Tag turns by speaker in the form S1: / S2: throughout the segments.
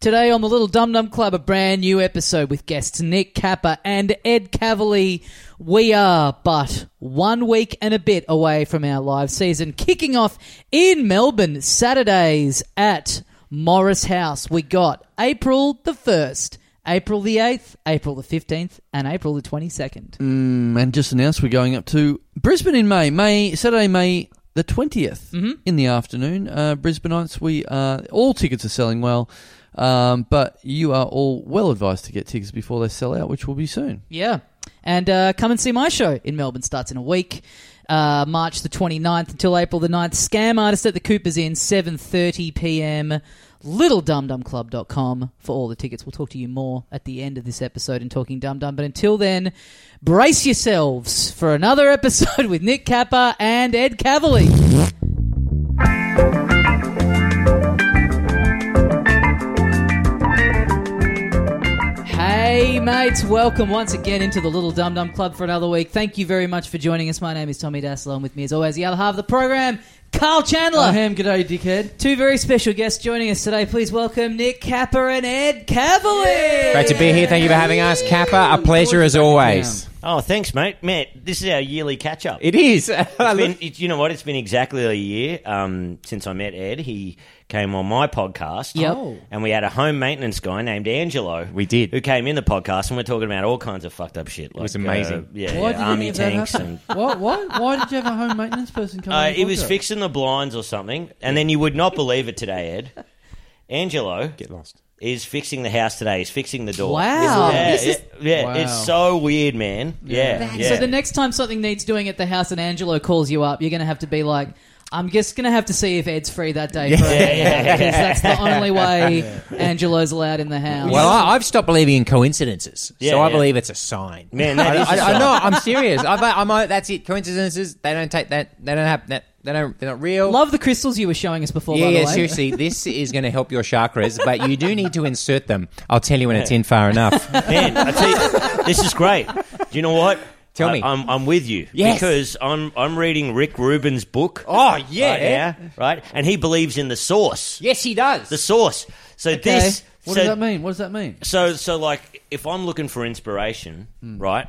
S1: Today on the Little Dum Dum Club, a brand new episode with guests Nick Kappa and Ed Cavalier. We are but one week and a bit away from our live season, kicking off in Melbourne Saturdays at Morris House. We got April the 1st, April the 8th, April the 15th, and April the 22nd.
S2: Mm, and just announced we're going up to Brisbane in May, May Saturday, May the 20th in the afternoon. Uh, Brisbaneites, we are all tickets are selling well, um, but you are all well advised to get tickets before they sell out, which will be soon.
S1: Yeah. And uh, come and see my show in Melbourne. Starts in a week. Uh, March the 29th until April the 9th. Scam Artist at the Cooper's Inn, 7.30pm. LittleDumDumClub.com for all the tickets. We'll talk to you more at the end of this episode in Talking Dum Dum. But until then, brace yourselves for another episode with Nick Kappa and Ed Cavalier. Hey, mates, welcome once again into the Little Dum Dum Club for another week. Thank you very much for joining us. My name is Tommy Dassler, and with me, as always, the other half of the program, Carl Chandler.
S2: Oh, ham, g'day, dickhead.
S1: Two very special guests joining us today. Please welcome Nick Kappa and Ed Cavalier.
S3: Great to be here. Thank you for having us, Kappa. A pleasure as always.
S4: Oh, thanks, mate. Matt, this is our yearly catch up.
S3: It is. I
S4: I mean,
S3: mean,
S4: it, you know what? It's been exactly a year um, since I met Ed. He came on my podcast.
S1: Yep. Oh.
S4: And we had a home maintenance guy named Angelo.
S3: We did.
S4: Who came in the podcast, and we're talking about all kinds of fucked up shit. Like,
S3: was amazing.
S4: uh, yeah,
S2: Why
S4: yeah,
S2: did any
S4: army
S2: of that
S4: tanks
S2: happen?
S4: and.
S2: Why, why, why did you have a home maintenance person
S1: Oh
S2: come
S4: Uh,
S2: on the
S4: he was
S2: podcast?
S4: fixing the blinds or something, and then you would not believe it today, Ed. Angelo
S3: get lost.
S4: is fixing the house today. He's fixing the door.
S1: Wow.
S4: Yeah,
S1: This is-
S4: yeah, yeah,
S2: Wow.
S4: it's so weird, man. Yeah,
S1: So
S4: yeah.
S1: the next time something needs doing at the house and Angelo calls you up, you're going to have to be like, I'm just going to have to see if Ed's free that day. for a
S4: Yeah, yeah, yeah.
S1: because that's the only way Angelo's allowed in the house.
S3: Well, I, I've stopped believing in coincidences,
S4: Yeah,
S3: so I
S4: yeah.
S3: believe it's a sign.
S4: Man, that
S3: I,
S4: is a
S3: I- I
S4: sign.
S3: know. I'm serious. I, I, I, that's it. Coincidences. They don't take that. They don't have that. They don't. They're not real.
S1: Love the crystals you were showing us before,
S3: yeah,
S1: by the
S3: yeah,
S1: way.
S3: seriously, this is going to help your chakras, but you do need to insert them. I'll tell you when it's in far enough.
S4: Man, I tell you, this is great. Do you know what?
S3: Tell
S4: I-
S3: me.
S4: I'm, I'm with you.
S3: Yes.
S4: Because I'm, I'm reading Rick Rubin's book.
S3: Oh,
S4: Right, now, right? And he believes in the source.
S3: Yes, he does.
S4: The source. So this.
S2: What
S4: so,
S2: does that mean? What does that mean?
S4: So, so like, if I'm looking for inspiration,
S2: Hmm.
S4: right?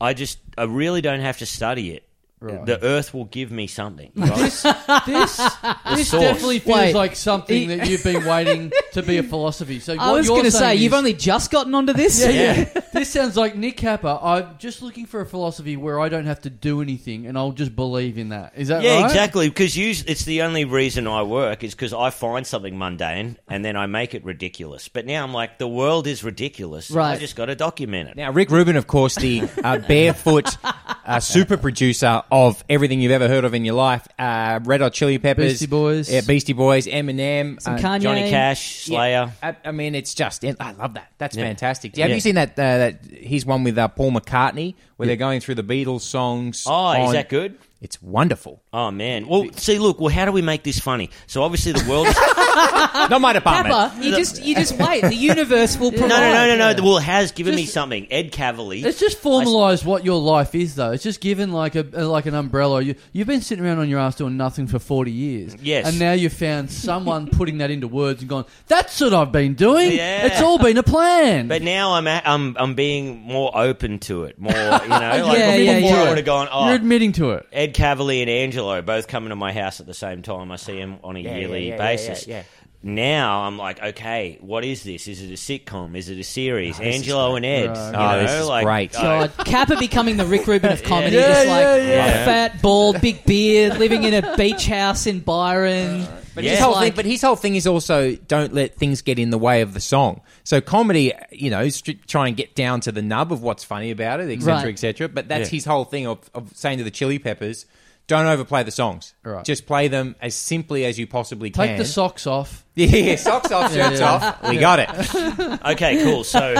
S4: I just, I really don't have to study it.
S2: Right.
S4: The earth will give me something. Right?
S2: This, this, this
S4: source.
S2: definitely feels
S1: Wait.
S2: like something
S1: He-
S2: that you've been waiting to be a philosophy. So
S1: I
S2: what
S1: was
S2: you're
S1: going to say,
S2: saying
S1: you've
S2: is-
S1: only just gotten onto this?
S2: Yeah, yeah. this sounds like Nick Kappa. I'm just looking for a philosophy where I don't have to do anything and I'll just believe in that. Is that
S4: yeah,
S2: right?
S4: exactly. Because you, it's the only reason I work is because I find something mundane and then I make it ridiculous. But now I'm like, the world is ridiculous. I
S1: Right.
S4: just got to document it.
S3: Now, Rick Rubin, of course, the uh, barefoot uh, super producer of everything you've ever heard of in your life. Uh, Red Hot Chili Peppers.
S2: Beastie Boys.
S3: Yeah, Beastie Boys, Eminem.
S1: Some
S3: uh,
S1: Kanye.
S4: Johnny Cash, Slayer.
S3: I, I mean, it's just, I love that. That's
S4: Yeah.
S3: fantastic. Have
S4: Yeah.
S3: you seen that, uh, that? He's one with uh, Paul McCartney, where they're going through the Beatles songs.
S4: Oh, is
S3: on-
S4: that good?
S3: It's wonderful.
S4: Oh man. Well, see, look. Well, how do we make this funny? So obviously the world. no,
S3: Not my department.
S1: Kappa, you just, you just wait. The universe will provide.
S4: no, no, no, no. The world has given me
S2: Just-
S4: something. Ed Cavalier.
S2: It's just formalised what your life is, though. It's just given like a like an umbrella. You, you've been sitting around on your ass doing nothing for forty years,
S4: Yes.
S2: and now you've found someone putting that into words and gone, "That's what I've been doing.
S4: Yeah.
S2: It's all been a plan."
S4: But now I'm at, I'm I'm being more open to it. More, you know, like
S1: Yeah,
S4: before
S1: yeah, yeah.
S4: I would have gone. Oh,
S2: You're admitting to it.
S4: Ed Cavalier and Angelo both coming to my house at the same time. I see them on a yearly
S3: yeah, yeah,
S4: basis.
S3: yeah, yeah.
S4: Now I'm like, okay, what is this? Is it a sitcom? Is it a series?
S3: this is
S4: Angelo and Ed.
S2: Right.
S4: you
S3: Oh, this
S4: know,
S3: is
S4: like,
S3: great.
S4: oh,
S1: God, Kappa becoming the Rick Rubin of comedy,
S2: Yeah,
S1: just like
S2: yeah, yeah.
S1: fat, bald, big beard, living in a beach house in Byron.
S3: But,
S4: Yeah.
S3: his whole thing,
S1: Like-
S3: but his whole thing is also don't let things get in the way of the song. So comedy, you know, stri- try and get down to the nub of what's funny about it, etc.,
S1: Right.
S3: etc. But that's
S4: Yeah.
S3: his whole thing of, of saying to the Chili Peppers, don't overplay the songs.
S2: Right.
S3: Just play them as simply as you possibly
S2: Take
S3: can.
S2: the socks off.
S3: yeah, socks off,
S2: Yeah,
S3: shirts
S2: yeah.
S3: off. We got it.
S4: okay, cool. So,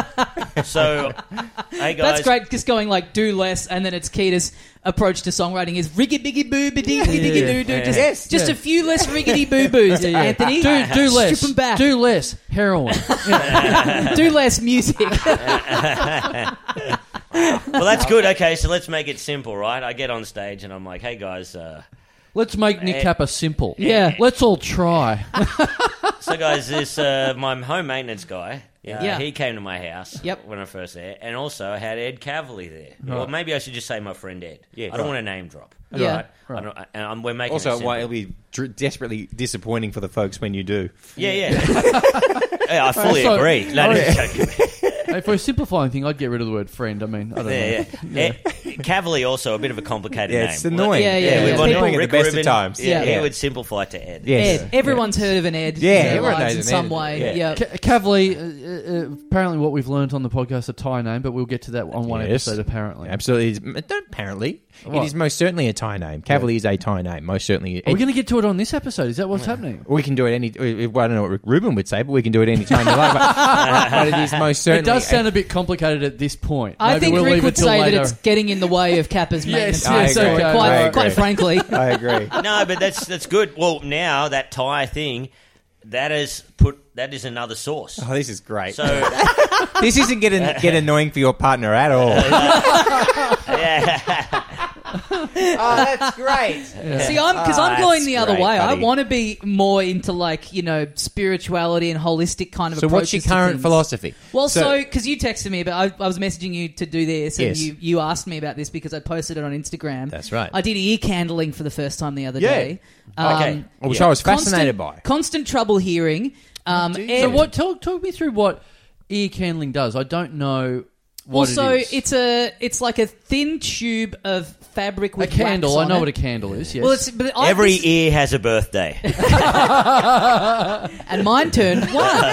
S4: so, hey guys,
S1: That's great. Just going like do less, and then it's Keita's approach to songwriting is riggy biggy boo ba dee dee diggy doo doo. Just,
S3: Yes.
S1: just
S2: Yeah.
S1: a few less riggedy boo boos, Anthony.
S2: Do do less.
S1: Strip 'em back.
S2: Do less heroin.
S1: Do less music.
S4: Well, that's good. Okay, so let's make it simple, right? I get on stage and I'm like, hey guys, uh,
S2: Let's make Nick Kappa simple.
S1: Yeah.
S2: Let's all try.
S4: So, guys, this uh, my home maintenance guy. Yeah.
S1: Yeah.
S4: He came to my house
S1: Yep.
S4: when I first there, and also I had Ed Cavalier there. Well, maybe I should just say my friend Ed. Yeah, I don't want to name drop.
S1: Yeah.
S4: Right. I'm not- and I'm, we're making it
S3: Also,
S4: simple.
S3: why it'll be dr- desperately disappointing for the folks when you do.
S4: yeah, yeah. yeah, I fully
S2: Also-
S4: agree. No, no,
S2: Yeah.
S4: joking.
S2: if we're simplifying thing, I'd get rid of the word friend. I mean, I don't know.
S4: Yeah, yeah. Eh, Cavalier also a bit of a complicated
S3: Yeah,
S4: name.
S3: it's annoying.
S1: Yeah, yeah, yeah.
S4: we've got
S1: Annoying
S4: Rick
S3: at the best of
S4: Rubin.
S3: times.
S4: Yeah,
S1: Yeah.
S4: he would simplify to Ed.
S3: Yes.
S1: Ed. Everyone's heard of an Ed.
S3: Yeah,
S1: in their
S3: everyone
S1: lives
S3: knows
S1: in
S3: an
S1: some
S3: Ed.
S1: way.
S3: Yeah.
S1: Yeah.
S2: Ca- Cavalier, uh, uh, uh, apparently, what we've learned on the podcast, a Thai name, but we'll get to that on one
S3: Yes.
S2: episode, apparently.
S3: Absolutely. It's- Don't apparently.
S2: What?
S3: It is most certainly a Thai name. Cavalier is a Thai name. Most certainly.
S2: Are we going to get to it on this episode? Is that what's happening?
S3: we can do it any. Well, I don't know what Ruben would say, but we can do it any time you like. But, but it is most certainly. eh.
S2: It does sound a bit complicated at this point.
S1: I
S2: Maybe
S1: think
S2: we'll
S1: Rick
S2: leave
S1: would
S2: it till
S1: say
S2: later.
S1: that it's getting in the way of Kappa's maintenance.
S2: Yes,
S3: yes,
S1: story,
S3: okay,
S1: quite,
S3: I agree.
S1: quite frankly.
S3: I agree.
S4: no, but that's that's good. Well, now that tie thing, that is put that is another source.
S3: Oh, this is great.
S4: So
S3: this isn't getting get annoying for your partner at all.
S4: yeah,
S3: oh, that's great.
S1: See, I'm because I'm
S4: Ah,
S1: going
S4: that's
S1: the other
S4: great,
S1: way. I
S4: buddy.
S1: want to be more into like you know spirituality and holistic kind of.
S3: So, what's
S1: approaches
S3: your
S1: to
S3: current
S1: things.
S3: philosophy?
S1: Well, so because you texted me, but I, I was messaging you to do this, and
S3: Yes.
S1: you, you asked me about this because I posted it on Instagram.
S3: That's right.
S1: I did ear candling for the first time the other
S3: Yeah.
S1: day. Um,
S4: Okay.
S3: which
S4: Yeah.
S3: I was
S1: constant,
S3: fascinated by.
S1: constant trouble hearing. Um,
S2: So,
S1: and-
S2: what? Talk, talk me through what ear candling does. I don't know what
S1: also,
S2: it is.
S1: it's a it's like a thin tube of fabric
S2: a
S1: with
S2: candle.
S1: wax
S2: I
S1: on
S2: know
S1: it.
S2: what a candle is. Yes.
S1: Well, it's but I-
S4: every
S1: this-
S4: ear has a birthday.
S1: and mine turned one.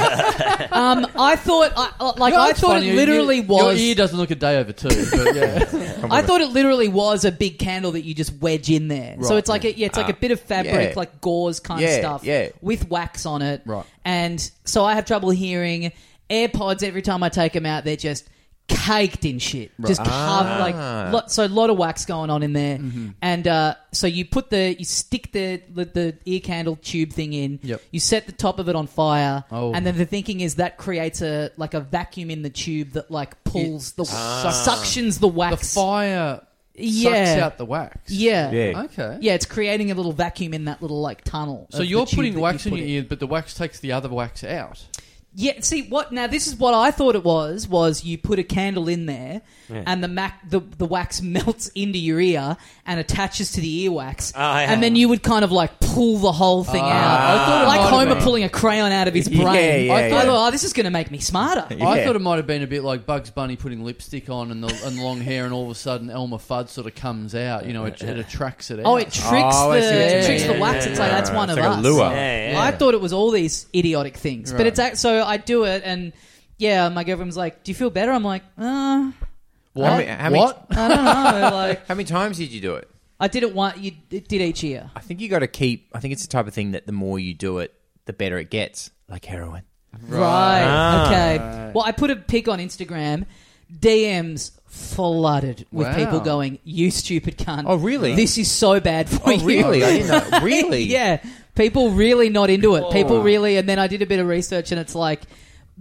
S1: um, I thought, I, I- like,
S2: Yeah,
S1: I
S2: it's
S1: thought
S2: funny.
S1: it literally
S2: Your-
S1: was.
S2: Your ear doesn't look a day over two. But yeah.
S1: I thought it literally was a big candle that you just wedge in there. so
S2: Right, Ah.
S1: it's like a, yeah, it's like a bit of fabric,
S3: yeah.
S1: like gauze kind of
S3: Yeah,
S1: stuff,
S3: yeah.
S1: with wax on it.
S2: Right.
S1: And so I have trouble hearing. AirPods every time I take them out, they're just caked in shit, just
S2: Ah.
S1: covered like lot, so a lot of wax going on in there.
S2: Mm-hmm.
S1: And uh, so you put the you stick the, the the ear candle tube thing in.
S2: Yep.
S1: You set the top of it on fire,
S2: Oh.
S1: and then the thinking is that creates a like a vacuum in the tube that like pulls the suctions the
S2: Ah. the
S1: wax
S2: fire sucks
S1: Yeah.
S2: out the wax.
S1: yeah.
S3: Yeah.
S2: Okay.
S1: Yeah, it's creating a little vacuum in that little like tunnel.
S2: So
S1: of
S2: you're
S1: the tube
S2: putting
S1: that
S2: wax
S1: you
S2: in
S1: put
S2: your ear, but the wax takes the other wax out.
S1: Yeah, see what now this is what I thought it was was you put a candle in there and the mac the, the wax melts into your ear and attaches to the earwax
S4: Ah, yeah.
S1: and then you would kind of like pull the whole thing
S2: I thought
S1: out.
S2: it
S1: Like
S2: might have
S1: Homer
S2: been.
S1: pulling a crayon out of his brain.
S3: Ah. Yeah, yeah,
S1: I
S2: yeah.
S1: thought, oh, this is going to make me smarter.
S2: I
S3: Yeah.
S2: thought it might have been a bit like Bugs Bunny putting lipstick on and the and long hair, and all of a sudden Elmer Fudd sort of comes out. You know, it, it attracts it out.
S1: Oh, it tricks
S3: Oh, I see what
S1: the
S3: you
S1: it tricks
S2: mean.
S1: the
S2: Yeah,
S1: wax.
S4: yeah,
S1: it's like
S4: yeah.
S1: that's one
S3: It's
S1: of
S3: like a
S1: us.
S3: lure.
S4: Yeah,
S1: I
S4: yeah.
S1: thought it was all these idiotic things, but
S2: Right.
S1: it's act- so I do it, and yeah, my girlfriend was like, "Do you feel better?" I'm like, uh,
S2: what?
S3: How many- how many-
S2: what?
S1: "I don't know." like
S3: How many times did you do it?
S1: I did it one. You it did each year.
S3: I think you got to keep. I think it's the type of thing that the more you do it, the better it gets. Like heroin.
S1: Right.
S3: Ah.
S1: Okay. Well, I put a pic on Instagram. DMs flooded with
S2: Wow.
S1: people going, "You stupid cunt!"
S3: Oh, really? Oh,
S1: This is so bad for you.
S3: really? I didn't know. Really?
S1: Oh, yeah. People really not into it. People really, and then I did a bit of research, and it's like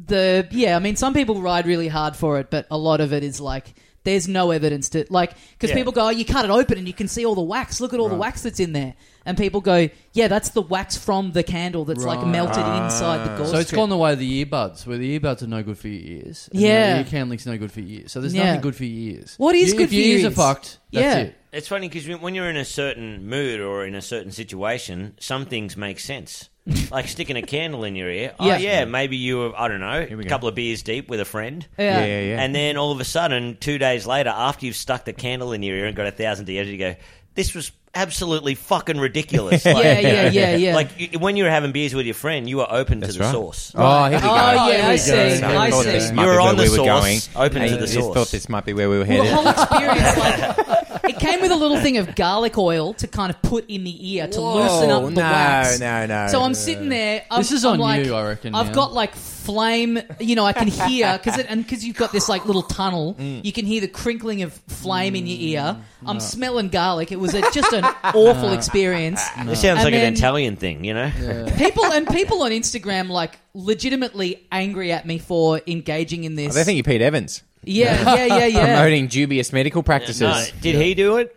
S1: the yeah. I mean, some people ride really hard for it, but a lot of it is like. There's no evidence to like because
S4: Yeah.
S1: people go, oh, you cut it open and you can see all the wax. Look at all the wax that's in there, and people go, yeah, that's the wax from the candle that's like
S2: Right.
S1: melted inside the gauze.
S2: So it's
S1: strip."
S2: gone the way of the earbuds, where the earbuds are no good for your ears. and
S1: Yeah.
S2: the ear candling's no good for your ears. So there's
S1: Yeah.
S2: nothing good for your ears.
S1: What is
S2: You-
S1: good
S2: if
S1: for
S2: your
S1: your
S2: ears? are
S1: ears?
S2: fucked. That's
S1: Yeah.
S2: it.
S4: It's funny because when you're in a certain mood or in a certain situation, some things make sense. like sticking a candle in your ear.
S1: Yeah.
S4: Oh, yeah, maybe you were, I don't know,
S3: we
S4: a
S3: go.
S4: couple of beers deep with a friend.
S1: Yeah.
S3: yeah, yeah.
S4: And then all of a sudden, two days later, after you've stuck the candle in your ear and got a thousand DMs, you go, this was absolutely fucking ridiculous. Like,
S1: yeah, yeah, yeah, yeah.
S4: Like y- when you were having beers with your friend, you were open to the
S3: right.
S4: source.
S3: Oh, here we go.
S1: Oh, yeah, I see.
S3: So
S1: I
S3: thought this
S1: see.
S3: might
S4: You're
S3: be where
S4: on the
S3: we were
S4: source,
S3: going.
S4: open
S3: I
S4: to the
S3: just
S4: source.
S3: thought this might be where we were
S1: Well,
S3: headed.
S1: the whole experience, like, it came with a little thing of garlic oil to kind of put in the ear to
S3: Whoa,
S1: loosen up the
S3: Oh, no,
S1: wax.
S3: no, no,
S1: So I'm
S3: no.
S1: sitting there. I'm,
S2: This is
S1: I'm
S2: on
S1: like,
S2: you, I reckon,
S1: I've
S2: now.
S1: got like flame. You know, I can hear because it and because you've got this like little tunnel, you can hear the crinkling of flame in your ear. I'm smelling garlic. It was a, just an awful experience.
S4: This sounds
S1: And
S4: like
S1: then-
S4: an Italian thing, you know?
S1: People and people on Instagram like legitimately angry at me for engaging in this.
S3: They think you're Pete Evans
S1: yeah, yeah, yeah, yeah.
S3: promoting dubious medical practices.
S4: No, did he do it?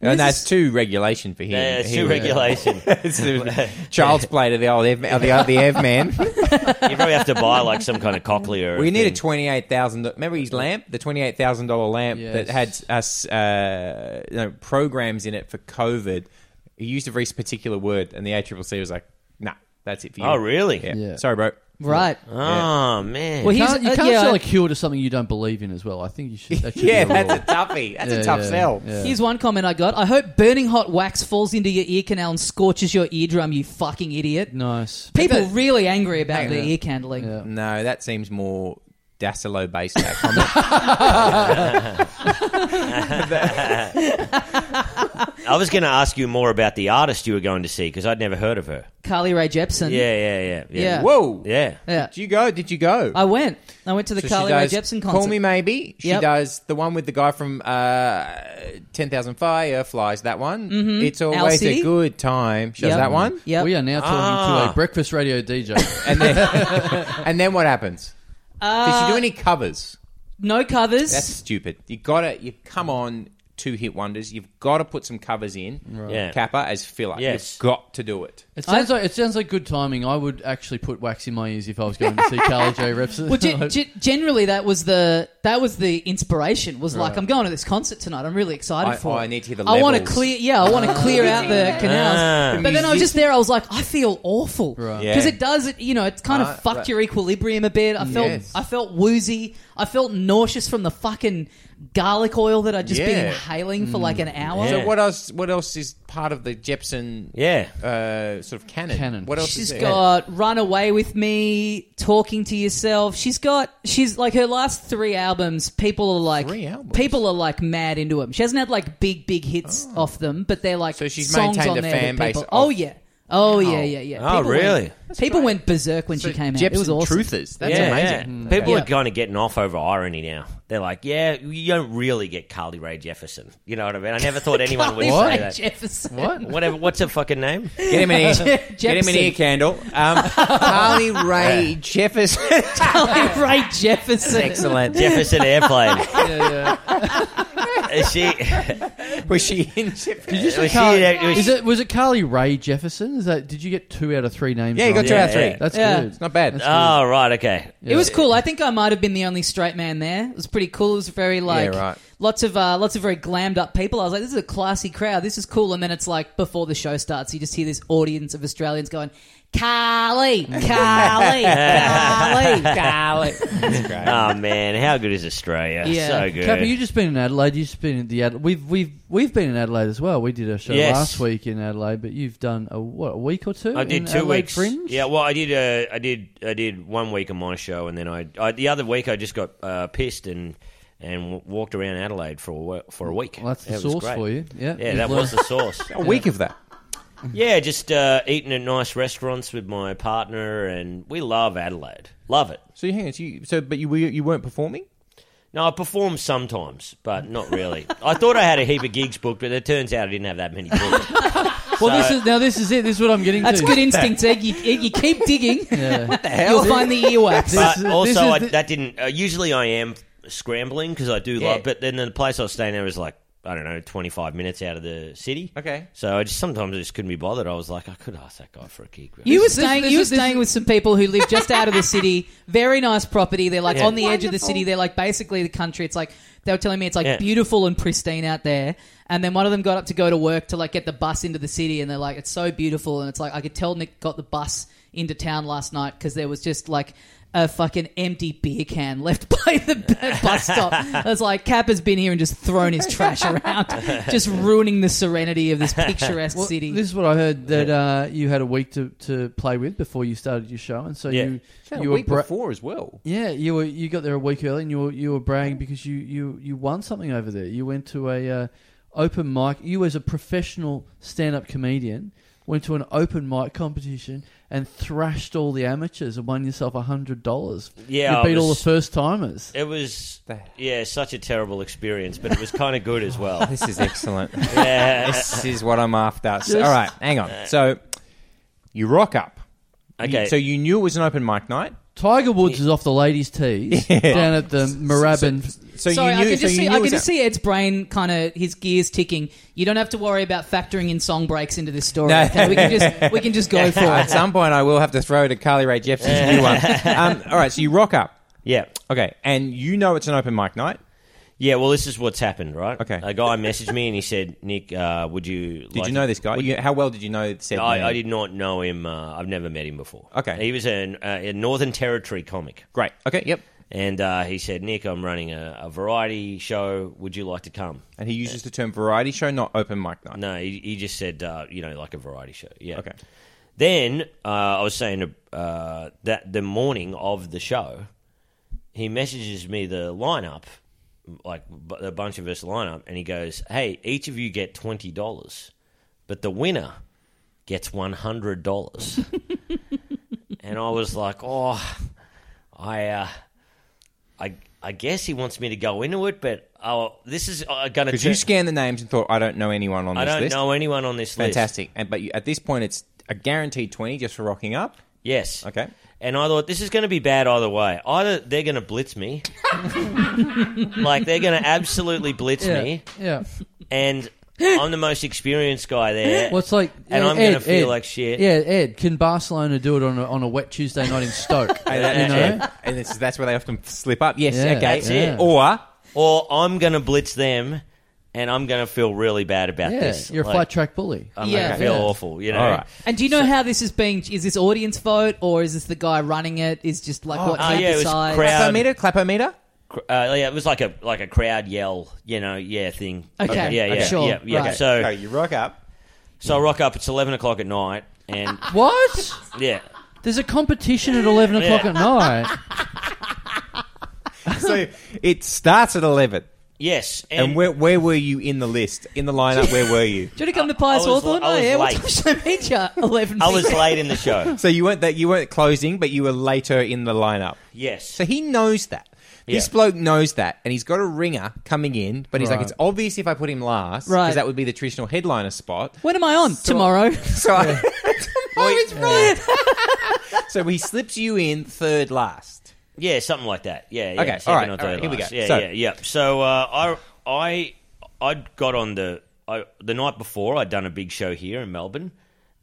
S3: And that's too regulation for him.
S4: Yeah, it's
S3: He-
S4: too regulation.
S3: It's the child's play to the old Ev, uh, the, uh, the Ev man.
S4: You probably have to buy like some kind of cochlear.
S3: We need a
S4: thing.
S3: twenty-eight thousand. Remember his lamp, the twenty-eight thousand dollar lamp that had
S2: Yes.
S3: us uh, you know, programs in it for COVID. He used a very particular word, and the ACCC was like, "Nah, that's it for you."
S4: Oh, really?
S3: Yeah.
S2: Yeah.
S3: Sorry, bro.
S1: Right.
S4: Oh man.
S1: Well,
S2: You
S1: he's-
S2: can't, you
S1: uh,
S2: can't
S1: yeah,
S2: sell
S1: I-
S2: a cure to something you don't believe in as well. I think you should. That should be
S3: Yeah,
S2: a
S3: that's
S2: rule.
S3: a toughie. That's
S2: Yeah,
S3: a tough
S2: yeah,
S3: sell.
S2: yeah.
S1: Here's one comment I got. I hope burning hot wax falls into your ear canal and scorches your eardrum, you fucking idiot.
S2: nice.
S1: People really angry about
S3: Hang
S1: the
S3: on.
S1: ear candling.
S2: Yeah.
S3: No, that seems more Dasilo based. That comment.
S4: I was going to ask you more about the artist you were going to see because I'd never heard of her.
S1: Carly Rae Jepsen.
S4: Yeah, yeah, yeah, yeah.
S1: Mm-hmm. Yeah.
S3: Whoa.
S4: Yeah.
S1: Yeah.
S3: Did you go? Did you go?
S1: I went. I went to the
S3: So she
S1: Carly Rae
S3: does
S1: Jepsen concert.
S3: Call Me Maybe. She
S1: Yep.
S3: does the one with the guy from uh, 10,000 Fireflies, that one. It's
S1: Our
S3: always
S1: City.
S3: a good time. She
S1: Mm-hmm. Yep.
S3: does that one.
S1: Yep.
S2: We are now talking to
S4: Ah.
S2: a breakfast radio DJ.
S3: And then, and then what happens? Did she
S1: Uh,
S3: do any covers?
S1: No covers.
S3: That's stupid. You gotta, you come on two hit wonders. You've got to put some covers in.
S4: Yeah.
S3: Kappa as filler.
S4: Yes.
S3: You've got to do it.
S2: It sounds like it sounds like good timing. I would actually put wax in my ears if I was going to see Carly J. Repson.
S1: Well, ge- ge- generally that was the that was the inspiration. Was like I'm going to this concert tonight. I'm really excited
S3: I-
S1: for
S3: oh,
S1: it.
S3: I need to hear the
S1: I want to
S3: levels. Ah.
S1: clear. Yeah, I want to clear out the canals.
S4: Ah.
S1: But then I was just there. I was like, I feel awful because
S2: Right.
S3: Yeah.
S1: it does. It you know, it kind of
S3: Ah,
S1: fucked
S3: right.
S1: your equilibrium a bit. I felt
S3: Yes.
S1: I felt woozy. I felt nauseous from the fucking garlic oil that I'd just been
S3: Yeah. Mm.
S1: inhaling for like an hour.
S4: Yeah.
S3: So what else? What else is part of the Jepsen?
S4: Yeah.
S3: Uh, sort of canon.
S2: Canon.
S3: What else
S1: She's
S3: is there?
S1: got Run Away With Me, Talking to Yourself. She's got she's like her last three albums, people are like
S3: Three albums?
S1: people are like mad into them. She hasn't had like big, big hits off them, but they're like
S3: Oh. So she's
S1: songs
S3: maintained
S1: on
S3: a
S1: there
S3: fan
S1: that
S3: base
S1: people,
S3: off-
S1: Oh yeah. Oh yeah, yeah, yeah.
S4: Oh, really?
S1: Went, people went berserk when she came out. It was
S3: Jepsen
S1: awesome.
S3: Truthers. That's
S4: yeah,
S3: amazing.
S4: yeah. People
S1: Yeah.
S4: are kind of getting off over irony now. They're like, yeah, you don't really get Carly Rae Jefferson. You know what I mean? I never thought anyone would
S1: Carly Rae
S4: say that.
S1: Jefferson.
S2: what?
S4: Whatever. What's her fucking name?
S3: Get him an ear. get him
S1: Jepsen.
S3: an ear candle. Um, Carly Ray Jefferson.
S1: Carly Rae Jefferson.
S3: Excellent.
S4: Jefferson Airplane. Is she?
S3: Was she in Jefferson?
S2: Did you say
S4: Was she-
S2: Carly?
S4: was
S2: is
S4: she-
S2: it was it Carly Ray Jefferson? Is that did you get two out of three names?
S3: Yeah, you got
S2: right?
S3: two out of three.
S4: Yeah.
S2: That's
S1: Yeah.
S2: good.
S3: It's not bad.
S4: Oh, right. Okay.
S1: It was cool. I think I might have been the only straight man there. It was pretty cool. It was very like
S3: Yeah, right.
S1: lots of uh, lots of very glammed up people. I was like, this is a classy crowd. This is cool. And then it's like before the show starts, you just hear this audience of Australians going, "Carly, Carly, Carly, Carly."
S4: Oh man, how good is Australia?
S1: Yeah.
S4: So good.
S2: Kappa, you just been in Adelaide. You've just been in the Ad- we've we've we've been in Adelaide as well. We did a show
S4: Yes.
S2: last week in Adelaide, but you've done a what a week or two.
S4: I did
S2: in
S4: two
S2: Adelaide
S4: weeks.
S2: Fringe.
S4: Yeah, well, I did. Uh, I did. I did one week on my show, and then I, I the other week I just got uh, pissed and and w- walked around Adelaide for a, wa- for a week.
S2: Well, that's the
S4: That was
S2: source
S4: great.
S2: for you. Yeah,
S4: Yeah,
S2: You've
S4: that was the source.
S3: a week of that.
S4: yeah, just uh, eating at nice restaurants with my partner, and we love Adelaide. Love it.
S3: So you hang on. So, you, so but you were you weren't performing.
S4: No, I perform sometimes, but not really. I thought I had a heap of gigs booked, but it turns out I didn't have that many booked.
S2: Well, this is now. This is it. This is what I'm getting
S1: That's
S2: to.
S1: good instinct, Egg. You, you keep digging.
S2: Yeah.
S1: You'll find the earwax.
S2: This
S4: But
S2: is- this
S4: also,
S2: is
S4: I,
S2: the-
S4: that didn't. Uh, usually, I am scrambling because I do love. But then the place I was staying at was like I don't know, twenty five minutes out of the city.
S3: Okay.
S4: So I just sometimes I just couldn't be bothered. I was like, I could ask that guy for a gig. really.
S1: You were
S2: This- this-
S1: staying.
S2: this
S1: you were
S2: is- this
S1: staying
S2: is-
S1: with some people who live just out of the city. Very nice property. They're like
S4: Yeah.
S1: on the edge of the city. They're like basically the country. It's like they were telling me it's like
S4: Yeah.
S1: beautiful and pristine out there. And then one of them got up to go to work to like get the bus into the city, and they're like, "It's so beautiful." And it's like I could tell Nick got the bus into town last night because there was just like. A fucking empty beer can left by the b- bus stop. It's like Cap has been here and just thrown his trash around, just ruining the serenity of this picturesque
S2: Well,
S1: city.
S2: This is what I heard that uh, you had a week to, to play with before you started your show, and so
S4: Yeah.
S2: you
S3: Yeah,
S2: you
S3: a
S2: were
S3: week
S2: bra-
S3: before as well.
S2: yeah you were you got there a week early, and you were you were bragging because you you you won something over there. You went to a uh, open mic. You as a professional stand up comedian went to an open mic competition and thrashed all the amateurs and won yourself a hundred dollars.
S4: Yeah,
S2: you
S4: I
S2: beat all the
S4: was-
S2: first timers.
S4: It was
S3: The-
S4: yeah, such a terrible experience, but it was kind of good as well.
S3: This is excellent.
S4: Yeah.
S3: this is what I'm after. So, all right, hang on. So you rock up. You-
S4: Okay.
S3: so you knew it was an open mic night.
S2: Tiger Woods is off the ladies' tees down at the Moorabbin
S3: So
S1: Sorry,
S3: you knew.
S1: I can
S3: so
S1: just
S3: you
S1: see I
S3: knew it
S1: can
S3: was
S1: just
S3: a-
S1: see Ed's brain kind of his gears ticking. You don't have to worry about factoring in song breaks into this story.
S3: No.
S1: okay? We can just we can just go for
S3: At
S1: it.
S3: some point, I will have to throw to Carly Rae Jepsen's new one. Um, all right, so you rock up.
S4: Yeah.
S3: Okay, and you know it's an open mic night.
S4: Yeah, well, this is what's happened, right?
S3: Okay.
S4: A guy messaged me and he said, Nick, uh, would you.
S3: Did you know this guy? You- how well did you know said man?
S4: I, I did not know him. Uh, I've never met him before.
S3: Okay.
S4: He was an, uh, a Northern Territory comic.
S3: Great. Okay, yep.
S4: And uh, he said, Nick, I'm running a, a variety show. Would you like to come?
S3: And he uses the term variety show, not open mic night.
S4: No, he, he just said, uh, you know, like a variety show. Yeah.
S3: Okay.
S4: Then uh, I was saying uh, that the morning of the show, he messages me the lineup, like bu- a bunch of us lineup, and he goes, "Hey, each of you get twenty dollars, but the winner gets one hundred dollars." and I was like, "Oh, I, uh, I, I guess he wants me to go into it, but oh, this is uh, going to
S3: Because you scanned the names and thought, I don't know anyone on
S4: I
S3: this
S4: don't
S3: list.
S4: know anyone on this list.
S3: Fantastic. And, but you, at this point, it's a guaranteed 20 just for rocking up.
S4: Yes.
S3: Okay.
S4: And I thought this is going to be bad either way. Either they're going to blitz me, like they're going to absolutely blitz me,
S2: Yeah.
S4: and I'm the most experienced guy there.
S2: Well, it's like,
S4: and
S2: uh,
S4: I'm going to
S2: Ed,
S4: feel
S2: Ed.
S4: like shit.
S2: Yeah, Ed, can Barcelona do it on a, on a wet Tuesday night in Stoke?
S3: And, that-
S2: you know?
S3: and- and this, that's where they often slip up. Yes,
S2: Yeah,
S3: okay.
S2: That's
S4: it.
S3: Or
S4: Or I'm going to blitz them, and I'm going to feel really bad about
S2: Yeah,
S4: this.
S2: you're a
S4: Like,
S2: flat track bully.
S4: I'm
S1: Yeah.
S4: going to feel
S2: Yeah.
S4: awful. You know.
S3: All right.
S1: And do you know how this is being? Is this audience vote or is this the guy running it? Is just like what
S4: oh,
S1: he
S4: yeah, it was
S1: decides?
S4: crowd-
S3: clapometer, clapometer.
S4: Cr- Uh, yeah, it was like a like a crowd yell, you know, yeah thing.
S1: Okay.
S4: Yeah, yeah,
S1: Okay. Sure.
S4: yeah, yeah.
S1: Right.
S4: So,
S3: Okay, you rock up.
S4: so I rock up. It's eleven o'clock at night, and
S2: What?
S4: yeah,
S2: There's a competition at 11 o'clock
S4: Yeah.
S2: at night.
S3: So it starts at 11.
S4: yes,
S3: And, where, where were you in the list? In the lineup, where were you?
S1: Do you want to come to Pies
S4: I was-
S1: Hawthorne?
S4: I was
S1: oh, yeah.
S4: late.
S1: What time should I meet you? Eleven.
S4: I was late in the show.
S3: So you weren't that you weren't closing, but you were later in the lineup.
S4: Yes.
S3: So he knows that. This
S4: Yeah.
S3: bloke knows that, and he's got a ringer coming in, but he's like,
S2: Right.
S3: it's obvious if I put him last, because
S1: Right.
S3: that would be the traditional headliner spot.
S1: When am I on tomorrow?
S3: So, I, Tomorrow is brilliant. so he slips you in third last.
S4: yeah, something like that. Yeah. yeah
S3: Okay,
S4: second
S3: all right,
S4: or
S3: all
S4: third
S3: right, here we
S4: last.
S3: go.
S4: Yeah,
S3: So-
S4: yeah, yeah. So uh, I, I, I got on the I, the night before. I'd done a big show here in Melbourne,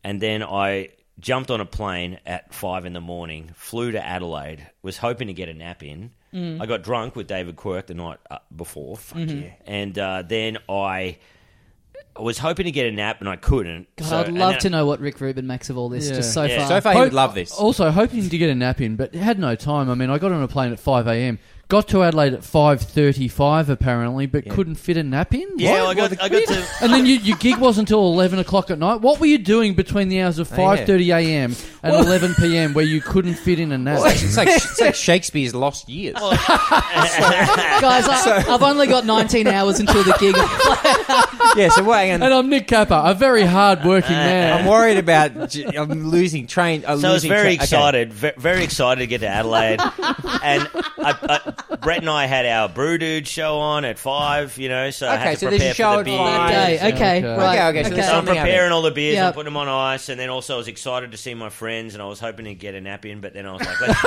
S4: and then I jumped on a plane at five in the morning, flew to Adelaide, was hoping to get a nap in.
S3: Mm.
S4: I got drunk with David Quirk the night uh, before,
S3: Mm-hmm.
S4: and uh, then I. I was hoping to get a nap and I couldn't.
S1: God,
S4: so-
S1: I'd
S4: and
S1: love
S4: then-
S1: to know what Rick Rubin makes of all this.
S2: Yeah.
S1: Just so
S4: Yeah.
S1: far.
S3: So far, he
S2: Hope-
S3: would love this.
S2: Also, hoping to get a nap in, but had no time. I mean, I got on a plane at 5 a.m., got to Adelaide at 5.35 apparently, but couldn't fit a nap in?
S4: Yeah,
S2: What?
S4: well, I got, I got to.
S2: And then you, your gig was until 11 o'clock at night. What were you doing between the hours of
S4: Oh,
S2: 5.30 a.m. and 11 p.m. where you couldn't fit in a nap?
S3: It's like, it's like Shakespeare's lost years.
S1: Guys, I, I've only got 19 hours until the gig.
S3: yeah, so wait, hang on.
S2: and I'm Nick Capper, a very
S4: Uh,
S2: hard-working
S3: I'm
S2: man.
S3: worried about. j- I'm losing train. I'm
S4: So I was
S3: losing
S4: very
S3: tra- okay.
S4: excited, ve- very excited to get to Adelaide, and I, I, Brett and I had our Brew Dude show on at five. You know, so I
S3: Okay,
S4: had to
S3: so there's a
S4: prepare
S3: show
S4: for
S3: at
S4: the beers.
S1: That
S3: five.
S1: day.
S2: Yeah,
S1: Okay,
S2: okay.
S1: right.
S3: Okay, okay, so there's
S4: So I'm
S3: Something happened.
S4: preparing all the beers
S1: Yeah.
S4: and putting them on ice, and then also I was excited to see my friends, and I was hoping to get a nap in, but then I was like, let's,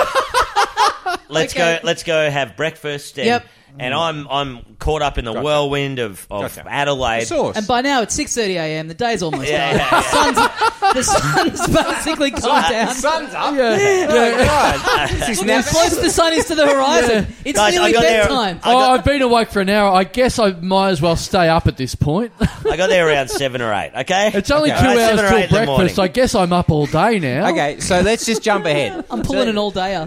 S4: let's
S1: Okay.
S4: go, let's go have breakfast. And,
S1: Yep.
S4: and I'm I'm caught up in the
S3: Gotcha.
S4: whirlwind of, of
S3: Gotcha.
S4: Adelaide.
S3: Source.
S1: and by now it's 6:30 a.m. The day's almost
S4: Yeah,
S1: done.
S4: yeah,
S1: The sun's- The sun's basically gone down.
S3: sun's up.
S2: Yeah.
S4: Oh,
S3: This is
S1: Look how close the sun is to the horizon. It's
S4: Guys, I
S1: nearly
S4: got there.
S1: bedtime.
S4: I
S2: oh,
S4: got-
S2: I've been awake for an hour. I guess I might as well stay up at this point.
S4: I got there around seven or eight. Okay,
S2: It's only
S4: Okay.
S2: two
S4: All right,
S2: hours
S4: seven or eight
S2: till
S4: in the morning.
S2: breakfast. I guess I'm up all day now.
S3: Okay, so let's just jump ahead.
S1: I'm pulling an all-dayer.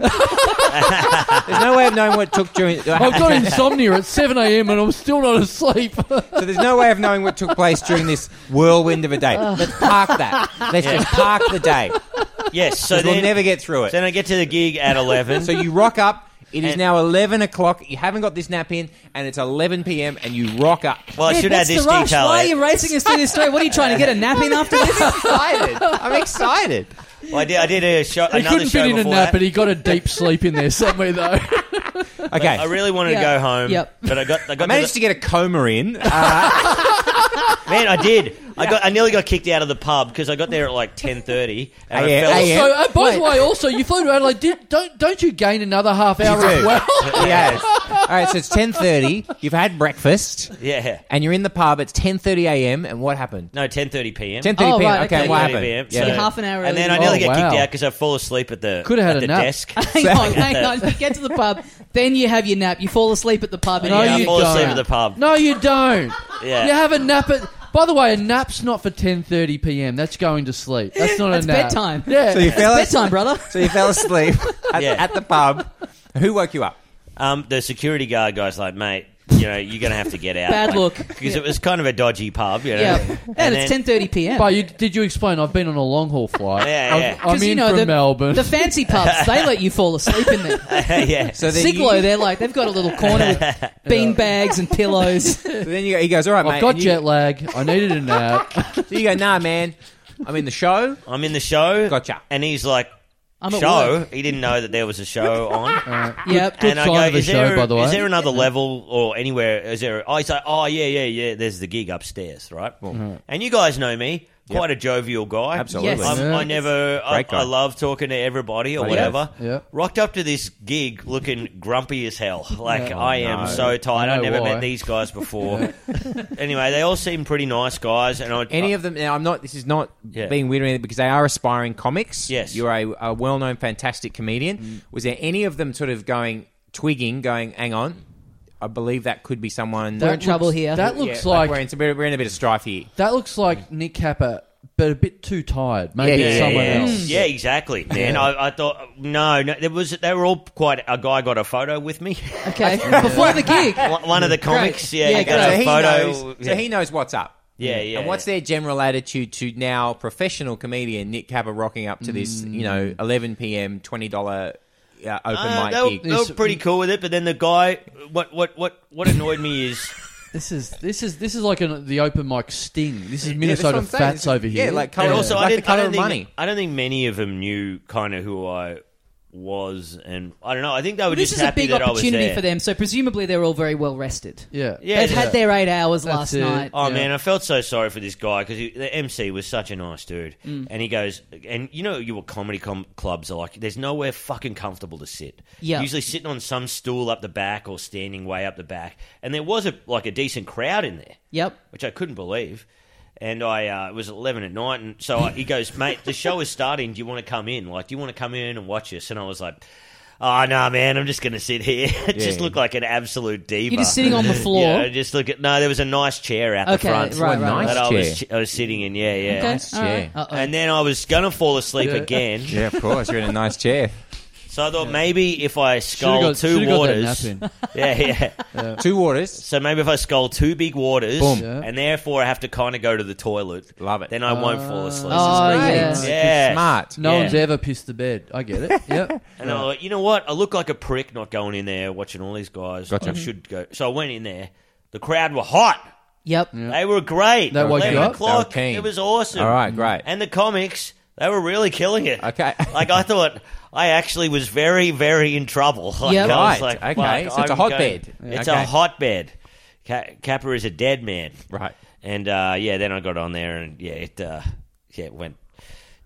S3: There's no way of knowing what took
S4: Oh,
S3: during.
S2: I've got insomnia at 7 a.m. and I'm still not asleep.
S3: So there's no way of knowing what took place during this whirlwind of a day. Let's park that. Let's just park the day.
S4: Yes, so
S3: Because
S4: then,
S3: we'll never get through
S4: Then
S3: it.
S4: I get to the gig at eleven.
S3: So you rock up. It is
S4: And-
S3: now 11 o'clock. You haven't got this nap in, and it's 11 p.m. And you rock up.
S4: well, I should add
S1: What's
S4: this
S1: the rush?
S4: detail. eh?
S1: Why are you racing us through this story? What are you trying to get a nap in after this?
S3: Excited. I'm excited.
S4: Well, I did. I did a show.
S2: he
S4: another
S2: couldn't
S4: show
S2: fit in a
S4: before
S2: nap,
S4: that.
S2: but he got a deep sleep in there somewhere, though.
S3: Okay.
S4: I really wanted
S1: Yeah.
S4: to go home.
S1: Yep.
S4: But I got. I got.
S3: I managed to
S4: to
S3: get a coma in. Uh,
S4: the, man, I did. I got. I nearly got kicked out of the pub because I got there at like ten thirty, and I
S3: Yeah,
S4: fell.
S3: yeah.
S4: asleep.
S2: So, uh, by the way, also, you flew to Adelaide. Did, don't don't you gain another half hour
S3: You
S2: as
S3: do.
S2: well?
S3: yes. All right, so it's ten thirty. You've had breakfast,
S4: Yeah.
S3: and you're in the pub. It's ten thirty a.m. And what happened?
S4: No, ten thirty p.m.
S3: Ten thirty
S1: Oh,
S3: p.m.
S1: right,
S3: okay,
S1: okay.
S3: what
S4: 10:30
S3: happened?
S4: PM.
S1: So you're half an hour
S4: And then I
S1: early.
S4: nearly
S2: Oh,
S4: get
S2: wow.
S4: kicked out because I fall asleep at the
S2: Coulda had
S4: at
S2: a
S4: the
S2: nap.
S4: desk.
S1: hang on, hang on. You get to the pub, then you have your nap. You fall asleep at the pub. And
S2: No,
S1: you
S4: yeah,
S2: you
S4: I Oh, fall asleep
S2: don't.
S4: at the pub.
S2: No, you don't.
S4: Yeah.
S2: You have a nap at. By the way, a nap's not for ten thirty p.m. That's going to sleep. That's not
S1: That's
S2: a nap.
S1: bedtime.
S2: Yeah.
S3: So you fell
S1: It's bedtime, brother.
S3: So you fell asleep at,
S4: Yeah.
S3: at the pub. Who woke you up?
S4: Um, the security guard guy's like, mate, you know, you're gonna have to get out.
S1: Bad look.
S4: because it was kind of a dodgy pub. You know?
S1: Yeah, and,
S4: And
S1: it's ten
S4: then-
S1: thirty p.m.
S2: but you, did you explain? I've been on a long haul flight.
S4: Yeah,
S2: I'm,
S4: yeah.
S2: I'm
S1: 'Cause,
S2: in
S1: you know,
S2: from
S1: the,
S2: Melbourne.
S1: The fancy pubs, they let you fall asleep in there.
S4: yeah.
S3: So then
S1: Siglo,
S3: you,
S1: they're like they've got a little corner with bean bags and pillows.
S3: so then you go, he goes, all right, mate.
S2: I've got
S3: and you,
S2: jet lag. I needed a nap.
S3: So you go, nah, man. I'm in the show.
S4: I'm in the show.
S3: Gotcha.
S4: And he's like,
S1: I'm at
S4: show.
S1: work.
S4: He didn't know that there was a show on.
S1: Yep.
S2: Good
S4: and I
S2: sign
S4: go,
S2: of the
S4: is
S2: show,
S4: there,
S2: by the way."
S4: Is there another level or anywhere? Is there? I say, oh yeah, yeah, yeah. There's the gig upstairs, right?
S2: Mm-hmm.
S4: And you guys know me, quite a jovial guy.
S3: Absolutely.
S1: Yes.
S4: I'm, I
S2: Yeah.
S4: never. I,
S3: Great guy. Oh,
S4: I love talking to everybody or
S3: Yeah.
S4: whatever.
S2: Yeah.
S4: Rocked up to this gig looking grumpy as hell. Like I am
S3: no.
S4: so tired.
S2: I
S4: I
S2: know
S4: never
S2: why.
S4: met these guys before. anyway, they all seem pretty nice guys, and I
S3: Any of them? Now, I'm not. This is not
S4: Yeah.
S3: being weird or anything because they are aspiring comics.
S4: Yes.
S3: you're a, a well-known, fantastic comedian. Was there any of them sort of going twigging, going, "Hang on, I believe that could be someone."
S1: We're in trouble
S2: looks-
S1: here.
S2: That
S3: Yeah,
S2: looks
S3: like,
S2: like,
S3: we're in, some bit- we're in a bit of strife here.
S2: that looks like Nick Capper, but a bit too tired. Maybe
S3: Yeah,
S2: it's
S3: yeah,
S2: someone
S4: yeah.
S2: else.
S4: Yeah, exactly, man. I, I thought no, no. There was they were all quite. A guy got a photo with me.
S1: Okay, before the gig.
S4: One one of the comics, yeah,
S1: Yeah,
S4: he
S1: great.
S4: got
S3: so
S4: a
S3: he
S4: photo.
S3: knows.
S4: yeah.
S3: So he knows what's up.
S4: Yeah, yeah,
S3: And what's
S4: yeah.
S3: their general attitude to now professional comedian Nick Capper rocking up to this, you know, 11 p.m. twenty dollar uh, open
S4: Mm. Uh,
S3: mic
S4: they, were,
S3: gig?
S4: they were pretty cool with it, but then the guy, what, what, what, what annoyed me is,
S2: This is this is this is like an, the open mic sting. This is
S3: Yeah, that's what
S2: Minnesota
S3: I'm saying.
S2: fats
S3: It's-
S2: over here.
S3: Yeah, like color,
S4: and also
S3: like
S4: I
S3: the
S4: didn't, I
S3: color
S4: don't
S3: of
S4: think,
S3: money.
S4: I don't think many of them knew kind of who I was, and I don't know. I think they were
S1: This
S4: just
S1: is a
S4: happy
S1: big
S4: that I was
S1: opportunity
S4: there.
S1: for them, so presumably they're all very well rested.
S2: yeah,
S4: Yeah,
S1: They've had their eight hours
S2: That's
S1: last
S2: it.
S1: night.
S4: Oh
S2: Yeah.
S4: man, I felt so sorry for this guy because the MC was such a nice dude, and he goes, and you know, your comedy com- clubs are like, there's nowhere fucking comfortable to sit.
S1: Yeah.
S4: usually sitting on some stool up the back or standing way up the back, and there was a like a decent crowd in there,
S1: Yep.
S4: which I couldn't believe. And I uh, it was at eleven at night, and so I, he goes, "Mate, the show is starting. Do you want to come in? Like, do you want to come in and watch us?" And I was like. Oh no, man! I'm just gonna sit here. It just
S3: Yeah.
S4: looked like an absolute diva.
S1: You're just sitting on the floor.
S4: Yeah, just look at. No, there was a nice chair out the
S1: Okay,
S4: front.
S1: right, right,
S3: right.
S4: That I
S3: Nice
S4: was, I was sitting in. Yeah, yeah.
S1: Okay.
S3: Nice
S1: all right.
S3: chair.
S1: Uh-oh.
S4: And then I was gonna fall asleep
S2: Yeah.
S4: again.
S3: Yeah, of course. You're in a nice chair.
S4: So I thought maybe if I
S2: Should've
S4: scull
S2: got,
S4: two
S2: should've got that
S4: waters,
S2: nap in.
S4: yeah, yeah.
S3: Two waters.
S4: So maybe if I scull two big waters,
S3: Boom.
S2: Yeah.
S4: and therefore I have to kind of go to the toilet.
S3: Love it.
S4: Then I won't fall asleep.
S1: Oh,
S3: Great.
S1: yeah.
S4: Yeah.
S3: Smart.
S2: No
S4: Yeah.
S2: one's ever pissed the bed. I get it. Yep.
S4: And I thought, you know what? I look like a prick not going in there watching all these guys.
S3: Gotcha.
S4: I should go. So I went in there. The crowd were hot.
S1: Yep.
S4: They were great.
S2: They woke you
S4: 11
S2: up?
S4: o'clock.
S3: They were keen.
S4: It was awesome.
S3: All right, great.
S4: And the comics, they were really killing it.
S3: Okay.
S4: like I thought, I actually was very, very in trouble. Like,
S1: Yep.
S4: I was
S3: Right,
S4: like,
S3: okay.
S4: fuck,
S3: So it's a
S4: I'm
S3: hotbed.
S4: going-
S3: Yeah,
S4: It's
S3: okay.
S4: a hotbed. Ca- Kappa is a dead man.
S3: Right.
S4: And uh, yeah, then I got on there, and yeah, it uh, yeah it went.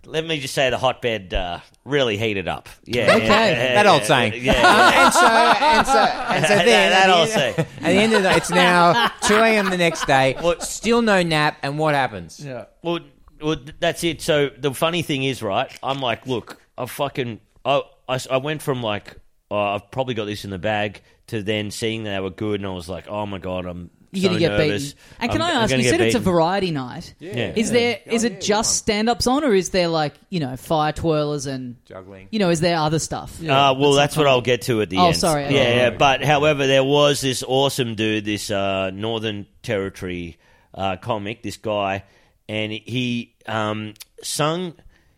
S4: Let me just say, the hotbed uh, really heated up. Yeah,
S1: Okay.
S4: yeah, yeah,
S3: That
S4: yeah,
S3: old saying.
S4: Yeah, yeah.
S3: and so, and so, and so
S4: That-
S3: then
S4: that
S3: at
S4: I'll
S3: the
S4: say.
S3: end- At the end of the, it's now two a.m. the next day. Still no nap, and what happens?
S2: Yeah.
S4: Well, well, th- that's it. So the funny thing is, right? I'm like, look, I fucking, I, I, s- I went from like, oh, I've probably got this in the bag to then seeing that they were good, and I was like, oh my god, I'm
S1: You're
S4: so
S1: gonna get
S4: nervous.
S1: beaten. And can
S4: I'm- I'm
S1: i ask?
S4: gonna
S1: You
S4: get
S1: said it's a
S4: beaten.
S1: variety night.
S4: Yeah.
S1: Is there? Is it just stand-ups on, or is there like you know fire twirlers and
S3: Juggling.
S1: You know, is there other stuff?
S4: Uh, well, that's what I'll get to at the
S1: Oh,
S4: end.
S1: sorry, okay.
S4: Yeah, yeah, but however, there was this awesome dude, this uh, Northern Territory uh, comic, this guy, and he um, sung.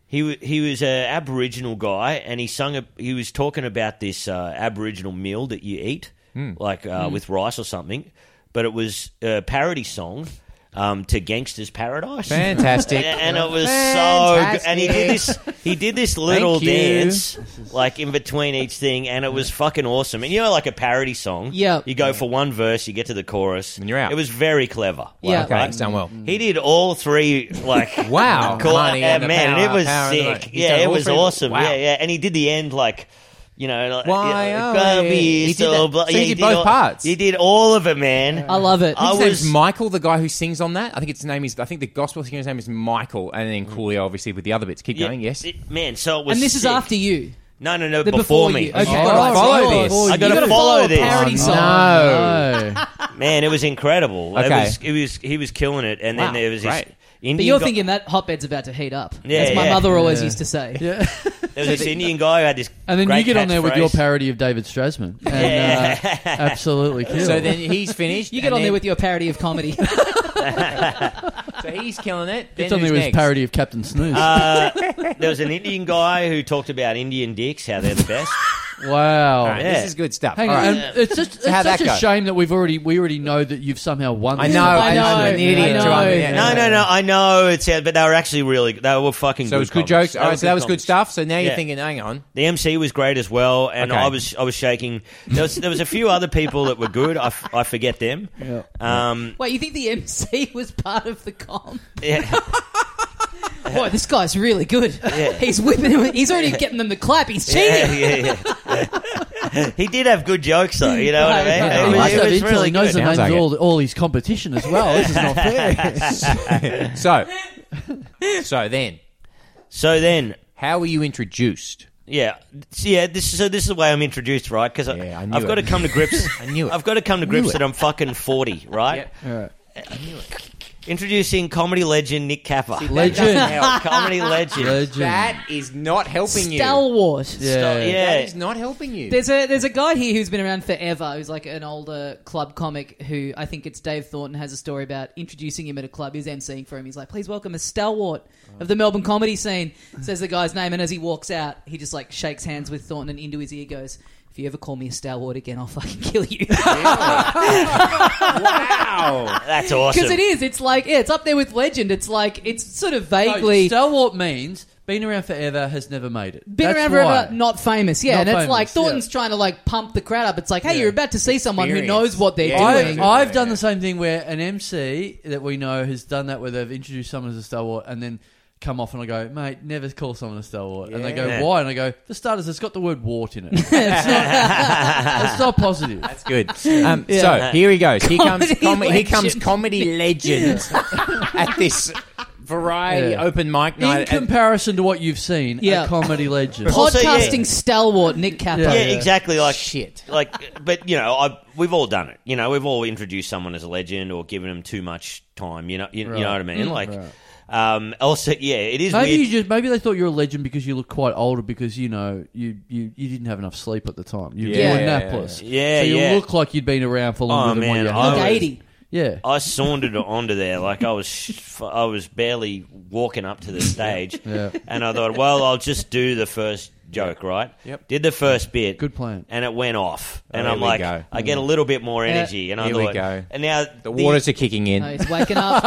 S4: He wa- he was an Aboriginal guy, and he sung. A, he was talking about this uh, Aboriginal meal that you eat, like uh, with rice or something. But it was a parody song um, to Gangster's Paradise.
S3: Fantastic.
S4: And, and it was so
S3: uh, Fantastic.
S4: good. And he did this he did this little
S3: Thank you.
S4: dance like in between each thing and it was fucking awesome. And you know like a parody song?
S1: Yeah.
S4: You go for one verse, you get to the chorus.
S3: And you're out.
S4: It was very clever.
S1: Yeah.
S4: Like,
S3: Okay,
S4: right?
S3: it's done well.
S4: He did all three like
S3: Wow,
S4: Cool.
S3: Money
S4: Yeah,
S3: and the
S4: man,
S3: power,
S4: it was
S3: power and the
S4: sick.
S3: money. He's
S4: Yeah,
S3: done
S4: it
S3: all
S4: was
S3: three of them.
S4: awesome.
S3: Wow.
S4: Yeah, yeah. And he did the end like You know, like,
S3: Why
S4: you know,
S3: are
S4: gotta
S3: we-
S4: be
S3: He did
S4: so
S3: that-
S4: bla-
S3: so he
S4: yeah,
S3: did both
S4: all,
S3: parts.
S4: He did all of it, man.
S1: I love it.
S4: I
S3: I
S4: think
S3: was
S4: was-
S3: Michael, the guy who sings on that. I think its name is. I think the gospel singer's name is Michael, and then Coolio, obviously, with the other bits. Keep
S4: Yeah,
S3: going. Yes.
S4: it- man. So it was.
S1: and this is
S4: sick.
S1: after you.
S4: No, no, no.
S1: The
S4: Before, me.
S1: you. Okay,
S3: Oh, I
S1: right,
S3: follow
S1: so you're-
S3: this.
S1: oh,
S4: I
S1: you
S4: gotta
S1: gotta
S4: follow
S1: a
S4: this.
S1: Parody
S4: Oh,
S1: song.
S2: No.
S4: Man, it was incredible. It
S3: Okay.
S4: was, it was. He was killing it, and
S3: Wow,
S4: then there was this.
S3: great.
S4: Indian
S1: But you're
S4: guy-
S1: thinking that hotbed's about to heat up.
S4: Yeah,
S1: That's my
S4: yeah.
S1: mother always
S2: Yeah.
S1: used to say.
S2: yeah.
S4: there was this Indian guy who had this.
S2: And then
S4: great
S2: you get on there with your
S4: catchphrase.
S2: parody of David Strasman. And,
S4: Yeah.
S2: uh, absolutely kill.
S3: So then he's finished.
S1: You
S3: and
S1: get on
S3: then-
S1: there with your parody of comedy.
S3: So he's killing it. Then
S2: It's on there
S3: who's
S2: with
S3: next?
S2: parody of Captain Snooze.
S4: Uh, there was an Indian guy who talked about Indian dicks, how they're the best.
S2: wow.
S3: All right,
S4: Yeah.
S3: This is good stuff.
S2: Hang
S3: All
S2: on,
S3: right.
S2: and it's just it's
S3: how'd that
S2: such a
S3: go?
S2: shame that we've already we already know that you've somehow won.
S3: I
S2: this.
S3: know.
S1: I
S3: I know.
S1: know,
S3: I'm an
S1: I
S3: idiot.
S1: know.
S3: to run- yeah,
S4: No, no, no. I know it's out, but they were actually really. They were fucking.
S3: So it
S4: good
S3: was good jokes.
S4: comics. They
S3: All
S4: were
S3: right. So that was good
S4: comics.
S3: stuff. So now you're
S4: Yeah.
S3: thinking, hang on.
S4: The MC was great as well, and
S3: Okay.
S4: I was I was shaking. There was there was a few other people that were good. I, f- I forget them. Um,
S1: Wait, you think the MC was part of the com?
S4: yeah,
S1: Boy, this guy's really good. He's whipping them. He's already getting them to clap. He's cheating.
S4: yeah, yeah, yeah. he did have good jokes though. You know what I
S1: Right,
S4: mean?
S1: right.
S4: It
S2: He
S4: was-
S2: must
S4: it
S2: have
S4: was
S2: intel. He knows the
S4: good.
S2: names
S3: Sounds
S2: of
S3: like
S2: all, all his competition as well. This is not fair.
S3: So, so then,
S4: So then,
S3: how were you introduced?
S4: Yeah, so yeah. This so this is the way I'm introduced, right? Because
S3: Yeah, I
S4: I,
S3: knew
S4: have got
S3: it.
S4: to come to grips.
S3: I knew it.
S4: I've got to come to grips that I'm fucking forty, right? Introducing comedy legend Nick Kappa.
S2: Legend.
S4: Now, comedy legend.
S2: Legend.
S3: That is not helping you.
S1: Stalwart.
S4: So,
S2: yeah.
S4: yeah.
S3: That is not helping you.
S1: There's a there's a guy here who's been around forever. Who's like an older club comic who I think it's Dave Thornton has a story about introducing him at a club. He's emceeing for him. He's like, "Please welcome a stalwart
S3: Oh.
S1: of the Melbourne comedy scene." Says the guy's name, and as he walks out, he just like shakes hands with Thornton and into his ear goes. If you ever call me a stalwart again, I'll fucking kill you. Because
S3: wow.
S4: That's awesome.
S1: it is. It's like, yeah, it's up there with legend. It's like, it's sort of
S4: Oh,
S2: No,
S1: vaguely.
S2: stalwart means been around forever, has never made it.
S1: Been
S2: That's
S1: around
S2: why.
S1: forever, not famous. Yeah,
S2: Not
S1: and it's
S2: famous,
S1: like
S2: yeah.
S1: Thornton's trying to like pump the crowd up. It's like, hey, you're about to see someone who
S3: Experience.
S1: knows what they're
S3: Yeah.
S1: doing.
S2: I've,
S3: Yeah.
S2: I've done the same thing where an MC that we know has done that where they've introduced someone as a stalwart and then come off and I go, mate, never call someone a stalwart. And they go,
S4: Yeah.
S2: why? And I go, for starters, it's got the word wart in it. it's, not, it's not positive.
S3: That's good. Um, So here he goes. Here comes
S1: Comedy
S3: com- here
S1: legend.
S3: comes comedy legend at this variety
S2: Yeah.
S3: open mic
S2: in
S3: night. And-
S2: comparison to what you've seen,
S1: Yeah.
S2: a comedy legend.
S4: Also, yeah.
S1: Podcasting stalwart Nick Kappa.
S2: Yeah.
S4: yeah, exactly. Like
S3: Shit.
S4: Like, but you know, I, we've all done it. You know, we've all introduced someone as a legend or given them too much time. You know, you, you know what I
S3: Mm,
S4: mean? Like, um, also, yeah, it is
S2: Maybe
S4: weird.
S2: you just maybe they thought you were a legend because you look quite older because you know you, you, you didn't have enough sleep at the time. You
S3: Yeah,
S2: were
S3: yeah, yeah,
S2: napless,
S4: yeah. Yeah,
S2: So you
S4: yeah.
S2: look like you'd been around for longer
S4: Oh,
S2: than what
S4: man,
S2: you
S4: I
S2: have.
S1: Look,
S4: was-
S1: 80.
S2: Yeah,
S4: I sauntered onto there like I was I was barely walking up to the stage,
S2: Yeah.
S4: and I thought, well, I'll just do the first joke, right?
S3: Yep. Oh,
S4: Did the first bit,
S2: Good plan.
S4: and it went off, and
S3: here
S4: I'm
S3: we
S4: like,
S3: go.
S4: I get a little bit more energy, and I
S3: Here we
S4: thought,
S3: go.
S4: and now
S3: the waters are kicking in.
S1: No, Oh, he's waking up.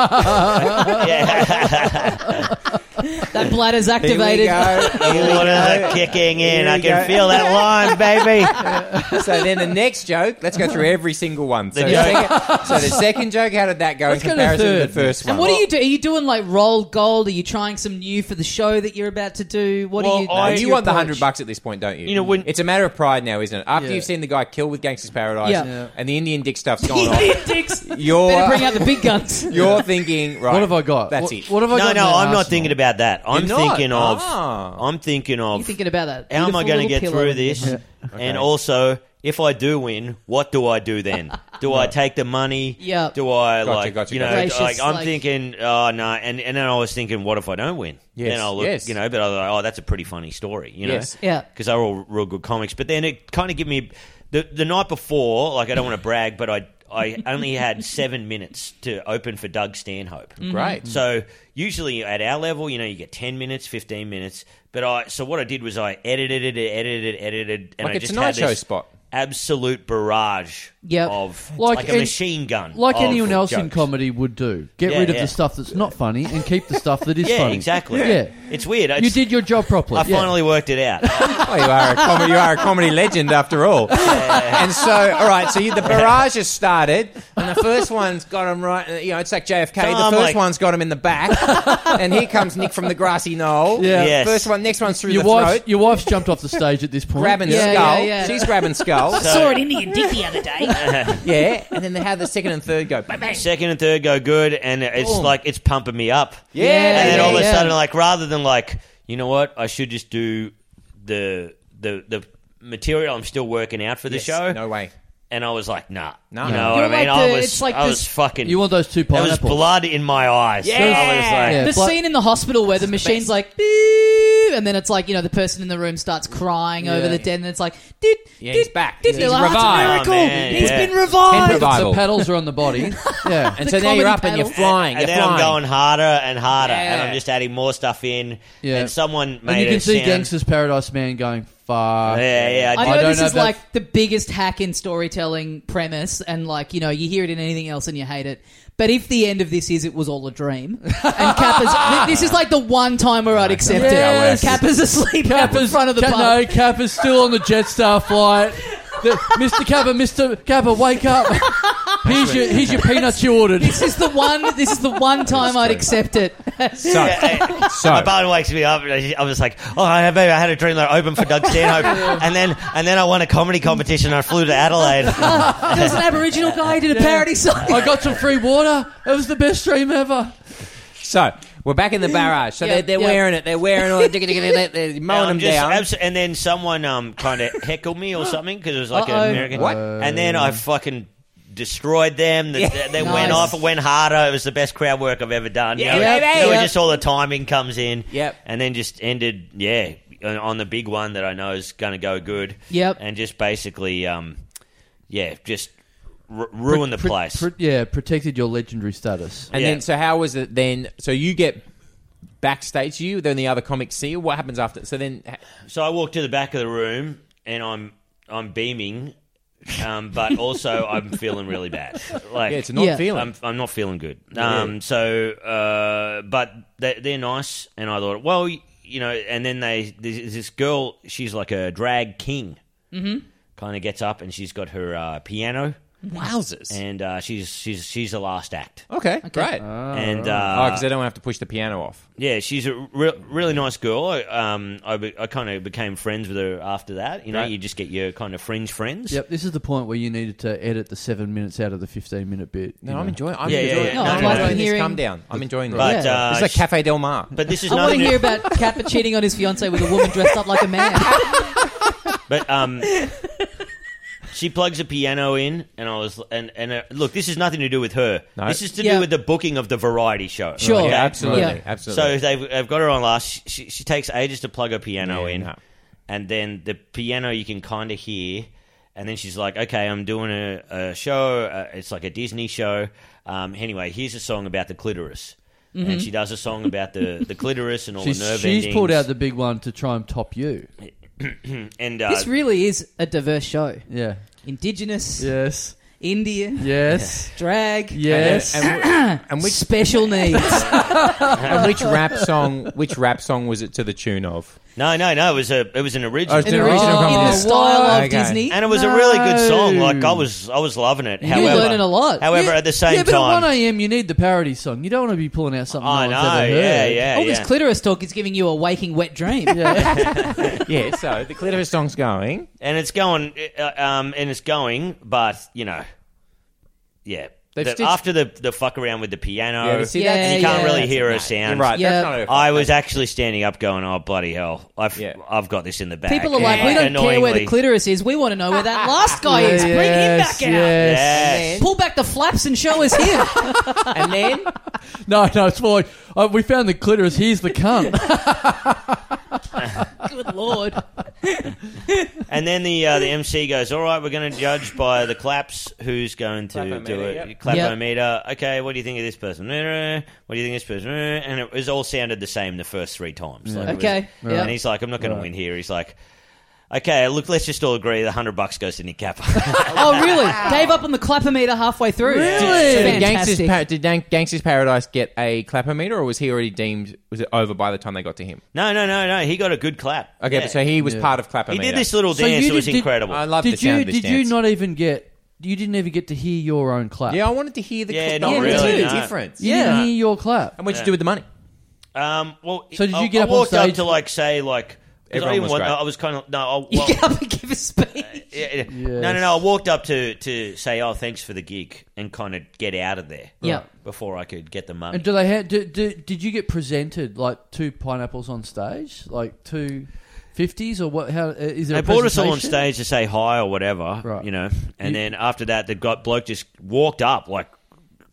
S4: yeah,
S1: that bladder's
S3: Here we
S1: activated.
S3: go.
S4: the
S3: Here we
S4: waters
S3: go.
S4: are kicking in.
S3: Here
S4: I
S3: we
S4: can
S3: go.
S4: feel that line, baby.
S3: So then the next joke, let's go through every single one. So
S4: The
S3: the, second, so the second joke, how did that go
S2: Let's
S3: in
S2: go to the
S3: comparison to,
S2: third.
S3: the first one?
S1: And what are you doing? Are you doing like roll gold? Are you trying some new for the show that you're about to do? What
S4: Well,
S1: are you?
S4: I-
S1: what's
S3: you
S1: your
S3: want the
S1: approach?
S3: hundred bucks at this point, don't you?
S4: You know, when-
S3: it's a matter of pride now, isn't it? After
S2: Yeah.
S3: you've seen the guy killed with Gangsters Paradise,
S1: Yeah.
S2: Yeah.
S3: and the Indian dick stuff's gone on,
S1: Idiot dicks.
S3: You're-
S1: Better bring out the big guns.
S3: you're thinking, right?
S2: What have I got?
S3: That's
S2: what,
S3: it.
S2: What have I
S4: No,
S2: got?
S4: no,
S2: in that
S4: I'm
S2: arsenal?
S4: not thinking about that. I'm
S3: You're not?
S4: thinking of,
S3: Ah.
S4: I'm thinking
S1: You're
S4: of,
S1: thinking about that.
S4: how am I
S1: Beautiful
S4: going to
S1: little
S4: get
S1: pillow.
S4: through this? And also, if I do win, what do I do then? Do I take the money?
S1: Yeah.
S4: Do I
S3: Gotcha,
S4: like
S3: gotcha,
S4: you know?
S1: gotcha.
S4: like,
S1: Gracious,
S4: I'm
S1: like-
S4: thinking, oh no, and and then I was thinking, what if I don't win?
S3: Yes,
S4: Then I'll look,
S3: yes.
S4: you know. But I was like, oh, that's a pretty funny story, you know.
S3: Yes.
S1: Yeah.
S4: Because they're all real good comics. But then it kind of gave me the the night before. Like I don't want to brag, but I I only had seven minutes to open for Doug Stanhope.
S1: Mm-hmm.
S3: Great.
S2: Mm. Mm-hmm.
S4: So usually at our level, you know, you get ten minutes, fifteen minutes. But I so what I did was I edited it, edited it, edited, and
S3: Like
S4: I
S3: a
S4: just
S3: Tonight
S4: had this
S3: Show spot.
S4: absolute barrage
S1: Yep.
S4: of
S2: Like
S4: like, a
S2: any-
S4: machine gun.
S2: Like
S4: of
S2: anyone else in
S4: Oh, jokes.
S2: comedy would do. Get
S4: Yeah,
S2: rid of
S4: yeah.
S2: the stuff that's not funny and keep the stuff that is
S4: Yeah,
S2: funny.
S4: exactly.
S2: Yeah.
S4: It's weird. It's,
S2: You did your job properly.
S4: I
S2: yeah.
S4: finally worked it out.
S3: Oh, you are a comedy. You are a comedy legend after all. And so, all right. So you, the barrage has started, and the first one's got him right. uh, You know, it's like JFK.
S4: No,
S3: the
S4: I'm
S3: first
S4: like-
S3: one's got him in the back, and here comes Nick from the grassy knoll.
S2: Yeah.
S4: Yes.
S3: First one, next one's through
S2: your
S3: the
S2: wife's,
S3: throat,
S2: your wife's jumped off the stage at this point.
S3: grabbing
S1: Yeah,
S3: skull.
S1: yeah, yeah.
S3: She's grabbing skulls.
S5: saw an Indian dick the other day.
S3: yeah, and then they have the second and third go. Bang, bang.
S4: Second and third go good, and it's
S3: Boom.
S4: like it's pumping me up.
S3: Yeah,
S4: and then
S1: yeah,
S4: all of a
S1: yeah.
S4: sudden, like rather than like, you know what, I should just do the the the material I'm still working out for the
S3: Yes,
S4: show.
S3: No way.
S4: And I was like, nah,
S3: No.
S4: you know what
S1: You're
S4: I mean.
S1: like
S4: I
S1: the-
S4: was,
S1: it's like
S4: I
S1: this-
S4: was fucking.
S2: You want those two
S4: there was
S2: pineapples.
S4: blood in my eyes.
S3: Yeah.
S4: I was like,
S2: Yeah.
S1: The
S2: but-
S1: scene in the hospital where the machine's like, "Beep," and then it's like, you know, the person in the room starts crying over the dead, and it's like, dude,
S3: Yeah,
S1: dude,
S3: he's back.
S1: Dude,
S3: He's
S1: they're like, "Oh, it's a
S3: revived.
S1: miracle.
S4: Oh, man,
S1: He's
S4: yeah.
S1: been revived.
S3: Ten
S2: The
S3: Bible.
S2: paddles are on the body. Yeah.
S3: And
S1: The
S3: so now
S1: comedy
S3: you're up and you're
S1: panel.
S3: flying.
S4: and
S3: you're
S4: then I'm
S3: flying.
S4: going harder and harder, and
S3: Yeah.
S4: I'm just adding more stuff in.
S2: Yeah.
S4: And someone made
S2: and you
S4: a
S2: can see
S4: sound-
S2: Gangster's Paradise Man going, fuck.
S4: Yeah, yeah.
S1: I
S4: I
S1: know
S2: I don't
S1: this
S2: know
S1: is
S2: if that-
S1: like the biggest hack in storytelling premise, and like you know, you hear it in anything else and you hate it. But if the end of this is it was all a dream, and Kappa's this is like the one time where I'd accept it.
S3: Yes.
S1: Kappa's asleep out in
S2: Kappa's
S1: front of the
S2: Ka-
S1: pub.
S2: No, Kappa's still on the Jetstar flight. The- Mr. Kappa, Mr. Kappa, wake up. Here's your, here's your peanuts you ordered.
S1: This is the one. This is the one time I'd accept it.
S3: So,
S4: Yeah,
S3: so
S4: My partner wakes me up, and I I was like, "Oh, I- babe, I had a dream that I opened for Doug Stanhope, and then and then I won a comedy competition. and I flew to Adelaide.
S1: There was an Aboriginal guy who did a parody song.
S2: I got some free water. It was the best dream ever.
S3: So we're back in the barrage. So
S1: Yeah,
S3: they're, they're
S1: yeah.
S3: wearing it. They're wearing all. They're, they're mowing
S4: I'm
S3: them
S4: just
S3: down.
S4: abs- and then someone um, kind of heckled me or something because it was like
S1: Uh-oh.
S4: an American. Uh,
S3: What?
S4: And then I fucking destroyed them. The,
S3: Yeah.
S4: They
S1: Nice.
S4: went off, went harder. It was the best crowd work I've ever done.
S3: Yeah,
S4: you know,
S3: baby.
S4: you know,
S3: Yep.
S4: just all the timing comes in.
S3: Yep.
S4: And then just ended, yeah, on- on the big one that I know is going to go good.
S1: Yep.
S4: And just basically, um, yeah, just r- ruin the
S2: Pro-
S4: place.
S2: pro- yeah, protected your legendary status.
S3: and
S4: yeah.
S3: then, so how was it then? So you get backstage. You then the other comics see. you. What happens after? So then,
S4: so I walk to the back of the room and I'm I'm beaming, um, but also I'm feeling really bad. Like
S3: yeah, it's not
S1: Yeah.
S3: feeling.
S4: I'm, I'm not feeling good. Um, So, uh, but they, they're nice, and I thought, well, y- you know, and then they this, this girl, she's like a drag king, mm-hmm. kind of gets up and she's got her uh, piano,
S3: Wowzers.
S4: and uh, she's she's she's the last act,
S3: okay, great.
S4: and
S3: oh,
S4: uh,
S3: because they don't have to push the piano off.
S4: yeah, she's a re- really nice girl. I, um, I, be- I kind of became friends with her after that. You know,
S3: Right.
S4: you just get your kind of fringe friends.
S2: Yep, this is the point where you needed to edit the seven minutes out of the 15 minute bit.
S3: No,
S2: you
S3: I'm
S2: know.
S3: enjoying. I'm
S4: Yeah, yeah,
S3: enjoying.
S4: yeah. No,
S3: I'm
S4: I'm
S3: enjoying
S4: like
S3: this
S1: hearing-
S3: calm down. I'm enjoying. this.
S4: But
S1: Yeah.
S4: uh,
S3: this is like
S4: sh-
S3: Cafe Del Mar.
S4: but this is
S1: I want
S4: nothing
S1: to
S4: to-
S1: hear about Kappa cheating on his fiance with a woman dressed up like a man.
S4: But um, she plugs a piano in, and I was and and uh, look, this is nothing to do with her.
S3: No.
S4: This is to
S1: Yeah.
S4: do with the booking of the variety show.
S1: Sure.
S3: yeah,
S1: Yeah.
S3: absolutely,
S1: Yeah.
S3: absolutely.
S4: So they've, they've got her on last. She, she takes ages to plug her piano
S3: Yeah,
S4: in,
S3: no.
S4: and then the piano you can kind of hear. And then she's like, "Okay, I'm doing a, a show. Uh, it's like a Disney show. Um, anyway, here's a song about the clitoris." And she does a song about the, the clitoris and all
S2: Mm-hmm. She's,
S4: the nerve
S2: she's
S4: endings.
S2: pulled out the big one to try and top you.
S4: and uh,
S1: This really is a diverse show.
S2: Yeah.
S1: Indigenous,
S2: Yes.
S1: Indian,
S2: Yes.
S1: drag,
S2: Yes.
S3: And, and, and which
S1: special needs.
S3: and which rap song? Which rap song was it to the tune of?
S4: no, no, no. It was a it was an original.
S3: Oh, it's an
S1: in,
S3: original
S1: the, in the
S3: composition.
S1: style of
S3: Okay.
S1: Disney.
S4: and it was a really good song.
S2: No.
S4: Like I was, I was loving it. However,
S1: learning a lot.
S4: However,
S2: Yeah,
S4: at the same
S2: yeah, but
S4: time,
S2: at 1am you need the parody song. You don't want to be pulling out something
S4: I
S2: no
S4: know,
S2: one's ever
S4: yeah,
S2: heard.
S4: yeah,
S1: All
S4: yeah.
S1: this clitoris talk is giving you a waking wet dream.
S3: yeah. So the clitoris song's going.
S4: and it's going, uh, um, and it's going, but you know, yeah.
S3: They've
S4: The-
S3: stitched-
S4: after the the fuck around with the piano,
S3: Yeah, but see,
S1: Yeah,
S3: that's-
S4: you can't
S1: yeah.
S4: really hear a
S3: That's- you're
S4: sound.
S3: Oh. Right.
S1: Yeah.
S3: That's not her
S4: I was actually standing up, going, "Oh bloody hell! I've
S3: Yeah.
S4: I've got this in the bag."
S1: People are like,
S4: And
S1: we don't care where the
S4: annoyingly-
S1: clitoris is. We want to know where that last guy is. Bring
S2: yes,
S1: him back
S4: Yes.
S1: out. Pull back the flaps and show us here.
S3: and then
S2: yes. No, no, it's more like, oh, we found the clitoris. Here's the cunt.
S1: good lord.
S4: And then the uh, the MC goes, "All right, we're going to judge by the claps who's going to
S3: Clapometer,
S4: do it.
S3: yep.
S4: Clapometer. Okay, what do you think of this person? Eh, What do you think of this person? Eh, And it was all sounded the same the first three times. Like, it was-
S1: Okay, yeah.
S4: And he's like, "I'm not going to win here." He's like. okay, look, let's just all agree the hundred bucks goes to Nick Kappa.
S1: Oh, really? Gave up on the clapper meter halfway through.
S3: So did, Gangsters,
S1: Fantastic.
S3: pa- did Dan- Gangsters Paradise get a clapper meter, or was he already deemed? Was it over by the time they got to him?
S4: no, no, no, no. He got a good clap.
S3: Okay,
S4: Yeah.
S3: but so he was part of clapper
S4: he
S3: meter.
S4: did this little
S2: So
S4: dance.
S2: you
S4: it was
S2: did- did-
S4: incredible.
S3: I love
S2: did
S3: the
S2: you
S3: sound of this
S2: did
S3: dance.
S2: you not even get you didn't even get to hear your own clap?
S3: Yeah, I wanted to hear the.
S4: Yeah,
S3: cl-
S4: not
S3: the
S1: really,
S3: clear
S4: no.
S3: difference.
S2: You didn't
S4: Yeah.
S2: hear your clap.
S3: And what'd you do with the money?
S4: Um, well,
S2: So did you
S4: I,
S2: get
S4: I
S2: up on
S4: walked
S2: stage?
S4: up to like say like 'cause
S3: Everyone
S4: I didn't
S3: was
S4: want.
S3: great.
S4: I was kind of no. I,
S1: You
S4: well,
S1: get up and give a speech.
S4: yeah, yeah. No, no, no. I walked up to to say, "Oh, thanks for the gig," and kind of get out of there.
S1: Yeah.
S4: Before I could get the money.
S2: And do they have? Do, do, did you get presented like two pineapples on stage, like two fifties, or what? How uh, is there?
S4: they
S2: a
S4: brought us all on
S2: presentation?
S4: stage to say hi or whatever,
S2: Right.
S4: you know. And
S2: You-
S4: then after that, the got bloke just walked up, like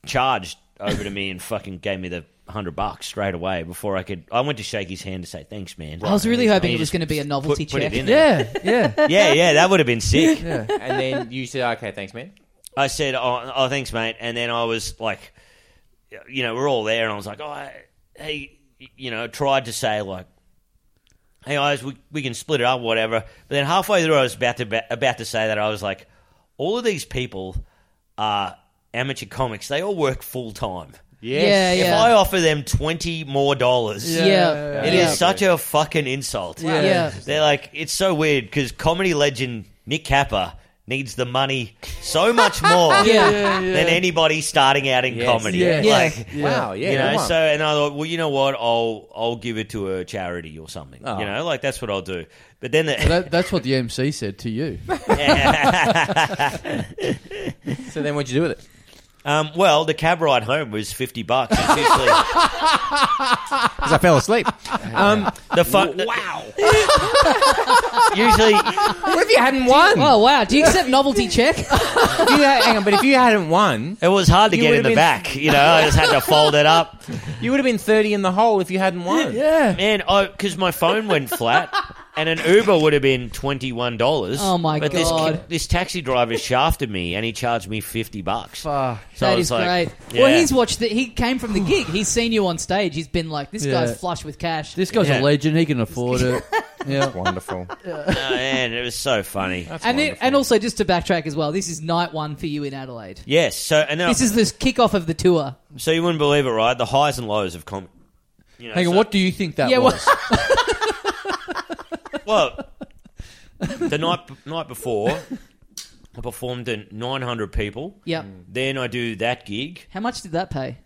S4: charged over to me and fucking gave me the hundred bucks straight away before I could. I went to shake his hand to say thanks, man.
S1: I was really
S4: And
S1: hoping
S4: he
S1: it was
S4: just
S1: going to be a
S4: put,
S1: novelty
S4: put
S1: check.
S4: it in there.
S2: Yeah, yeah.
S4: Yeah, yeah, that would have been sick.
S3: and then you said, "Okay, thanks, man."
S4: I said, oh, oh, thanks, mate. And then I was like, you know, we're all there, and I was like, oh, I- hey, you know, tried to say like, hey guys, we, we can split it up, whatever. But then halfway through, I was about to about to say that I was like, all of these people are amateur comics. They all work full time.
S1: Yeah,
S4: If
S1: yeah.
S4: I offer them twenty more dollars,
S1: yeah.
S4: it is
S1: yeah.
S4: such a fucking insult.
S1: Yeah. Yeah.
S4: They're like, it's so weird because comedy legend Nick Kappa needs the money so much more
S1: Yeah.
S4: than anybody starting out in
S3: Yes.
S4: comedy.
S2: Yeah.
S1: Yeah.
S4: Like,
S3: Wow, yeah,
S4: you know,
S3: come on.
S4: so and I thought, well, you know what? I'll I'll give it to a charity or something. You know, like that's what I'll do. But then the,
S2: That, that's what the MC said to you.
S3: So then, what'd you do with it?
S4: um, well, the cab ride home was fifty bucks. It's usually
S3: Because I fell asleep. um,
S4: the fun. Wow. usually,
S3: what if you hadn't won?
S1: Oh wow! Do you accept novelty check?
S3: If you had- hang on, but if you hadn't won,
S4: it was hard to
S3: You
S4: get in
S3: would've
S4: the
S3: been-
S4: back. You know, I just had to fold it up.
S3: you would have been thirty in the hole if you hadn't won.
S2: yeah.
S4: Man, I because my phone went flat, and an Uber would have been twenty one dollars.
S1: Oh, my
S4: but This,
S1: God.
S4: ki- this taxi driver shafted me, and he charged me fifty bucks.
S2: Fuck.
S4: So I
S1: That
S4: was
S1: is
S4: like,
S1: great. Well,
S4: yeah.
S1: he's watched. The, he came from the gig. He's seen you on stage. He's been like, "This
S2: Yeah.
S1: guy's flush with cash."
S2: This guy's
S4: Yeah.
S2: a legend. He can afford it. Yeah.
S3: Wonderful.
S4: Oh, man, it was so funny.
S1: and then, and also just to backtrack as well, this is night one for you in Adelaide.
S4: Yes, so and then,
S1: This is the kickoff of the tour.
S4: so you wouldn't believe it, right? The highs and lows of comedy. You know,
S2: Hang on.
S4: so-
S2: What do you think that
S1: Yeah, well-
S2: was?
S4: Well, the night night before, I performed to nine hundred people.
S1: Yep.
S4: Then I do that gig.
S1: How much did that pay?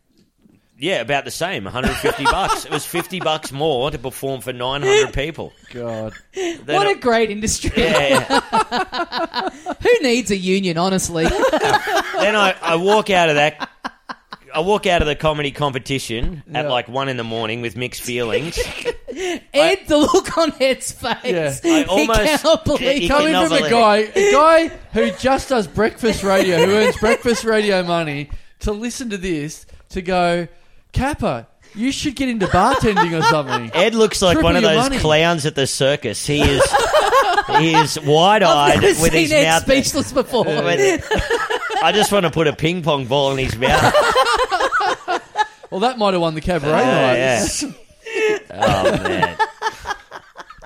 S4: Yeah, about the same, 150 bucks. It was 50 bucks more to perform for 900 people.
S2: God.
S4: Then
S1: what
S4: I-
S1: a great industry!
S4: yeah, yeah.
S1: Who needs a union, honestly?
S4: then I, I walk out of that. I walk out of the comedy competition at
S2: Yeah.
S4: like one in the morning with mixed feelings.
S1: Ed, the look on Ed's face.
S2: Yeah.
S1: He
S4: I almost-
S1: cannot believe.
S4: he- he
S2: Coming
S4: cannot
S2: from a
S4: believe-
S2: guy, a guy who just does breakfast radio, who earns breakfast radio money, to listen to this, to go, Kappa, you should get into bartending or something.
S4: Ed looks like
S2: Triple
S4: one of
S2: your
S4: those
S2: money.
S4: clowns at the circus. He is he is wide eyed
S1: I've never
S4: with his
S1: seen Ed
S4: mouth.
S1: speechless before.
S4: I just want to put a ping pong ball in his mouth.
S2: Well, that might have won the cabaret
S4: Yeah,
S2: night.
S4: yeah. Oh man.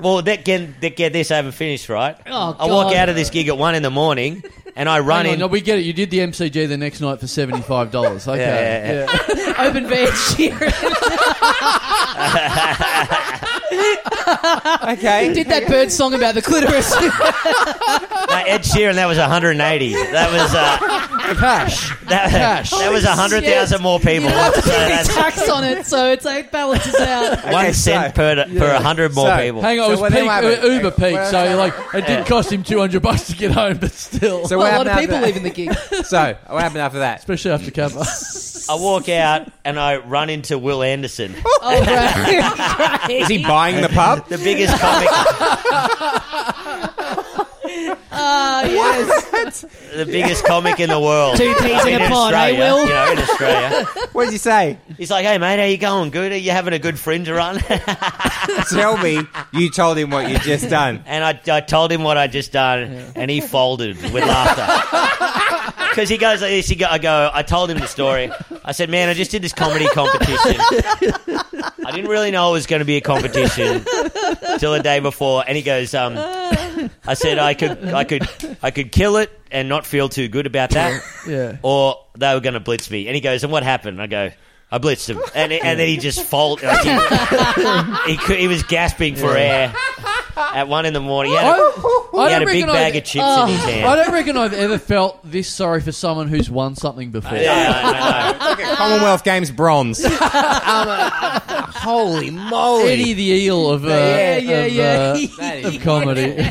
S4: Well, that get, that get this, I haven't finished, right?
S1: Oh,
S4: I walk
S1: God.
S4: out of this gig at one in the morning, and I
S2: Hang
S4: run
S2: on,
S4: in.
S2: no, we get it. You did the MCG the next night for seventy five dollars. Okay,
S4: Yeah, yeah,
S2: yeah.
S1: Open van Sheeran
S3: Okay.
S1: did that bird song about the clitoris.
S4: No, Ed Sheeran, that was 180. That was uh,
S2: cash.
S4: that,
S2: Gosh.
S4: that was
S1: Holy
S4: 100,000
S1: shit.
S4: more
S1: You
S4: people.
S1: have to
S4: So
S1: pay
S4: that's
S1: tax on it, so it's like balances out.
S4: one
S3: Okay,
S4: cent
S3: so-
S4: per per 100 more
S3: So,
S4: people.
S2: Hang on,
S3: So
S2: it was
S3: what- then
S2: peak,
S3: what happened?
S2: uh, Uber
S3: Hang on,
S2: peak,
S3: what
S2: so
S3: happened?
S2: like it did cost him two hundred bucks to get home, but still,
S3: So
S1: Well,
S3: what
S1: a lot
S3: happened
S1: of people
S3: after
S1: leaving the gig.
S3: that? So what happened after that?
S2: especially after cover.
S4: I walk out and I run into Will Anderson,
S1: Oh, right. Great.
S3: Is he buying the pub?
S4: the biggest comic,
S1: Ah, yes.
S4: the biggest comic in the world.
S1: Two peas
S4: I mean,
S1: in a
S4: in
S1: pod, eh,
S4: Australia,
S1: Will?
S4: You know, in Australia.
S3: What did you say?
S4: He's like, "Hey mate, how you going? Good? Are you having a good friend to run?"
S3: Tell me you told him what you just done.
S4: And I, I told him what I just done, and he folded with laughter. Because he goes like this, he go, I go, I told him the story. I said, man, I just did this comedy competition. I didn't really know it was going to be a competition till the day before. And he goes, um, I said I could, I could, I could kill it and not feel too good about that.
S2: Yeah.
S4: Or they were going to blitz me, and he goes, "And what happened?" I go. I blitzed him, and, and then he just folded. Like he, he, cou- he was gasping for air at one in the morning. He had a,
S2: I, I
S4: he had a
S2: don't
S4: big
S2: reckon
S4: bag
S2: I,
S4: of chips in his hand.
S2: I don't reckon I've ever felt this sorry for someone who's won something before.
S4: yeah, I know.
S3: Commonwealth Games bronze. Um, uh, holy moly!
S2: Eddie the Eel of uh,
S3: Yeah,
S1: yeah,
S2: of,
S1: yeah.
S2: uh,
S3: That is-
S2: of comedy.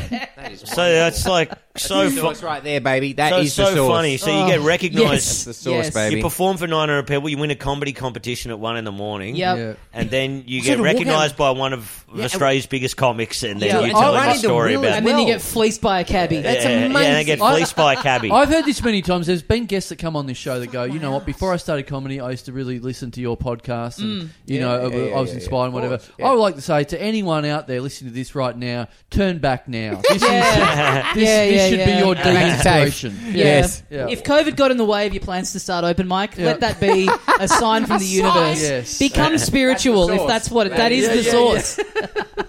S4: So that's like so
S3: That's the
S4: fu-
S3: sauce right there, baby. That
S4: so,
S3: is
S4: so
S3: the sauce.
S4: funny. So you get
S3: That's
S4: recognised.
S3: the sauce,
S1: Yes.
S3: baby.
S4: You perform for 900 people. You win a comedy competition at one in the morning.
S1: Yep.
S2: Yeah.
S4: And then you
S1: Sort
S4: get
S1: of walk
S4: recognised by one of Australia's biggest comics, and then
S1: Yeah,
S4: you
S1: and
S4: tell
S3: I
S4: them a
S3: wanted to
S4: story
S3: really-
S4: about.
S1: And then you
S3: Well.
S1: get fleeced by a cabbie.
S4: yeah, Yeah, and they get
S2: amazing.
S4: fleeced by a cabbie.
S2: I've heard this many times. There's been guests that come on this show that go, you know what? Before I started comedy, I used to really listen to your podcast, and you know,
S3: yeah, yeah,
S2: I was
S3: yeah,
S2: inspired, and
S3: yeah. Of
S2: whatever.
S3: course, yeah.
S2: I would like to say to anyone out there listening to this right now, turn back now. This,
S1: Yeah.
S2: is, this,
S1: Yeah,
S2: this
S1: yeah,
S2: should
S1: yeah.
S2: be your
S1: Back
S2: deep
S3: to tape.
S2: inspiration.
S1: Yeah.
S3: Yes.
S2: Yeah.
S1: If COVID got in the way of your plans to start open mic,
S2: Yeah.
S1: let that be a sign from the universe.
S2: Yes.
S1: Become spiritual
S3: the
S1: if
S3: source.
S1: that's what it, that
S3: Yeah,
S1: is
S3: yeah,
S1: the
S3: yeah,
S1: source.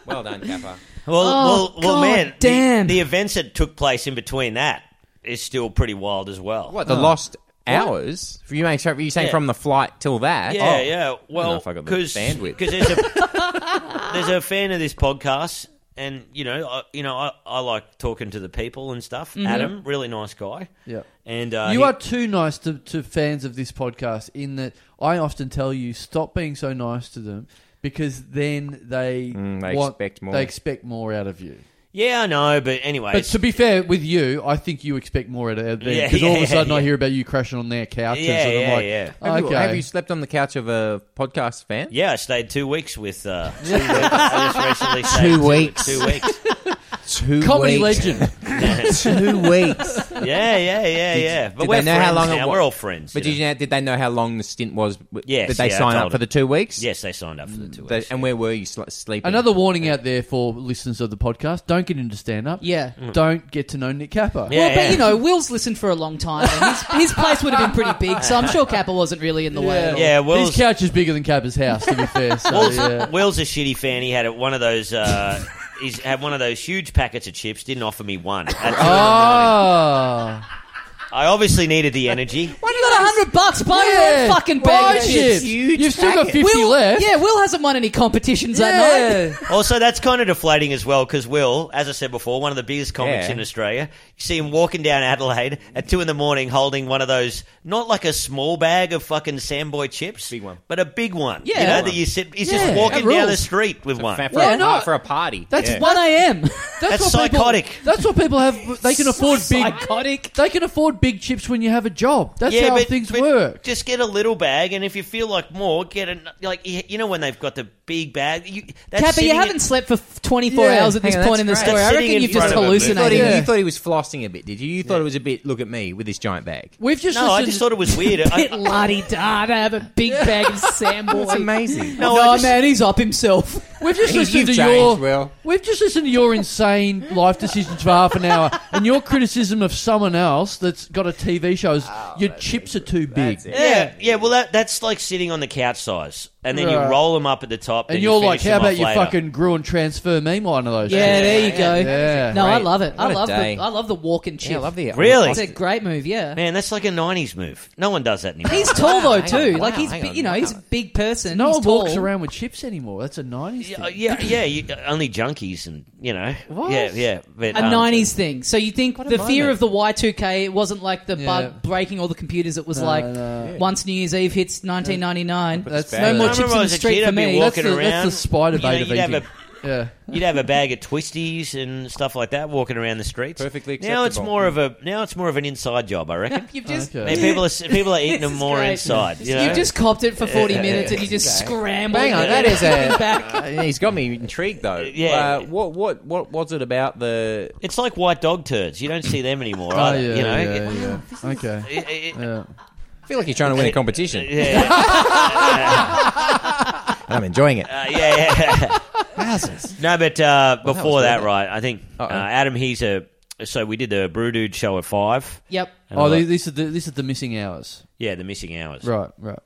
S3: well done, Kappa.
S4: well, well,
S1: Oh,
S4: well,
S1: God
S4: man, the-
S1: damn.
S4: The, events that took place in between that is still pretty wild as well.
S3: Uh, What the lost hours? For you, mate, were you saying
S4: Yeah.
S3: from the flight till that?
S4: Yeah,
S3: Oh.
S4: yeah. Well,
S3: if I got the
S4: because
S3: bandwidth.
S4: there's a there's a fan of this podcast, and you know, I, you know, I, I like talking to the people and stuff.
S3: Mm-hmm.
S4: Adam, really nice guy.
S2: Yeah.
S4: and uh,
S2: You
S4: he-
S2: are too nice to, to fans of this podcast in that I often tell you stop being so nice to them because then they,
S3: Mm, they
S2: want-
S3: expect more.
S2: They expect more out of you.
S4: yeah, I know, but anyway,
S2: But to be fair with you, I think you expect more out of them
S4: Yeah,
S2: because all of
S4: yeah,
S2: a sudden I
S4: yeah.
S2: hear about you crashing on their couches
S4: Yeah,
S2: and I'm
S4: yeah,
S2: like,
S4: yeah.
S3: Have, you,
S2: okay.
S3: have you slept on the couch of a podcast fan?
S4: yeah, I stayed two weeks with. Uh, two weeks. I just recently stayed
S3: Two weeks.
S4: Two weeks.
S3: Two
S2: Comedy
S3: weeks.
S2: legend.
S3: Two weeks.
S4: Yeah, yeah, yeah, yeah. But
S3: did
S4: we're
S3: they know how
S4: friends
S3: long it
S4: now.
S3: wa-
S4: We're all friends.
S3: But
S4: you
S3: did
S4: know.
S3: you know, did they know how long the stint was? W-
S4: Yes,
S3: Did they
S4: yeah, I
S3: sign
S4: told
S3: up for the
S4: them.
S3: two weeks?
S4: yes, they signed up for the two
S3: They-
S4: weeks.
S3: and where were you sl- sleeping?
S2: Another warning out there for listeners of the podcast: don't get into stand up.
S1: Yeah.
S2: Don't get to know Nick Kappa.
S4: Yeah.
S1: well, but you know, Will's listened for a long time, and his, his place would have been pretty big, so I'm sure Kappa wasn't really in the way. at all.
S4: Yeah, Will's-
S2: his couch is bigger than Kappa's house. To be fair, so
S4: Will's,
S2: yeah.
S4: Will's a shitty fan. He had one of those. Uh, he's had one of those huge packets of chips. Didn't offer me one. At two in the morning.
S2: Oh,
S4: I obviously needed the energy.
S1: You got a hundred bucks, buy your
S2: Yeah.
S1: own fucking
S2: Buy
S1: bag of
S2: chips.
S1: chips.
S3: Huge
S2: You've still got
S3: packet.
S2: fifty
S1: Will,
S2: left.
S1: yeah, Will hasn't won any competitions that night.
S2: Yeah.
S4: Also, that's kind of deflating as well because Will, as I said before, one of the biggest comics
S3: Yeah.
S4: in Australia. You see him walking down Adelaide at two in the morning holding one of those, not like a small bag of fucking Samboy chips,
S3: Big one.
S4: but a big one.
S1: Yeah.
S4: you know
S1: Big
S4: that you sit. He's
S2: Yeah,
S4: just
S2: that
S4: walking
S2: rules.
S4: down the street with one.
S3: Fa- for,
S2: Why
S3: a,
S2: not?
S3: for a party.
S2: That's
S3: yeah.
S1: One a.m.
S4: That's
S2: people-
S4: psychotic.
S2: that's what people have. They can afford big.
S1: Psychotic.
S2: They can afford big chips when you have a job. That's how things work.
S4: Just get a little bag, and if you feel like more, get an like you you know when they've got the big bag. You, that's
S1: Kappa, you
S4: sitting
S1: haven't
S4: in-
S1: slept for 24
S2: Yeah,
S1: hours at this
S3: hang on,
S1: point in the
S3: that's
S1: story.
S4: great.
S1: I
S4: Sitting
S1: reckon
S4: in
S1: you've just
S4: front of a booth.
S3: You thought, he,
S1: hallucinated.
S2: Yeah.
S3: you thought he was flossing a bit, did you? You thought it was a bit. Look at me with this giant bag.
S2: We've just
S4: no, I
S2: listened-
S4: just thought it was weird.
S1: Bit
S4: I,
S1: lardy da to have a big bag of Samboy.
S3: That's amazing.
S1: No,
S4: No, I just-
S1: man, he's up himself.
S2: We've just
S3: He-
S2: listened to
S3: you've
S2: your
S3: changed, Will.
S2: We've just listened to your insane life decisions for half an hour and your criticism of someone else that's got a TV show is your chips are too big.
S3: That's it.
S4: yeah, yeah. Well, that, that's like sitting on the couch size, and then
S2: Right.
S4: you roll them up at the top,
S2: And
S4: then
S2: you're
S4: you
S2: like,
S4: finish
S2: how
S4: them
S2: about
S4: off
S2: you
S4: later.
S2: fucking grew and transfer me one of those?
S1: Yeah,
S2: things?
S1: there you go.
S2: Yeah.
S1: No, I
S3: Great.
S1: love it. I
S3: What a
S1: love the
S3: day.
S1: I love the walk and chip.
S3: Yeah, I love the
S4: Really?
S1: It's a great move. Yeah.
S4: man? That's like a '90s move. No one does that anymore.
S1: He's tall though
S3: hang
S1: too.
S3: on.
S1: like
S3: Wow,
S1: he's
S3: hang
S1: bi-
S3: on.
S1: you know he's a
S3: Wow.
S1: big person.
S2: No
S1: he's
S2: one walks
S1: tall. oh,
S2: around with chips anymore. That's a 90s
S4: yeah,
S2: thing.
S4: yeah, yeah. You, only junkies and you know,
S2: What?
S4: yeah, yeah. But,
S1: A
S4: um,
S1: '90s thing. So you think
S2: a
S1: the fear
S2: moment.
S1: of the Y2K it wasn't like the
S2: Yeah.
S1: bug breaking all the computers. It was
S2: No,
S1: like
S2: no. Yeah.
S1: once New Year's Eve hits 1999.
S2: That's
S1: no
S2: the-
S1: more
S2: I
S1: chips
S4: remember
S1: in the
S4: as a
S1: street
S4: kid,
S1: for
S4: I'd be
S1: me.
S2: That's
S4: walking
S2: the, that's
S4: around.
S2: the spider
S4: You know,
S2: bait of
S4: you'd have
S2: eating.
S4: a-
S2: yeah.
S4: You'd have a bag of twisties and stuff like that walking around the streets.
S3: Perfectly
S4: Now it's
S3: acceptable.
S4: more of a now it's more of an inside job, I reckon.
S1: You've just
S2: Okay.
S4: Man, people are people are eating them
S1: is
S4: more
S1: great.
S4: inside. You know?
S1: you just copped it for 40
S4: Yeah, yeah,
S1: minutes and you just
S3: Okay.
S1: scrambled.
S3: Hang on,
S1: it
S3: that is a.
S1: back.
S3: Uh, he's got me intrigued though.
S4: Yeah.
S3: Uh, what what what was it about the?
S4: it's like white dog turds. You don't see them anymore.
S2: Oh,
S4: either,
S2: yeah,
S4: you know.
S2: yeah, yeah. Okay.
S4: It- it- it-
S2: Yeah.
S3: I feel like you're trying to win a competition. and
S4: yeah,
S3: I'm enjoying it.
S4: uh, yeah, yeah. No, but uh, before
S3: was
S4: that,
S3: weird.
S4: right? I think uh,
S3: Uh-oh.
S4: Adam. He's a. So we did the Brew Dude show at five.
S1: Yep.
S4: And I
S2: Oh,
S4: like-
S2: these are the, these are the missing hours.
S4: yeah, the missing hours.
S2: Right, right.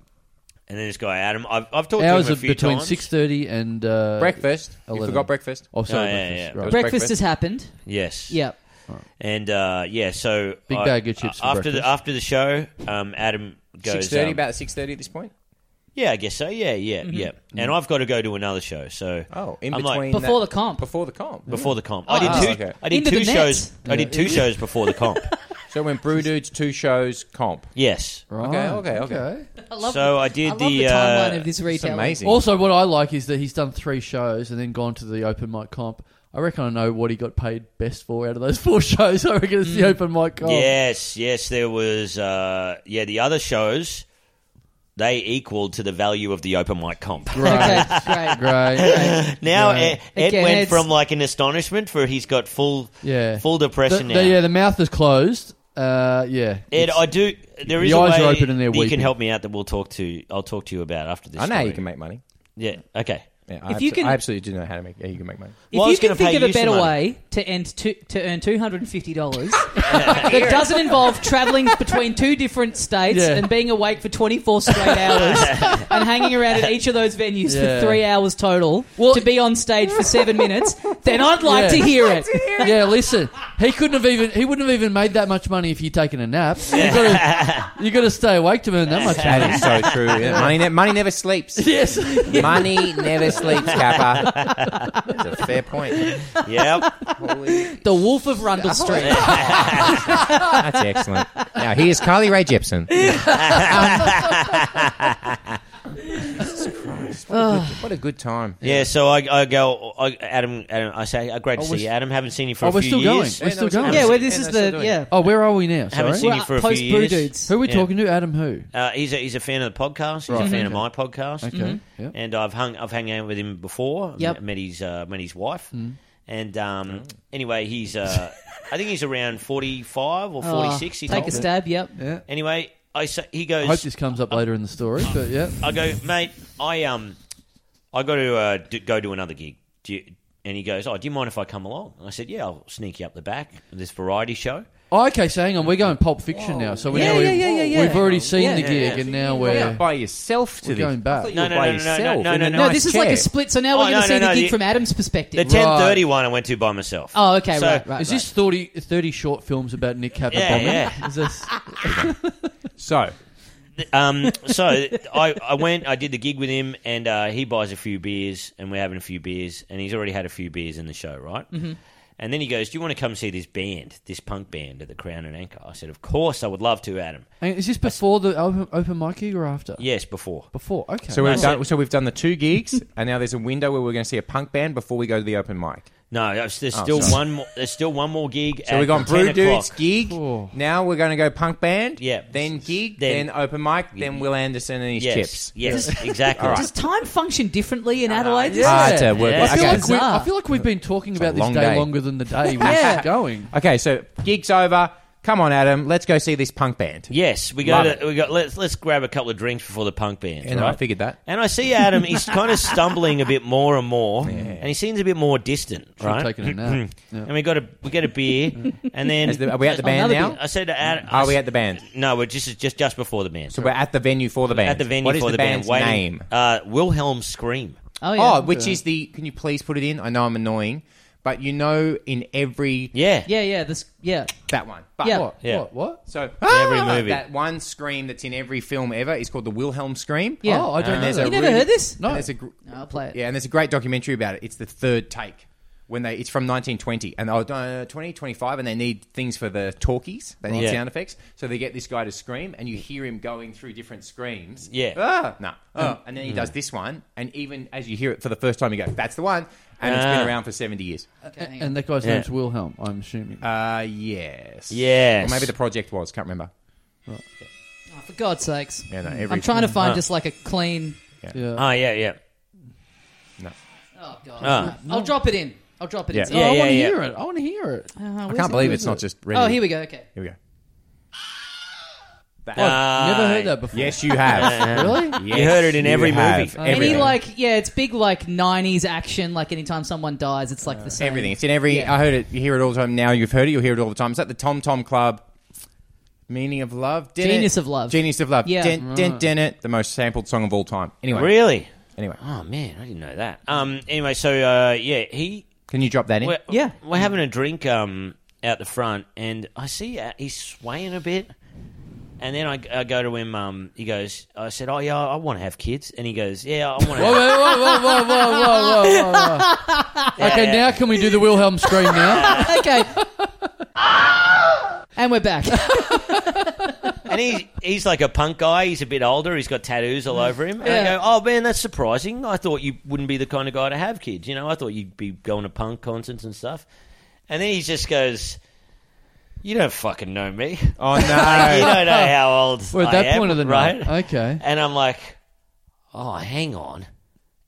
S4: And then this guy Adam, I've, I've talked
S2: Hours
S4: to him a
S2: of
S4: few
S2: between
S4: times.
S2: six thirty and uh,
S3: breakfast. You
S2: 11.
S3: forgot breakfast.
S2: Oh, sorry,
S4: Oh, yeah,
S2: breakfast.
S4: yeah.
S2: Right.
S1: breakfast,
S3: breakfast.
S1: has happened.
S4: Yes.
S1: Yep.
S4: And uh, yeah, so
S2: Big
S4: I-
S2: bag of chips for
S4: after
S2: breakfast.
S4: the after the show. Um, Adam goes
S3: Six thirty,
S4: um,
S3: about six thirty at this point.
S4: Yeah, I guess so. Yeah, yeah,
S2: Mm-hmm.
S4: yeah. And I've got to go to another show. So
S3: Oh, in
S4: I'm like-
S3: between
S1: Before
S3: that-
S1: the comp.
S3: Before the comp.
S4: before the comp,
S1: Oh,
S4: I
S3: oh,
S4: did two.
S3: okay.
S4: I did
S1: Into
S4: two
S1: the
S4: shows.
S1: net.
S4: I did two shows before the comp.
S3: So when Brew Dudes two shows comp.
S4: Yes.
S2: Right,
S3: Okay, okay, okay.
S1: I love
S4: So
S1: the,
S4: I did
S1: I love
S4: the,
S1: the timeline
S4: uh,
S1: of this
S3: It's
S1: retailing.
S3: amazing.
S2: Also, what I like is that he's done three shows and then gone to the open mic comp. I reckon I know what he got paid best for out of those four shows. I reckon it's the
S4: Mm.
S2: open mic comp.
S4: Yes, yes. There was. Uh, yeah, the other shows they equaled to the value of the open mic comp.
S2: Right.
S1: Okay, great.
S2: Great.
S4: Now
S2: Yeah.
S4: Ed, Ed
S1: Again,
S4: went
S1: Ed's-
S4: from like an astonishment for he's got full
S2: Yeah.
S4: full
S2: The-
S4: depression
S2: the-
S4: now.
S2: yeah, the mouth is closed. Uh, yeah.
S4: Ed,
S2: It's-
S4: I do. There is
S2: The
S4: a
S2: eyes
S4: way
S2: are open and they're
S4: that you
S2: weeping.
S4: can help me out. That we'll talk to. I'll talk to you about after this.
S3: I know how you
S4: story.
S3: can make money.
S4: Yeah. Okay.
S3: Yeah, I,
S1: If you
S3: abso-
S1: can-
S3: I absolutely do know how to make. Yeah, you can make money.
S1: If
S4: Well, I
S1: you
S4: was
S1: can
S4: gonna
S1: think
S4: pay
S1: of a
S4: you some
S1: better
S4: money.
S1: way to, end two, to earn two hundred and fifty dollars that doesn't involve traveling between two different states
S2: Yeah.
S1: and being awake for twenty four straight hours and hanging around at each of those venues
S2: Yeah.
S1: for three hours total
S2: Well-
S1: to be on stage for seven minutes, then I'd like
S2: Yeah.
S1: to hear it.
S2: yeah, listen. He couldn't have even. He wouldn't have even made that much money if you'd taken a nap. You got to. You got to stay awake to earn that much money.
S3: That is so true. Yeah. Money, ne- money never sleeps.
S2: Yes.
S3: Money never sleeps, Kappa. That's a fair point.
S4: Yeah.
S3: Holy,
S1: The Wolf of Rundle Street.
S3: that's excellent. Now here's Carly Rae Jepsen. Jesus Christ! What a, good, what a good time.
S4: Yeah, so I, I go, I, Adam, Adam, I say, oh, great to
S2: Oh, we're
S4: see you, Adam. Haven't seen you for
S2: Oh,
S4: a few
S2: we're still going.
S4: years.
S2: We're still going.
S1: Yeah, well, this
S3: Yeah,
S1: is
S3: they're still
S1: the
S3: doing
S1: yeah.
S2: Oh, where are we now? Sorry.
S4: Haven't seen you
S1: Well,
S4: for a few
S1: post Blue
S4: years.
S1: Dudes.
S2: Who are we
S4: Yeah.
S2: talking to? Adam who?
S4: Uh, he's, a, he's a fan of the podcast. He's a
S1: Mm-hmm.
S2: Right.
S4: fan of
S2: Okay.
S4: my podcast.
S2: Okay. Yeah.
S4: And I've hung, I've hung out with him before.
S1: Yep.
S4: Met his, uh, met his wife.
S2: Mm.
S4: And um,
S2: Oh.
S4: anyway, he's, uh, I think he's around forty-five or
S1: Oh,
S4: forty-six. he
S1: take
S4: told
S1: a
S4: me.
S1: stab. Yep.
S2: Yeah.
S4: Anyway, I say, he
S2: I
S4: goes.
S2: hope this comes up later in the story. But yeah.
S4: I go, mate. I um, I got to uh, d- go do another gig. Do you, and he goes, oh, do you mind if I come along? And I said, yeah, I'll sneak you up the back of this variety show.
S2: Oh, okay, so hang on, we're going Pulp Fiction now. So we
S1: Yeah,
S2: now
S1: yeah,
S2: we've,
S1: yeah, yeah, yeah.
S2: we've already seen
S1: Yeah.
S2: the gig,
S4: Yeah, yeah.
S2: and now
S3: You're
S2: we're,
S3: out by yourself to
S2: we're
S3: this.
S2: going
S3: I
S2: back.
S3: thought you
S4: No,
S3: were
S4: no,
S3: by
S4: no, no, no,
S3: yourself
S4: no,
S3: in
S4: no,
S3: a
S4: no.
S1: No,
S3: nice
S1: this is like
S3: chair.
S1: a split. So now
S4: Oh,
S1: we're going
S4: no,
S1: to see
S4: no,
S1: the
S4: no,
S1: gig
S4: the-
S1: from Adam's
S4: The
S1: perspective.
S4: ten thirty one I went to by myself.
S1: oh, okay,
S4: So-
S1: right, right.
S2: Is this 30, 30 short films about Nick Capper
S4: Yeah,
S2: bombing?
S4: yeah.
S2: Is this,
S3: So
S4: Um, so I, I went, I did the gig with him, and uh, he buys a few beers, and we're having a few beers, and he's already had a few beers in the show, right? Mm-hmm. And then he goes, "Do you want to come see this band, this punk band at the Crown and Anchor?" I said, "Of course, I would love to, Adam."
S2: and is this before the open, open mic gig or after?
S4: Yes, before.
S2: Before, okay.
S3: So we've
S4: so-
S3: done. So we've done the two gigs, and now there's a window where we're going to see a punk band before we go to the open mic.
S4: No, there's there's
S3: Oh,
S4: still
S3: sorry.
S4: one. More, there's still one more gig.
S3: So
S4: at
S3: we've got
S4: 10
S3: Brew Dudes
S4: o'clock.
S3: gig.
S2: Oh.
S3: Now we're going to go punk band.
S4: Yeah.
S3: Then gig.
S4: Then-
S3: Then, open mic. Then Will Anderson and his
S4: Yes,
S3: chips.
S4: yes, exactly.
S1: Does time function differently in Adelaide?
S2: yeah.
S3: Ah, it's a work-
S2: I, feel
S3: okay.
S2: like we, I
S1: Bizarre.
S2: feel like we've been talking
S3: a
S2: about this
S3: long
S2: day,
S3: day.
S2: longer than the day we're
S1: Yeah.
S2: going.
S3: Okay, so gig's over. Come on, Adam. Let's go see this punk band.
S4: Yes, we
S3: Love
S4: got.
S3: it.
S4: To, we got. Let's let's grab a couple of drinks before the punk band.
S3: And
S4: right?
S3: I figured that.
S4: And I see Adam. He's kind of stumbling a bit more and more, and he seems a bit more distant.
S2: We've
S4: Right.
S2: taken a nap. Yeah.
S4: And we got a we get a beer, and then
S3: Is the- are we at the band
S1: Another
S3: now?
S1: bit.
S4: I said to Adam.
S3: Are we at the band?
S4: No, we're just just just before the band.
S3: So we're at the venue for the band.
S4: at the venue
S3: What is
S4: for
S3: the, band's
S4: band.
S3: name?
S4: Waiting, uh, Wilhelm Scream.
S1: Oh, yeah.
S3: Oh, which is the? Can you please put it in? I know I'm annoying, but you know, in every
S4: Yeah.
S1: yeah, yeah. This, yeah.
S3: that one. But
S1: Yeah.
S2: What?
S4: Yeah.
S2: What? What?
S3: So ah,
S4: every movie.
S3: that one scream that's in every film ever is called the Wilhelm scream.
S1: Yeah.
S2: Oh, I don't
S3: And
S2: know.
S3: there's
S2: that.
S1: You
S3: Uh, a
S1: never
S3: really-
S1: heard this?
S2: No.
S3: And there's a gr-
S1: No, I'll play it.
S3: yeah, and there's a great documentary about it. It's the third take when they. It's from 1920 and oh, uh, 20, 25, and they need things for the talkies. They need
S4: Yeah.
S3: sound effects, so they get this guy to scream, and you hear him going through different screams.
S4: Yeah.
S3: ah, no, oh. and then he does this one, and even as you hear it for the first time, you go, "That's the one," and it's
S4: Ah.
S3: been around for 70 years.
S1: Okay,
S2: And that guy's
S4: Yeah.
S2: name's Wilhelm, I'm assuming.
S3: Uh yes,
S4: Yes.
S3: Or maybe the project was. Can't remember.
S1: oh, for God's sakes.
S3: Yeah, no, every- Uh.
S1: I'm trying to find
S4: Huh.
S1: just like a clean.
S2: yeah.
S4: Oh yeah, yeah.
S3: No,
S1: Oh, God.
S4: Ah.
S1: I'll drop it in. I'll drop it
S3: Uh. Yeah.
S1: in.
S2: Oh,
S4: Yeah,
S2: I
S4: yeah,
S2: want to
S4: yeah.
S2: hear it. I want to hear it.
S1: I
S3: I can't believe it's not just. Ready
S1: Oh,
S3: to-
S1: here we go. Okay.
S3: Here we go. That-
S2: I've never heard
S4: Uh,
S2: that before.
S3: yes, you have.
S2: Really?
S4: You heard it in every movie.
S1: Any
S3: Everything.
S1: like, yeah, it's big like '90s action. Like anytime someone dies, it's like the same.
S3: Uh, Everything. It's in every.
S1: Yeah.
S3: I heard it. You hear it all the time. Now you've heard it. You'll hear it all the time. It's at the Tom Tom Club. Meaning of Love. Did
S1: Genius
S3: it.
S1: of Love.
S3: Genius of Love.
S1: Yeah.
S3: Dent, dent, dent it. The most sampled song of all time. Anyway.
S4: Really?
S3: Anyway.
S4: Oh man, I didn't know that. Um. Anyway, so uh, yeah, he.
S3: Can you drop that in?
S4: We're,
S1: Yeah.
S4: we're having a drink um out the front, and I see uh, he's swaying a bit, and then I, I go to him. Um, he goes, I said, "Oh yeah, I want to have kids," and he goes, "Yeah, I want to."
S2: Whoa,
S4: have
S2: whoa, Oh, whoa, whoa, whoa, whoa, whoa, whoa, whoa. Okay,
S4: yeah.
S2: now can we do the Wilhelm scream now?
S1: Okay. and we're back.
S4: And he, he's like a punk guy. He's a bit older. He's got tattoos all over him. And I
S1: Yeah.
S4: go, oh, man, that's surprising. I thought you wouldn't be the kind of guy to have kids. You know, I thought you'd be going to punk concerts and stuff. And then he just goes, you don't fucking know me.
S3: Oh, no.
S4: you don't know how old
S2: We're at
S4: I
S2: that
S4: am,
S2: point of the
S4: right?
S2: night. Okay.
S4: And I'm like, oh, hang on.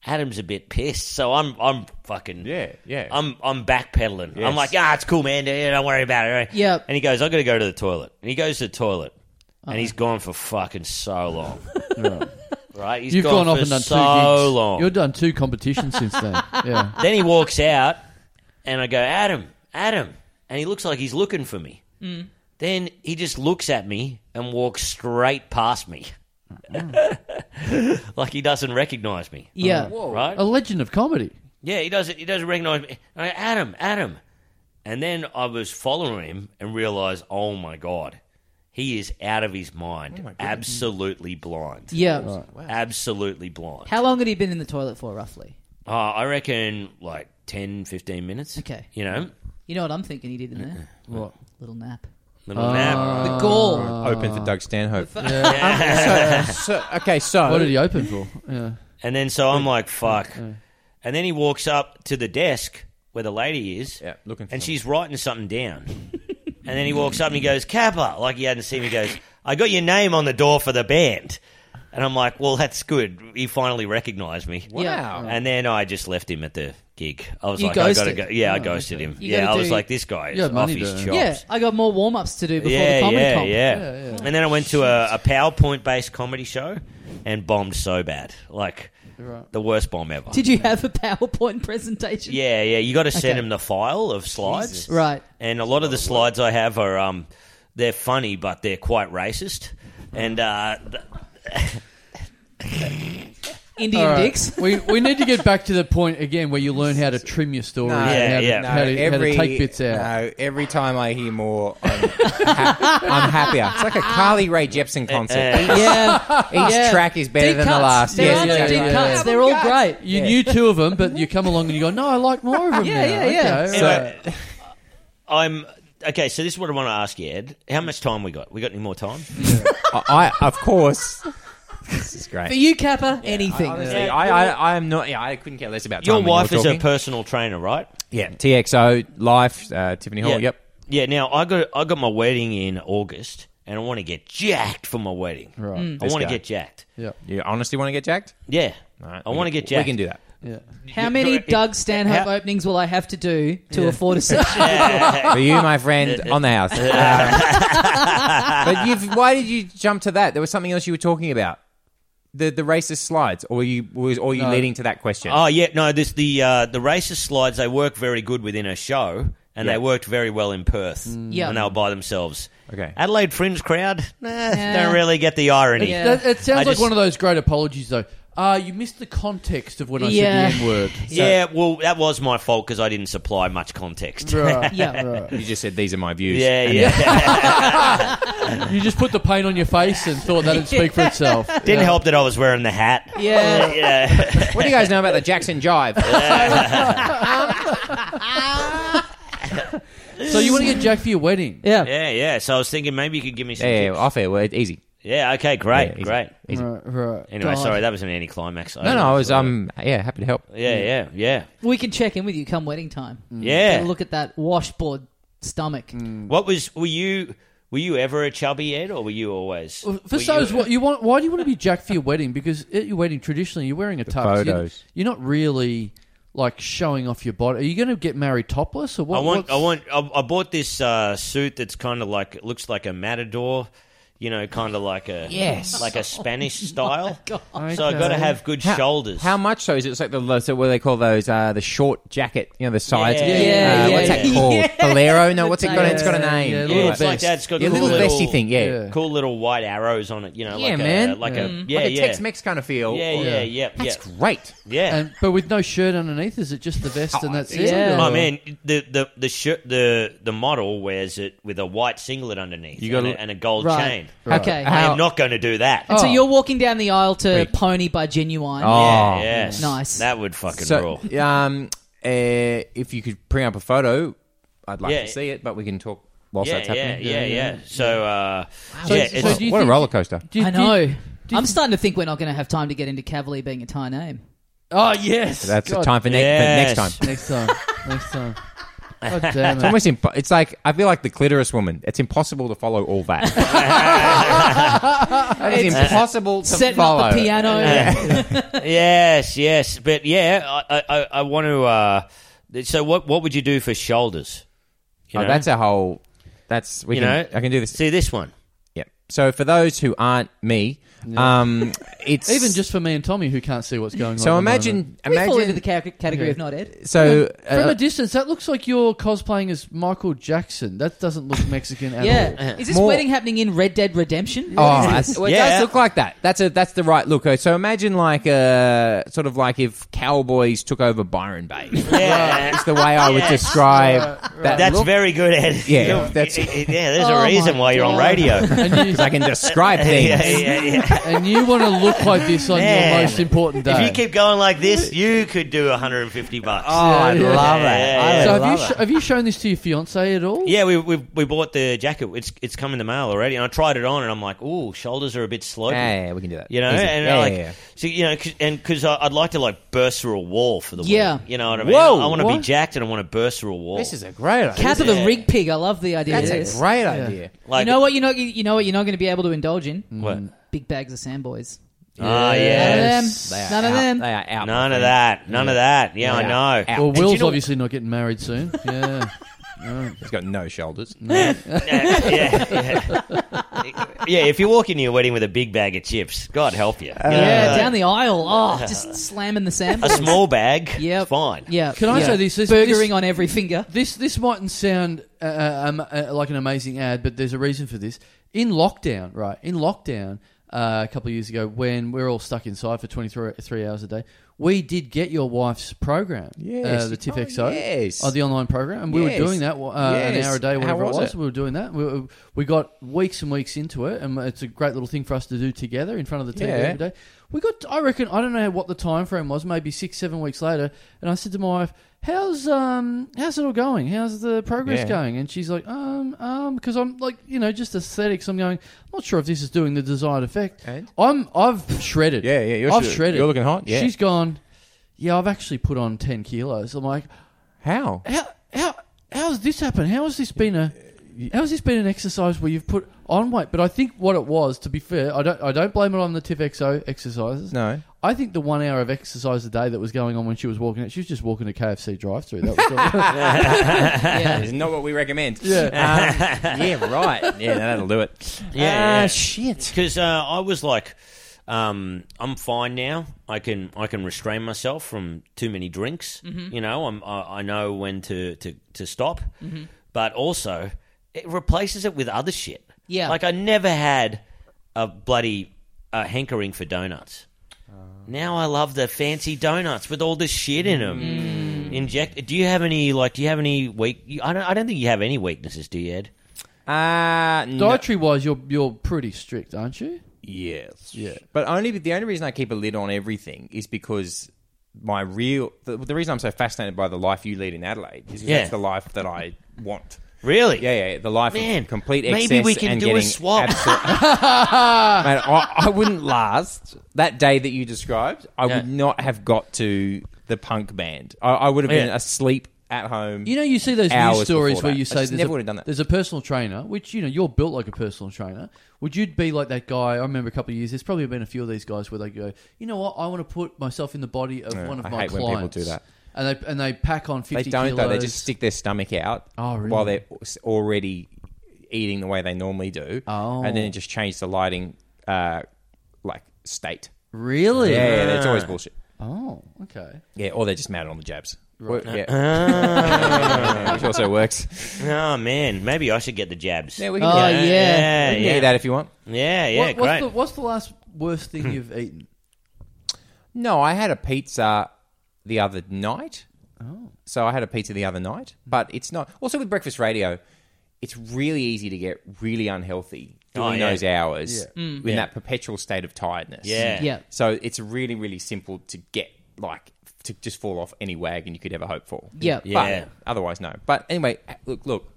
S4: Adam's a bit pissed. So I'm, I'm fucking...
S3: Yeah, yeah.
S4: I'm I'm backpedaling.
S3: Yes.
S4: I'm like, ah, it's cool, man. Yeah, Don't worry about it. Right?
S1: Yep.
S4: And he goes, I got to go to the toilet. And he goes to the toilet, and he's gone for fucking so long. right? He's
S2: You've gone, off
S4: for
S2: and done
S4: so
S2: two gigs.
S4: long.
S2: You've done two competitions since then. Yeah.
S4: Then he walks out, and I go, Adam, Adam, and he looks like he's looking for me.
S1: Mm.
S4: Then he just looks at me and walks straight past me, like he doesn't recognize me.
S1: Yeah.
S4: Right?
S2: A legend of comedy.
S4: Yeah, he doesn't. He doesn't recognize me. And I go, Adam, Adam. And then I was following him and realized, oh my god, he is out of his
S1: Oh
S4: mind, absolutely blind,
S1: Yeah.
S4: absolutely blind.
S1: How long had he been in the toilet for, roughly?
S4: Uh, I reckon like 10, 15 minutes.
S1: Okay.
S4: you know,
S1: You know what I'm thinking he did in there?
S2: What?
S1: Little nap.
S4: little
S1: Uh,
S4: nap.
S1: The gall.
S3: Open for Doug Stanhope. Um, so, okay, so.
S2: What did he open for? Yeah.
S4: And then so I'm like, fuck.
S1: Mm.
S4: And then he walks up to the desk where the lady is,
S3: Yeah, looking for someone.
S4: and she's writing something down. and then he walks up and he goes, Kappa, like he hadn't seen me, he goes, I got your name on the door for the band. And I'm like, well, that's good. He finally recognized me.
S1: Yeah.
S4: And then I just left him at the gig. I was
S1: You
S4: like, I
S1: ghosted. Oh,
S4: gotta go. Yeah, I ghosted him.
S1: You
S4: yeah,
S1: gotta
S4: I was
S1: do-
S4: like, this guy is
S2: You had
S4: off
S2: money
S4: his
S2: to-
S4: chops.
S1: Yeah, I got more warm ups to do before
S4: Yeah,
S1: the comedy
S4: yeah,
S1: comp.
S4: yeah.
S2: Yeah, yeah.
S4: And then I went to a, a PowerPoint based comedy show and bombed so bad. Like,
S2: Right.
S4: the worst bomb ever.
S1: Did you have a PowerPoint presentation?
S4: Yeah, yeah. You got to send
S1: Okay.
S4: him the file of slides,
S1: Right.
S4: And a lot of the slides I have are um, they're funny, but they're quite racist. And uh, th-
S1: Indian
S2: All right.
S1: dicks.
S2: we, we need to get back to the point again where you learn how to trim your story.
S3: No,
S2: and how to,
S4: yeah, yeah.
S2: How, to, how to take bits out.
S3: No, every time I hear more, I'm, ha- I'm happier. It's like a Carly Ray Jepsen concert.
S4: uh,
S1: yeah.
S3: Each
S1: yeah.
S3: track is better
S1: Deep
S3: than
S1: cuts.
S3: the last.
S1: There
S2: Yeah,
S1: are no
S2: yeah,
S1: deep
S2: yeah,
S1: cuts.
S2: yeah.
S1: They're all great.
S2: You knew two of them, but you come along and you go, no, I like more of them.
S1: Yeah,
S2: now."
S1: yeah, yeah.
S2: Okay,
S4: So-
S2: right.
S4: I'm okay. So this is what I want to ask you, Ed. How much time we got? We got any more time?
S3: I, I- of course. This is
S1: For
S3: great.
S1: you, Kappa, anything.
S3: Honestly, I, I, I'm not. Yeah, I couldn't care less about
S4: Your
S3: time when
S4: wife
S3: you're
S4: is a
S3: talking.
S4: personal trainer, right?
S3: yeah. TXO Life, uh, Tiffany Hall. Yep.
S4: Yeah. Now I got I got my wedding in August, and I want to get jacked for my wedding.
S2: Right.
S4: I
S3: This
S4: want to
S3: guy.
S4: get jacked.
S2: Yeah.
S3: You honestly want to get jacked?
S4: Yeah.
S3: Alright,
S4: I
S3: we
S4: want to
S3: can-
S4: get jacked.
S3: We can do that.
S2: Yeah.
S1: How many
S4: You're-
S1: Doug Stanhope
S4: How-
S1: openings will I have to do to afford a session?
S3: For you, my friend, on the house. Um, but you've, why did you jump to that? There was something else you were talking about. The the racist slides, or were you was or you leading to that question?
S4: Oh yeah, no. This the uh, the racist slides. They work very good within a show, and
S3: Yeah. Mm.
S4: they worked very well in Perth.
S1: Yeah.
S4: and they were by themselves.
S3: Okay.
S4: Adelaide Fringe crowd, nah,
S1: Yeah.
S4: don't really get the irony.
S1: Yeah.
S2: That, it sounds
S4: I
S2: like
S4: just-
S2: one of those great apologies, though. Uh, you missed the context of when I
S1: Yeah.
S2: said the N word.
S4: Yeah, well, that was my fault because I didn't supply much context.
S2: Right.
S1: yeah.
S3: You just said these are my views.
S4: Yeah, yeah.
S2: You just put the paint on your face and thought that'd speak for itself.
S4: Didn't
S2: Yeah.
S4: help that I was wearing the hat.
S1: Yeah.
S4: yeah.
S3: What do you guys know about the Jackson Jive?
S2: So you want to get Jack for your wedding?
S1: Yeah.
S4: yeah, yeah. So I was thinking maybe you could give me some.
S3: yeah,
S4: Yeah,
S3: yeah, off air, well, easy.
S4: yeah okay, great,
S3: Yeah, easy.
S4: great.
S2: Right, right.
S4: Anyway,
S1: God.
S4: sorry, that was an anticlimax.
S3: No, no, I was um, yeah, happy to help.
S4: Yeah, yeah, yeah,
S1: We can check in with you come wedding time.
S4: yeah.
S1: Get a Mm. look at that washboard stomach.
S4: What was were you were you ever a chubby Ed or were you always
S2: For
S4: were
S2: starters,
S4: you-
S2: what you want? Why do you want to be Jack for your wedding? Because at your wedding, traditionally, you're wearing a tux.
S3: photos.
S2: You're, you're not really like showing off your body. Are you going to get married topless or what?
S4: I want I
S2: what's-
S4: want I, I bought this uh, suit that's kind of like it looks like a matador. you know, kind of like a
S3: Yes. Oh
S4: like a Spanish style. So I got to have good
S3: How-
S4: shoulders.
S3: How much so is it? It's like the lo- so what do they call those? Uh, the short jacket, you know, the sides.
S4: Yeah.
S3: uh,
S4: Yeah,
S3: what's
S4: yeah,
S3: that
S1: yeah.
S3: called?
S1: Yeah.
S3: Bolero? No, what's it got?
S1: Yeah,
S3: It's got a
S1: yeah,
S3: name.
S2: yeah,
S3: Yeah,
S2: little
S4: yeah, it's like
S2: vest.
S4: that. It's got
S3: Yeah,
S4: cool
S3: little vesty thing. Yeah,
S2: Yeah.
S4: cool little white arrows on it. You know, like
S3: Yeah,
S4: a,
S3: man. Mm.
S4: like a yeah,
S3: like a
S4: yeah,
S3: Tex-Mex kind of feel.
S4: yeah,
S3: Or-
S4: yeah, yeah, yeah,
S3: That's great.
S4: yeah.
S2: And, but with no shirt underneath, is it just the vest and that's it?
S1: Yeah.
S4: Oh
S2: Or-
S4: man, the the the shirt the the model wears it with a white singlet underneath
S2: You gotta-
S4: and, a, and a gold
S1: Right.
S4: chain.
S2: Right.
S1: Okay.
S4: I
S3: How-
S4: am not going to do that.
S1: And so
S2: Oh.
S1: you're walking down the aisle to
S3: Wait.
S1: Pony by Genuine.
S3: Oh.
S4: Yeah, yes.
S1: Nice.
S4: That would fucking
S3: So,
S4: rule.
S3: um, uh, if you could bring up a photo, I'd like
S4: Yeah.
S3: to see it, but we can talk whilst
S4: Yeah,
S3: that's
S4: yeah, yeah,
S3: happening.
S4: yeah, So, uh,
S2: So-
S4: yeah,
S2: so
S4: it's,
S2: do you
S3: What a
S2: think-
S3: roller coaster.
S2: do you-
S1: I
S2: do you-
S1: know.
S2: you
S1: I'm
S2: th-
S1: starting to think we're not going to have time to get into Cavalier being a Thai name.
S2: Oh yes.
S3: That's the
S2: God.
S3: time for, ne-
S4: Yes.
S3: for
S2: Next
S3: next time.
S2: time. Next time. God damn
S3: It's
S2: it.
S3: almost impo- it's like I feel like the clitoris woman. It's impossible to follow all that. it's impossible to
S1: Setting
S3: follow.
S1: up the piano.
S4: yes, yes, but yeah, I, I, I want to. Uh, so, what what would you do for shoulders? You
S3: Oh,
S4: know?
S3: that's a whole. That's we
S4: you
S3: can.
S4: know,
S3: I can do this.
S4: See this one.
S3: Yeah. So for those who aren't me, um, it's
S2: Even just for me and Tommy, who can't see what's going on. at
S3: So
S2: the
S3: imagine,
S2: moment.
S1: We fall into
S3: imagine.
S1: the ca- category of not Ed.
S3: so
S2: From
S3: uh,
S2: a distance, that looks like you're cosplaying as Michael Jackson. That doesn't look Mexican at all.
S1: Yeah. Is this
S3: More-
S1: wedding happening in Red Dead Redemption?
S3: Oh, that's, well, it
S4: Yeah.
S3: does look like that. That's a that's the right look. Uh, So imagine like a sort of like if cowboys took over Byron Bay.
S4: Yeah.
S3: It's the way I would
S4: Yes.
S3: describe that.
S4: That's
S3: look.
S4: very good, Ed.
S3: Yeah,
S4: You're-
S3: that's-
S4: yeah. There's
S1: Oh,
S4: a
S1: my
S4: reason why you're on
S1: God.
S4: radio.
S2: And you,
S3: 'Cause I can describe things.
S4: yeah, yeah, yeah.
S2: and you want to look like this on your
S4: Man.
S2: most important day.
S4: If you keep going like this, you could do 150 bucks.
S3: Oh, I
S2: Yeah, yeah.
S3: love
S4: Yeah,
S3: that.
S4: yeah,
S3: I
S2: so
S3: love
S2: have you,
S3: it.
S2: sh- have you shown this to your fiance at all?
S4: Yeah, we, we we bought the jacket. It's it's come in the mail already, and I tried it on, and I'm like, ooh, shoulders are a bit sloping.
S3: Yeah, yeah, we can do that.
S4: You know,
S3: Easy.
S4: and uh,
S3: yeah,
S4: like,
S3: yeah, yeah.
S4: so you know, cause, and because I'd like to like burst through a wall for the
S1: Yeah.
S4: wedding. you know what I mean.
S3: Whoa,
S4: I want to be
S3: what?
S4: jacked, and I want to burst through a wall.
S3: This is a great idea.
S1: Cat of the
S4: Yeah.
S1: Rig Pig. I love the idea
S3: That's
S1: of
S3: a
S1: this.
S3: great Mm. idea.
S4: like,
S1: you know what? You know, you know what? You're not going to be able to indulge in
S4: What?
S1: big bags of Sandboys.
S4: Ah, yes.
S1: None
S3: They are
S1: of them. None of them.
S3: out. They are out. my
S4: None of
S3: friend.
S4: that. None of that. Yeah,
S3: They
S4: I
S3: are
S4: know.
S3: out.
S2: Well,
S3: And do you
S2: Will's
S3: know-
S2: obviously not getting married soon. Yeah.
S3: He's got no shoulders.
S4: yeah, yeah. yeah, if you walk into your wedding with a big bag of chips, God help you. You know,
S1: yeah,
S4: like,
S1: down the aisle. Oh, just slamming the
S4: a
S1: Sandboys.
S4: small bag,
S1: Yep.
S4: fine.
S1: Yeah.
S2: Can I
S1: yeah.
S2: say this- this-
S1: Burgering
S2: this-
S1: on every finger.
S2: This this mightn't sound uh, um, uh, like an amazing ad, but there's a reason for this. In lockdown, right? In lockdown, uh, a couple of years ago, when we were all stuck inside for 23 three hours a day, we did get your wife's program,
S3: Yes.
S2: uh, the Tip
S3: Oh,
S2: XO,
S3: yes.
S2: uh, the online program, and we
S3: Yes.
S2: were doing that uh, an
S3: Yes.
S2: hour a day,
S3: How
S2: whatever
S3: was
S2: it was.
S3: it?
S2: We were doing that. We, we got weeks and weeks into it, and it's a great little thing for us to do together in front of the TV
S3: Yeah.
S2: every day. We got, I reckon, I don't know what the time frame was, maybe six, seven weeks later, and I said to my wife, "How's um, how's it all going? How's the progress
S3: Yeah.
S2: going?" And she's like, "Um, um," because I'm like, you know, just aesthetics. I'm going, I'm not sure if this is doing the desired effect.
S3: And?
S2: I'm, I've shredded.
S3: Yeah, yeah, you're
S2: I've
S3: shredded.
S2: shredded.
S3: You're looking hot, yeah.
S2: She's gone. Yeah, I've actually put on ten kilos. I'm like,
S3: How?
S2: how how how's this happened? How has this been a how has this been an exercise where you've put on weight? But I think what it was, to be fair, I don't I don't blame it on the Tiv XO exercises.
S3: No.
S2: I think the one hour of exercise a day that was going on when she was walking out, she was just walking a KFC drive through. That was
S1: Yeah.
S3: It's not what we recommend.
S2: Yeah.
S3: Um, yeah, right. Yeah, no, that'll do it.
S4: Yeah,
S3: Ah,
S4: yeah.
S3: shit.
S4: Because uh, I was like, um, I'm fine now. I can I can restrain myself from too many drinks. You know, I'm, I, I know when to to to stop. But also, it replaces it with other shit.
S1: Yeah.
S4: like I never had a bloody uh, hankering for donuts. Now I love the fancy donuts with all this shit in them. Inject. Do you have any like? Do you have any weak? you- I don't. I don't think you have any weaknesses, do you, Ed?
S3: Uh, no.
S2: dietary wise, you're you're pretty strict, aren't you?
S3: Yes.
S2: Yeah.
S3: But only the only reason I keep a lid on everything is because my real the, the reason I'm so fascinated by the life you lead in Adelaide is because
S4: Yeah.
S3: that's the life that I want.
S4: Really?
S3: Yeah, yeah, the life
S4: Man,
S3: of complete
S4: maybe
S3: excess
S4: we can
S3: and
S4: do a
S3: getting
S4: swap.
S3: absolute- Mate, I, I wouldn't last that day that you described. I
S4: Yeah.
S3: would not have got to the punk band. I, I would have been
S4: Yeah.
S3: asleep at home.
S2: You know, you see those
S3: Hours
S2: news stories
S3: before
S2: where
S3: that.
S2: you
S3: I
S2: say
S3: just
S2: there's,
S3: never
S2: a,
S3: would've done that.
S2: there's a personal trainer, which, you know, you're built like a personal trainer. Would you be like that guy? I remember a couple of years, there's probably been a few of these guys where they go, you know what, I want to put myself in the body of one of
S3: I
S2: my
S3: hate when
S2: clients.
S3: people do that.
S2: And they, and they pack on 50
S3: they don't
S2: kilos.
S3: though. They just stick their stomach out
S2: Oh, really?
S3: while they're al- already eating the way they normally do.
S2: Oh.
S3: And then it just changed the lighting, uh, like, state.
S2: Really?
S3: Yeah, yeah, it's always bullshit.
S2: Oh, okay.
S3: Yeah, or they're just mad on the jabs. Wo- Yeah.
S4: Ah.
S3: Which also works.
S4: Oh man, maybe I should get the jabs.
S3: Yeah,
S4: Yeah,
S3: we can
S1: Oh
S3: do that.
S1: yeah.
S4: Uh, yeah,
S3: We can do that if you want.
S4: yeah, yeah,
S2: What- what's,
S4: great.
S2: the, what's the last worst thing you've eaten?
S3: No, I had a pizza the other night. Oh. So I had a pizza the other night, but it's not. Also, with breakfast radio, it's really easy to get really unhealthy
S4: Oh,
S3: during
S4: yeah.
S3: those hours
S2: Yeah.
S3: in that perpetual state of tiredness.
S4: Yeah.
S1: Yeah.
S3: So it's really, really simple to get, like, to just fall off any wagon you could ever hope for.
S1: Yeah.
S4: Yeah.
S3: But otherwise, no. But anyway, look, look.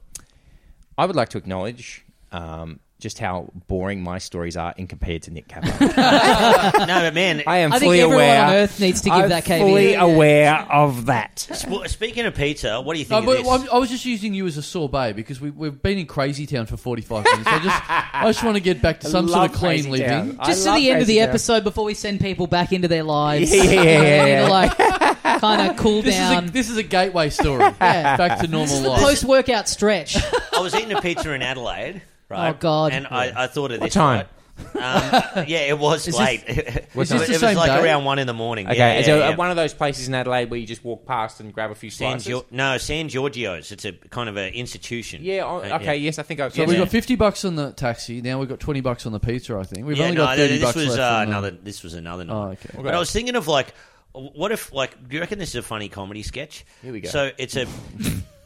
S3: I would like to acknowledge um, just how boring my stories are in compared to Nick Kappa.
S4: No, but man,
S3: I am
S1: I think
S3: fully
S1: everyone
S3: aware.
S1: on earth needs to give
S3: I'm
S1: that KB.
S3: fully
S1: Yeah.
S3: aware of that.
S4: sp- speaking of pizza, what do you
S2: No,
S4: think
S2: but
S4: of
S2: I'm-
S4: this?
S2: I was just using you as a sorbet because we, we've been in Crazy Town for 45 minutes. I just, I just want to get back to some sort of clean living.
S1: Just to the end of the episode before we send people back into their lives.
S3: Yeah, yeah, yeah,
S1: They need
S3: yeah.
S1: to, like kind of cool
S2: This
S1: down.
S2: is, a, this is a gateway story
S1: Yeah.
S2: back to normal life.
S1: Post workout stretch.
S4: I was eating a pizza in Adelaide, right?
S1: Oh, God.
S4: And I, I thought of
S3: What
S4: this.
S3: time?
S4: right? Um, yeah, it was
S2: Is this-
S4: late.
S3: What
S4: it
S3: time?
S4: was,
S2: Is this the same
S4: like
S2: day?
S4: around one in the morning.
S3: Okay,
S4: yeah, yeah,
S3: so
S4: yeah.
S3: one of those places in Adelaide where you just walk past and grab a few
S4: San
S3: slices.
S4: Gio- no, San Giorgio's. It's a kind of an institution.
S3: yeah. oh,
S4: Uh,
S3: Okay. Yes, I think I've.
S2: So
S3: yes,
S2: we've
S3: yeah.
S2: got 50 bucks on the taxi. Now we've got 20 bucks on the pizza, I think. We've
S4: Yeah,
S2: only
S4: no,
S2: got 30
S4: this
S2: bucks
S4: was
S2: left
S4: uh,
S2: on the-
S4: another. This was another night.
S2: Oh, okay. Okay.
S4: But I was thinking of like, what if like? Do you reckon this is a funny comedy sketch? Here
S3: we go.
S4: So it's a,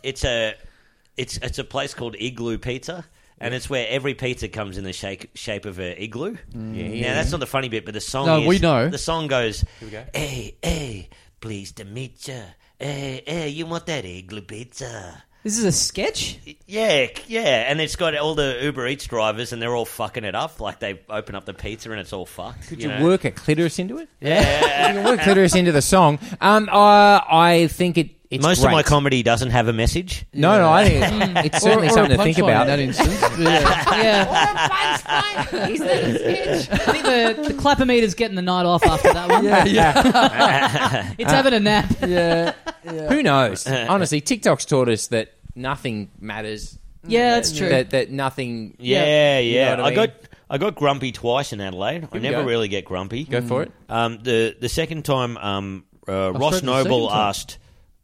S4: it's a, it's it's a place called Igloo Pizza. And it's where every pizza comes in the shake, shape of an igloo.
S3: Mm.
S4: Yeah, now, that's not the funny bit, but the song
S2: No,
S4: is-
S2: we know.
S4: The song goes,
S3: we go.
S4: Hey, hey, pleased to meet ya. Hey, hey, you want that igloo pizza?
S1: this is a sketch.
S4: Yeah, yeah, and it's got all the Uber Eats drivers, and they're all fucking it up. Like they open up the pizza, and it's all fucked.
S3: Could
S4: you
S3: you,
S4: know?
S3: work a clitoris into it?
S4: Yeah.
S3: You can work clitoris into the song. Um, uh, I think it. It's
S4: Most
S3: great.
S4: of my comedy doesn't have a message.
S3: No, no, I think it's, it's
S2: Or-
S3: certainly
S2: or a
S3: something to
S2: punchline
S3: think about.
S2: in that instance. Yeah.
S1: Yeah. I think the, the clappermeter's getting the night off after that one.
S2: yeah, yeah,
S1: It's having a nap.
S2: yeah.
S3: Who knows? Honestly, TikTok's taught us that nothing matters.
S1: Yeah, that's true.
S3: That, that nothing.
S4: Yeah, yeah.
S3: You know what
S4: I,
S3: I mean?
S4: got I got grumpy twice in Adelaide. I
S3: we
S4: never
S3: go.
S4: really get grumpy.
S3: Go for it.
S4: Um, the the second time, um, uh,
S2: sorry,
S4: Ross
S2: the second
S4: Noble
S2: time.
S4: asked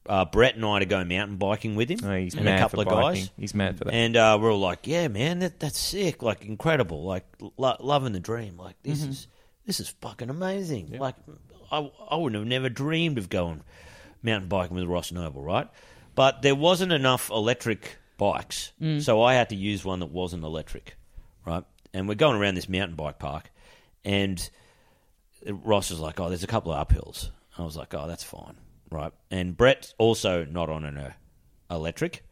S4: uh, Brett and I to go mountain biking with him
S3: Oh, he's
S4: and
S3: mad
S4: a couple
S3: for
S4: of
S3: biking.
S4: guys.
S3: He's mad for that.
S4: And uh, we're all like, "Yeah, man, that, that's sick! Like, incredible! Like, lo- loving the dream! Like, this
S3: Mm-hmm.
S4: is this is fucking amazing! Like, I I wouldn't have never dreamed of going mountain biking with Ross Noble, right? But there wasn't enough electric bikes,
S3: Mm.
S4: so I had to use one that wasn't electric, right? And we're going around this mountain bike park, and Ross was like, "Oh, there's a couple of uphills." I was like, "Oh, that's fine, right?" And Brett also not on an uh, electric.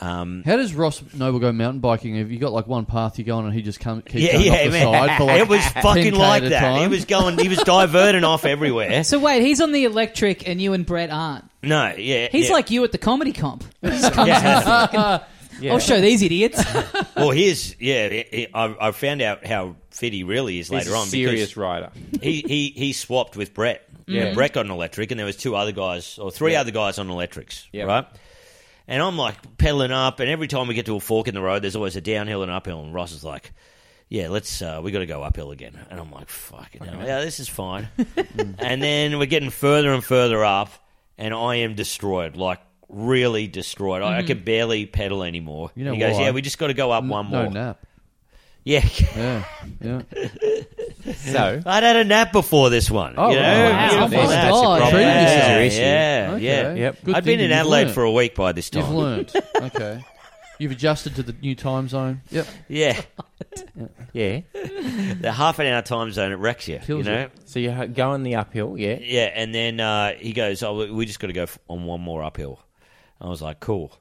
S4: Um,
S2: How does Ross Noble go mountain biking? Have you got like one path you go on and he just come, keeps
S4: yeah,
S2: going off
S4: yeah,
S2: the
S4: man.
S2: side for like
S4: it was
S2: 10K
S4: fucking like
S2: at a
S4: that.
S2: time?
S4: He was going, he was diverting off everywhere.
S1: So wait, he's on the electric and you and Brett aren't.
S4: No, yeah,
S1: He's
S4: yeah.
S1: like you at the comedy comp. He just comes
S4: Yeah.
S1: in fucking- I'll show these idiots.
S4: well, here's yeah. he- he- I, I found out how fit he really is
S3: He's
S4: later
S3: a
S4: on.
S3: serious
S4: because
S3: rider.
S4: he, he he swapped with Brett.
S3: Yeah.
S4: And Brett got an electric, and there was two other guys or three
S3: Yeah.
S4: other guys on electrics,
S3: Yeah.
S4: right? And I'm like pedaling up, and every time we get to a fork in the road, there's always a downhill and uphill. And Ross is like, "Yeah, let's uh, we got to go uphill again." And I'm like, "Fucking hell, yeah, this is fine."
S2: Mm.
S4: and then we're getting further and further up, and I am destroyed, like really destroyed. I, I can barely pedal anymore.
S2: Mm. You know
S4: he goes,
S2: why?
S4: "Yeah, we just got to go up one
S2: no
S4: more."
S2: nap.
S4: Yeah,
S2: Yeah, yeah.
S3: So
S4: I'd had a nap before this one.
S2: Oh,
S4: you know?
S2: wow.
S4: You know,
S1: Oh, my
S4: that's a
S1: God.
S4: problem.
S2: Treating this as
S4: Yeah,
S3: your issue.
S4: Yeah,
S2: Okay.
S4: yeah.
S3: Yep.
S2: Good
S4: I'd
S2: thing
S4: been in
S2: you've
S4: Adelaide
S2: learnt.
S4: for a week by this
S2: You've
S4: time.
S2: learned. Okay. You've adjusted to the new time zone. Yep.
S4: Yeah,
S3: yeah.
S4: the half an hour time zone it wrecks you.
S2: Kills
S4: you know.
S2: it.
S3: So you're going the uphill, yeah.
S4: Yeah, and then uh, he goes, "Oh, we- we just got to go f- on one more uphill." I was like, "Cool."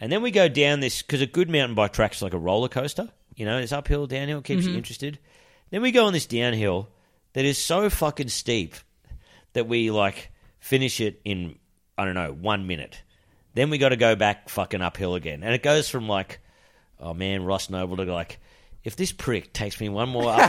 S4: And then we go down this because a good mountain bike track's like a roller coaster. You know, it's uphill, downhill, keeps you interested. Then we go on this downhill that is so fucking steep that we like finish it in I don't know one minute. Then we got to go back fucking uphill again, and it goes from like, oh man, Ross Noble to like. If this prick takes me one more up,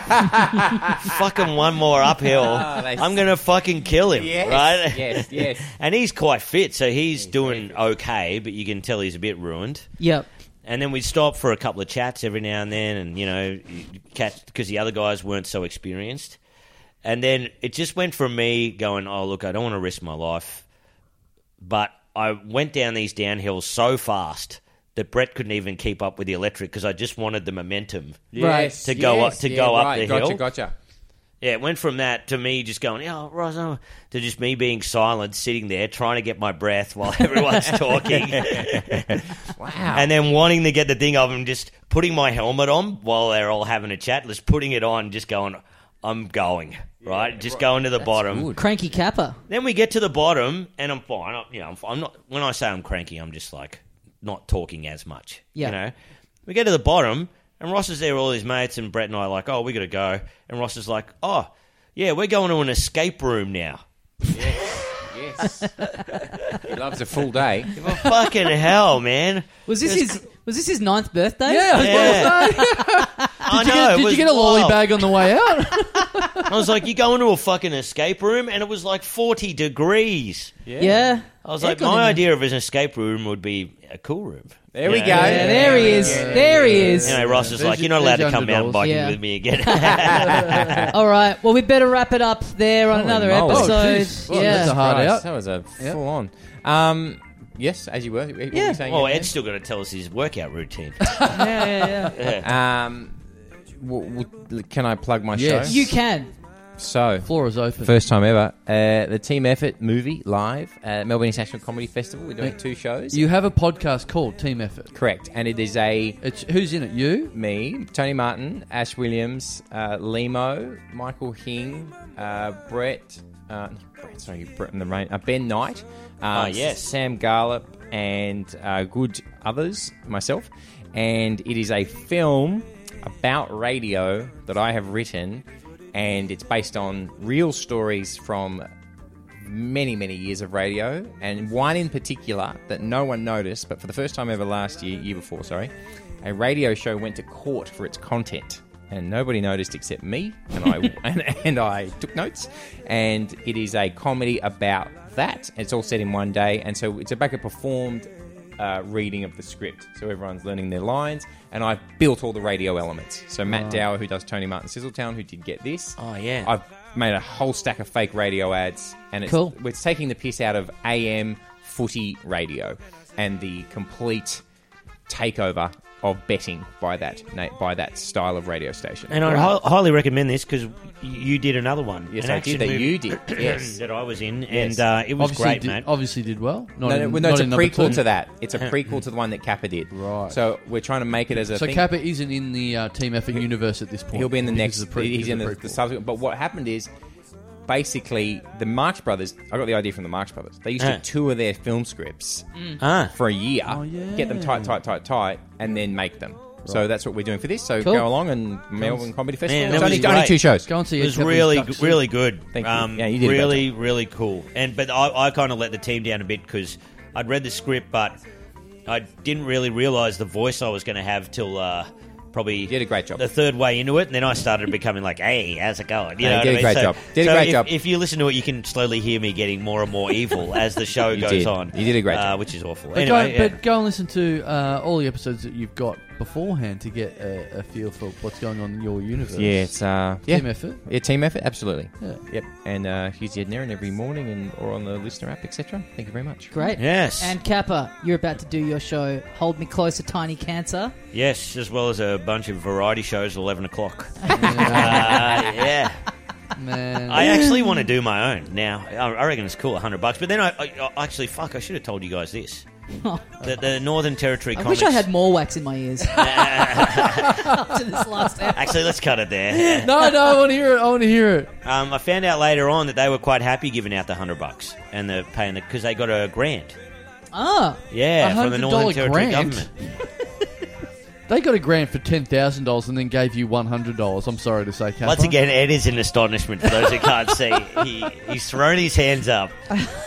S4: fucking one more uphill,
S3: Ah, they
S4: I'm gonna fucking kill him,
S3: Yes,
S4: right?
S3: yes, yes.
S4: and he's quite fit, so he's doing okay, but you can tell he's a bit ruined.
S1: yep.
S4: And then we'd stop for a couple of chats every now and then, and you know, catch because the other guys weren't so experienced. And then it just went from me going, "Oh look, I don't want to risk my life," but I went down these downhills so fast that Brett couldn't even keep up with the electric because I just wanted the momentum.
S3: Yes,
S4: To go up-
S3: yes,
S4: to
S3: yeah,
S4: go up
S3: right.
S4: the
S3: gotcha,
S4: hill.
S3: Gotcha,
S4: Yeah, it went from that to me just going, oh, Ros, oh," to just me being silent, sitting there trying to get my breath while everyone's talking,
S3: Wow.
S4: and then wanting to get the thing of them just putting my helmet on while they're all having a chat, just putting it on, just going, I'm going, right? Just going to the bottom.
S1: Cranky Kappa.
S4: Then we get to the bottom, and I'm fine. I, you know, I'm, fi- I'm not. When I say I'm cranky, I'm just like not talking as much.
S1: Yeah.
S4: You know, we get to the bottom, and Ross is there with all his mates, and Brett and I are like, "Oh, we got to go." And Ross is like, "Oh, yeah, we're going to an escape room now."
S3: yes. he loves a full day.
S4: Well, fucking hell, man!
S1: Was this his? Was this his ninth birthday?
S2: Yeah, I was
S4: Yeah. I
S2: Did, you
S4: know.
S2: get,
S4: it
S2: did
S4: was
S2: you get a lolly
S4: wild.
S2: bag on the way out?
S4: I was like, "You going to a fucking escape room?" And it was like forty degrees.
S1: Yeah.
S4: I was
S1: Yeah,
S4: like,
S1: good on
S4: "My
S1: him.
S4: idea of an escape room would be a cool room."
S3: There we
S4: Yeah.
S3: go.
S4: Yeah,
S1: Yeah, there he is. There he is.
S4: Anyway, Ross is
S2: There's
S4: like,
S2: your-
S4: "You're not allowed
S2: there's
S4: to come
S2: your
S4: mountain
S2: $100.
S4: biking
S1: Yeah.
S4: with me again."
S1: All right. Well, we better wrap it up there on another
S3: moly.
S2: Oh,
S1: episode.
S2: jeez. Well,
S1: yeah.
S2: that's a hard
S3: Christ,
S2: out.
S3: That was a full on. Um, yes, as you were. What were you saying
S4: Oh,
S3: again?
S4: Ed's still got to tell us his workout routine.
S1: yeah, yeah, yeah.
S3: Um, w- w- can I plug my
S2: Yes.
S3: show?
S1: You can.
S3: so
S2: Floor is open.
S3: First time ever. Uh, the Team Effort movie live at Melbourne International Comedy Festival. We're doing two shows.
S2: You have a podcast called Team Effort.
S3: Correct. And it is a
S2: It's who's in it? You.
S3: me, Tony Martin, Ash Williams, uh, Limo, Michael Hing, uh, Brett, uh, not Brett, sorry, Brett and the Rain, uh, Ben Knight, uh,
S4: Ah, yes.
S3: Sam Garlop, and uh, good others, myself. And it is a film about radio that I have written, and it's based on real stories from many, many years of radio, and one in particular that no one noticed, but for the first time ever last year, year before, sorry, a radio show went to court for its content. And nobody noticed except me, and I and, and I took notes. And it is a comedy about that. It's all set in one day, and so it's about a performed uh, reading of the script. So everyone's learning their lines, and I've built all the radio elements. So Matt Dower, who does Tony Martin Sizzletown, who did Get This.
S4: Oh, yeah.
S3: I've made a whole stack of fake radio ads, and it's,
S1: Cool.
S3: it's taking the piss out of AM footy radio and the complete takeover of betting by that na- by that style of radio station.
S4: and I hi- highly recommend this because you did another one.
S3: Yes,
S4: an
S3: I did,
S4: action
S3: that
S4: movie
S3: you did, yes.
S4: that I was in,
S3: Yes.
S4: and uh, it was
S2: obviously
S4: great,
S2: did,
S4: mate.
S2: Obviously did well. Not
S3: no,
S2: in-
S3: no, no,
S2: not
S3: it's a
S2: in number
S3: prequel
S2: two.
S3: to that. It's a prequel to the one that Kappa did.
S2: Right.
S3: So we're trying to make it as a
S2: So
S3: thing.
S2: Kappa isn't in the uh, Team Effort universe at this point.
S3: He'll be in the
S2: because
S3: next.
S2: of the pre-
S3: he's in
S2: because
S3: the,
S2: of
S3: the
S2: prequel.
S3: subsequent. But what happened is, basically, the Marx Brothers. I got the idea from the Marx Brothers. They used
S4: Yeah.
S3: to tour their film scripts
S4: Ah.
S3: for a year, get them
S2: yeah.
S3: tight, tight, tight, tight, and then make them. So that's what we're doing for this. So
S1: Cool.
S3: go along and Melbourne Comedy Festival.
S4: Man, that
S3: it's only,
S4: was
S3: only
S4: great.
S3: two shows.
S2: Go and see
S4: It was
S2: Kappa's
S4: really,
S2: ducks.
S4: really good.
S3: Thank you.
S4: Um,
S3: Yeah, you did a great
S4: really, really cool. And but I, I kind of let the team down a bit because I'd read the script, but I didn't really realize the voice I was going to have till. Uh, Probably you
S3: did a great job.
S4: The third way into it, and then I started becoming like, "Hey, how's it going?" You
S3: No,
S4: know,
S3: you did
S4: what
S3: a
S4: I mean?
S3: great
S4: so,
S3: job. Did a
S4: so
S3: great
S4: if,
S3: job.
S4: If you listen to it, you can slowly hear me getting more and more evil as the show
S3: You
S4: goes
S3: did.
S4: on.
S3: You did a great
S4: uh,
S3: job.
S4: which is awful.
S2: But,
S4: anyway,
S2: go,
S4: yeah.
S2: but go and listen to uh, all the episodes that you've got beforehand to get a, a feel for what's going on in your universe.
S3: Yeah, it's uh, yeah.
S2: Team Effort.
S3: Yeah, team effort, absolutely.
S2: Yeah.
S3: Yep, and uh, Hughes Yednarin every morning, and or on the listener app, etc. Thank you very much.
S1: Great.
S4: Yes.
S1: And Kappa, you're about to do your show, Hold Me Closer, Tiny Cancer.
S4: Yes, as well as a bunch of variety shows at 11 o'clock. uh, yeah.
S2: Man.
S4: I actually want to do my own now. I I reckon it's cool, 100 bucks. But then I, I, I actually, fuck, I should have told you guys this. The, the Northern Territory
S1: I
S4: comics.
S1: wish I had more wax in my ears. Up to this last hour.
S4: Actually, let's cut it there.
S2: no, no, I want to hear it. I want to hear it.
S4: Um, I found out later on that they were quite happy giving out the 100 bucks and the paying the, because they got a grant.
S1: Ah,
S4: Yeah,
S2: A
S4: from the
S2: $100
S4: Northern Territory
S2: grant?
S4: government.
S2: They got a grant for ten thousand dollars and then gave you one hundred dollars. I'm sorry to say, Kappa.
S4: Once again, Ed is in astonishment for those who can't see. He, he's thrown his hands up.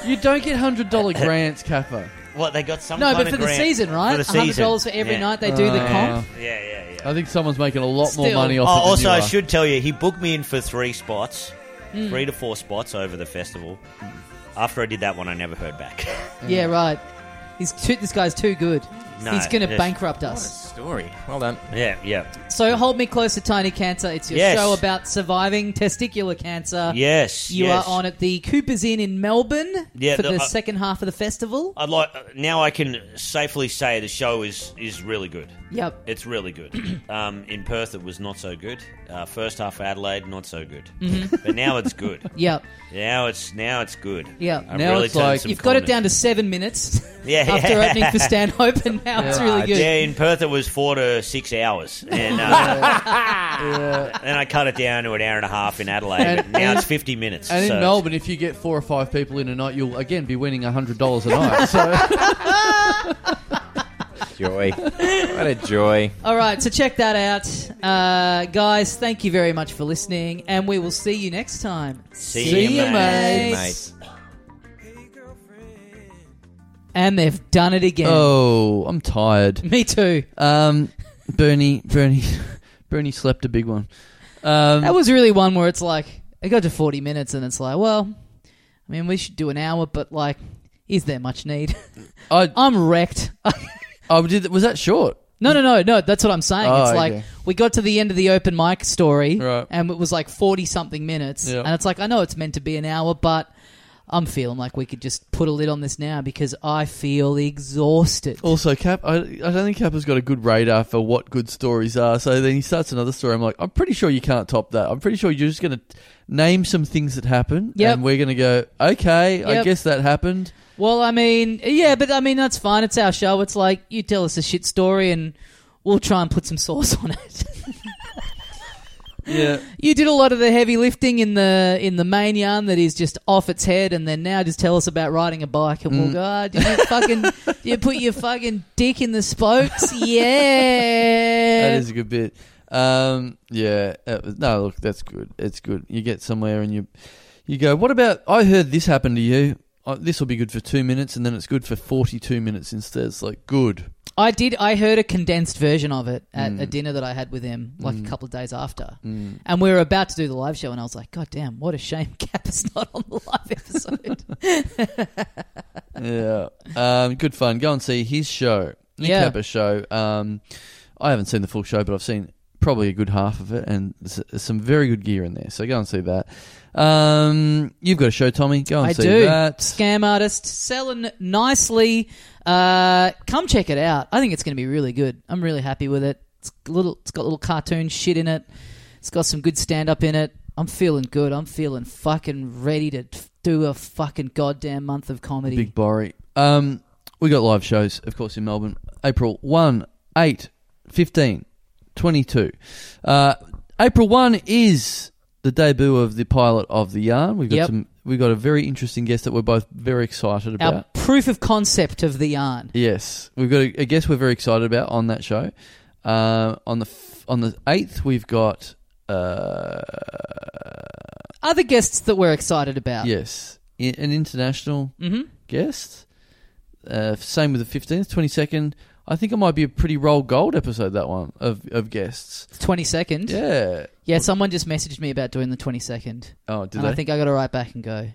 S2: you don't get hundred dollar grants, Kappa.
S4: What, they got some
S1: no,
S4: kind
S1: but
S4: of
S1: for the
S4: grant
S1: season, right?
S4: For the
S1: hundred
S4: season.
S1: dollars for every
S4: Yeah.
S1: night they do the
S2: Uh,
S1: comp.
S4: Yeah, yeah, yeah.
S2: I think someone's making a lot more
S1: Still.
S2: money
S4: Oh,
S2: off. it than
S4: also,
S2: you
S4: I
S2: are.
S4: should tell you, he booked me in for three spots,
S1: Hmm.
S4: three to four spots over the festival. After I did that one, I never heard back.
S1: Yeah, right. He's too, this guy's too good.
S4: No,
S1: He's going to
S4: yes.
S1: bankrupt
S3: What a
S1: us.
S3: story. Well done.
S4: Yeah, yeah.
S1: So hold me closer, Tiny Cancer. It's your
S4: Yes.
S1: show about surviving testicular cancer.
S4: Yes.
S1: You
S4: yes.
S1: are on at the Cooper's Inn in Melbourne
S4: Yeah,
S1: for the,
S4: the- uh, I-
S1: second half of the festival.
S4: I'd like uh, now I can safely say the show is is really good.
S1: yep.
S4: It's really good. um, in Perth, it was not so good. Uh, first half Adelaide, not so good.
S1: Mm-hmm.
S4: But now it's good.
S1: Yep.
S4: Now it's now it's good.
S1: Yeah.
S4: I've
S2: Now it's
S4: turned
S2: like-
S4: some
S1: You've got it
S4: corners.
S1: down to seven minutes
S4: Yeah.
S1: after opening for Stanhope, and now it's really good.
S4: Yeah, in Perth it was four to six hours, and uh, then I cut it down to an hour and a half in Adelaide.
S2: And-
S4: but now
S2: and-
S4: it's fifty minutes.
S2: And
S4: so-
S2: in Melbourne, if you get four or five people in a night, you'll again be winning hundred dollars a night. So
S3: Joy. what a joy.
S1: All right, so check that out. Uh, guys, thank you very much for listening, and we will see you next time.
S4: See,
S2: See
S4: you,
S2: you,
S4: mate.
S2: mate.
S3: Mate.
S1: And they've done it again.
S2: oh, I'm tired.
S1: Me too.
S2: Um, Bernie, Bernie, Bernie slept a big one. Um,
S1: That was really one where it's like, it got to 40 minutes, and it's like, well, I mean, we should do an hour, but like, is there much need?
S2: I,
S1: I'm wrecked.
S2: I did. Was that short?
S1: No, no, no, no. That's what I'm saying.
S2: Oh,
S1: it's like
S2: okay.
S1: we got to the end of the open mic story,
S2: Right.
S1: and it was like forty something minutes,
S2: Yeah.
S1: and it's like I know it's meant to be an hour, but I'm feeling like we could just put a lid on this now because I feel exhausted.
S2: Also, Cap, I, I don't think Cap has got a good radar for what good stories are. So then he starts another story. I'm like, I'm pretty sure you can't top that. I'm pretty sure you're just going to name some things that happened,
S1: Yep.
S2: and we're going to go, okay, I
S1: Yep.
S2: guess that happened.
S1: Well, I mean, yeah, but I mean that's fine. It's our show. It's like you tell us a shit story, and we'll try and put some sauce on it.
S2: Yeah,
S1: you did a lot of the heavy lifting in the in the main yarn that is just off its head, and then now just tell us about riding a bike, and
S2: Mm.
S1: we'll go. "Ah, did you fucking did you put your fucking dick in the spokes? Yeah. Uh,
S2: that is a good bit. Um, yeah, that was, no, look, that's good. It's good. You get somewhere and you, you go. What about? I heard this happened to you. Uh, this will be good for two minutes, and then it's good for forty-two minutes instead. It's like good.
S1: I did. I heard a condensed version of it at a
S2: Mm.
S1: dinner that I had with him, like
S2: Mm.
S1: a couple of days after,
S2: Mm.
S1: and we were about to do the live show, and I was like, God damn, what a shame, Cap is not on the live episode.
S2: yeah. Um, good fun. Go and see his show. Nick
S1: Yeah.
S2: Capper's show. Um, I haven't seen the full show, but I've seen probably a good half of it, and s- some very good gear in there. So go and see that. Um, you've got a show, Tommy. Go and
S1: I
S2: see
S1: do.
S2: that.
S1: Scam artist selling nicely. Uh, come check it out. I think it's going to be really good. I'm really happy with it. It's little. It's got little cartoon shit in it. It's got some good stand up in it. I'm feeling good. I'm feeling fucking ready to t- do a fucking goddamn month of comedy.
S2: Big Borry. Um, we got live shows, of course, in Melbourne. April 1, 8, 15, 22. Uh, April 1 is the debut of the pilot of The Yarn. We've got
S1: Yep.
S2: some. We've got a very interesting guest that we're both very excited about.
S1: Our proof of concept of the yarn.
S2: Yes, we've got a, a guest we're very excited about on that show. Uh, on the f- on the eighth, we've got uh,
S1: Other guests that we're excited about.
S2: yes, i- an international
S1: hmm
S2: guest. Uh, same with the fifteenth, twenty second. I think it might be a pretty roll gold episode that one of of guests.
S1: Twenty second.
S2: Yeah.
S1: Yeah, Someone just messaged me about doing the twenty second,
S2: Oh, did
S1: and
S2: they?
S1: I think I got to write back and go,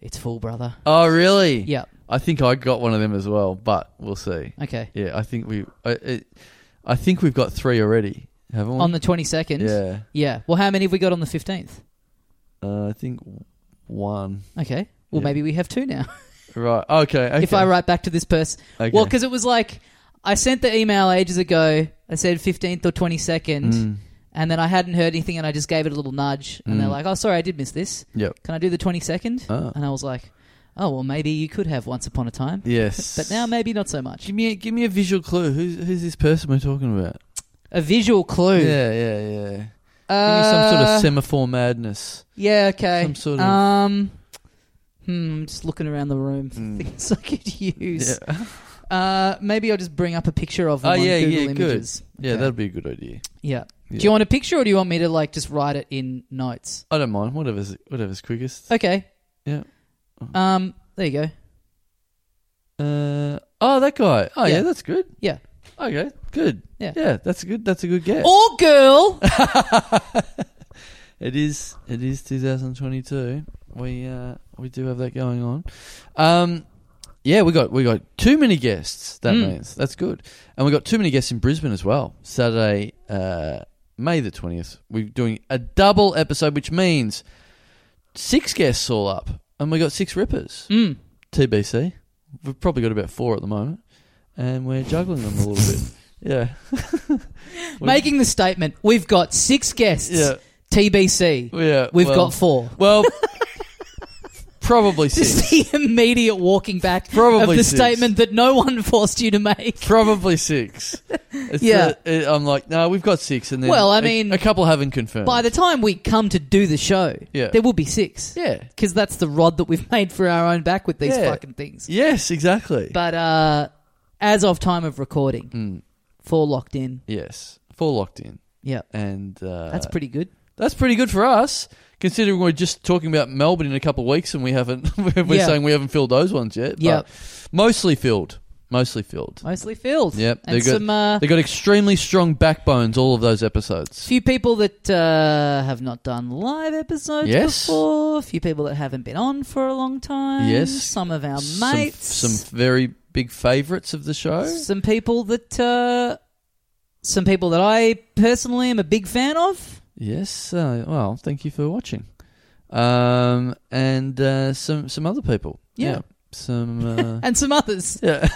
S1: "It's full, brother."
S2: oh, really?
S1: Yeah.
S2: I think I got one of them as well, but we'll see.
S1: Okay.
S2: Yeah, I think we. I, it, I think we've got three already, haven't we?
S1: On the twenty second.
S2: yeah.
S1: Yeah. Well, how many have we got on the 15th?
S2: Uh, I think one.
S1: Okay. Well,
S2: Yeah.
S1: maybe we have two now.
S2: Right. Okay. okay.
S1: if I write back to this person. Well,
S2: Okay.
S1: 'cause Well, because it was like, I sent the email ages ago. I said 15th or 22nd.
S2: Mm.
S1: And then I hadn't heard anything and I just gave it a little nudge. And they're
S2: Mm.
S1: like, oh, sorry, I did miss this.
S2: Yep.
S1: Can I do the 22nd?
S2: Ah.
S1: And I was like, oh, well, maybe you could have once upon a time.
S2: Yes.
S1: But now maybe not so much.
S2: give me a, give me a visual clue. Who's who's this person we're talking about?
S1: A visual clue.
S2: Yeah, yeah, yeah. Give
S1: Uh,
S2: me some sort of semaphore madness.
S1: Yeah, okay.
S2: some sort of-
S1: Um, hmm, I'm just looking around the room for
S2: Mm.
S1: things I could use.
S2: Yeah,
S1: Uh, maybe I'll just bring up a picture of them
S2: Oh,
S1: on
S2: yeah,
S1: Google
S2: yeah, good.
S1: Images.
S2: yeah,
S1: Okay.
S2: that'd be a good idea.
S1: yeah.
S2: Yeah.
S1: Do you want a picture or do you want me to like just write it in notes?
S2: I don't mind. Whatever's whatever's quickest.
S1: Okay.
S2: Yeah.
S1: Um. There you go.
S2: Uh, oh, that guy. Oh, yeah.
S1: Yeah.
S2: that's good.
S1: Yeah.
S2: Okay, good.
S1: Yeah.
S2: yeah, that's a good. That's a good guess.
S1: Or girl.
S2: It is. It is 2022. We uh, we do have that going on. Um, Yeah, we got we got too many guests.
S1: Hmm.
S2: That means that's good, and we got too many guests in Brisbane as well. Saturday, uh, May the twentieth, we're doing a double episode, which means six guests all up, and we got six rippers.
S1: Mm.
S2: TBC, we've probably got about four at the moment, and we're juggling them a little bit. Yeah,
S1: Making the statement, we've got six guests.
S2: Yeah.
S1: TBC.
S2: yeah.
S1: We've
S2: well-
S1: got four.
S2: Well, probably six.
S1: Just the immediate walking back of
S2: Probably
S1: the
S2: six.
S1: statement that no one forced you to make.
S2: Probably six. It's
S1: Yeah.
S2: the- it- I'm like, no, we've got six, and then
S1: Well, I
S2: a-
S1: mean,
S2: a, couple haven't confirmed.
S1: By the time we come to do the show,
S2: Yeah.
S1: there will be six.
S2: yeah,
S1: Because that's the rod that we've made for our own back with these
S2: Yeah.
S1: fucking things.
S2: yes, exactly. Mm,
S1: But uh, as of time of recording, four locked in.
S2: yes, four locked in,
S1: Yeah.
S2: and uh,
S1: That's pretty good.
S2: that's pretty good for us, considering we're just talking about Melbourne in a couple of weeks, and we haven't. We're we're
S1: Yeah.
S2: saying we haven't filled those ones yet. but
S1: Yeah.
S2: mostly filled, mostly filled.
S1: Mostly filled.
S2: Yep,
S1: And
S2: they got-
S1: some uh,
S2: They got extremely strong backbones. All of those episodes.
S1: few people that uh, have not done live episodes
S2: Yes.
S1: before. A few people that haven't been on for a long time.
S2: Yes.
S1: Some of our
S2: Some-
S1: mates.
S2: some, very big favourites of the show.
S1: some people that uh, some people that I personally am a big fan of.
S2: Yes. Uh, well, thank you for watching. Um, and uh, some some other people.
S1: Yeah.
S2: Some. Uh,
S1: And some others,
S2: yeah.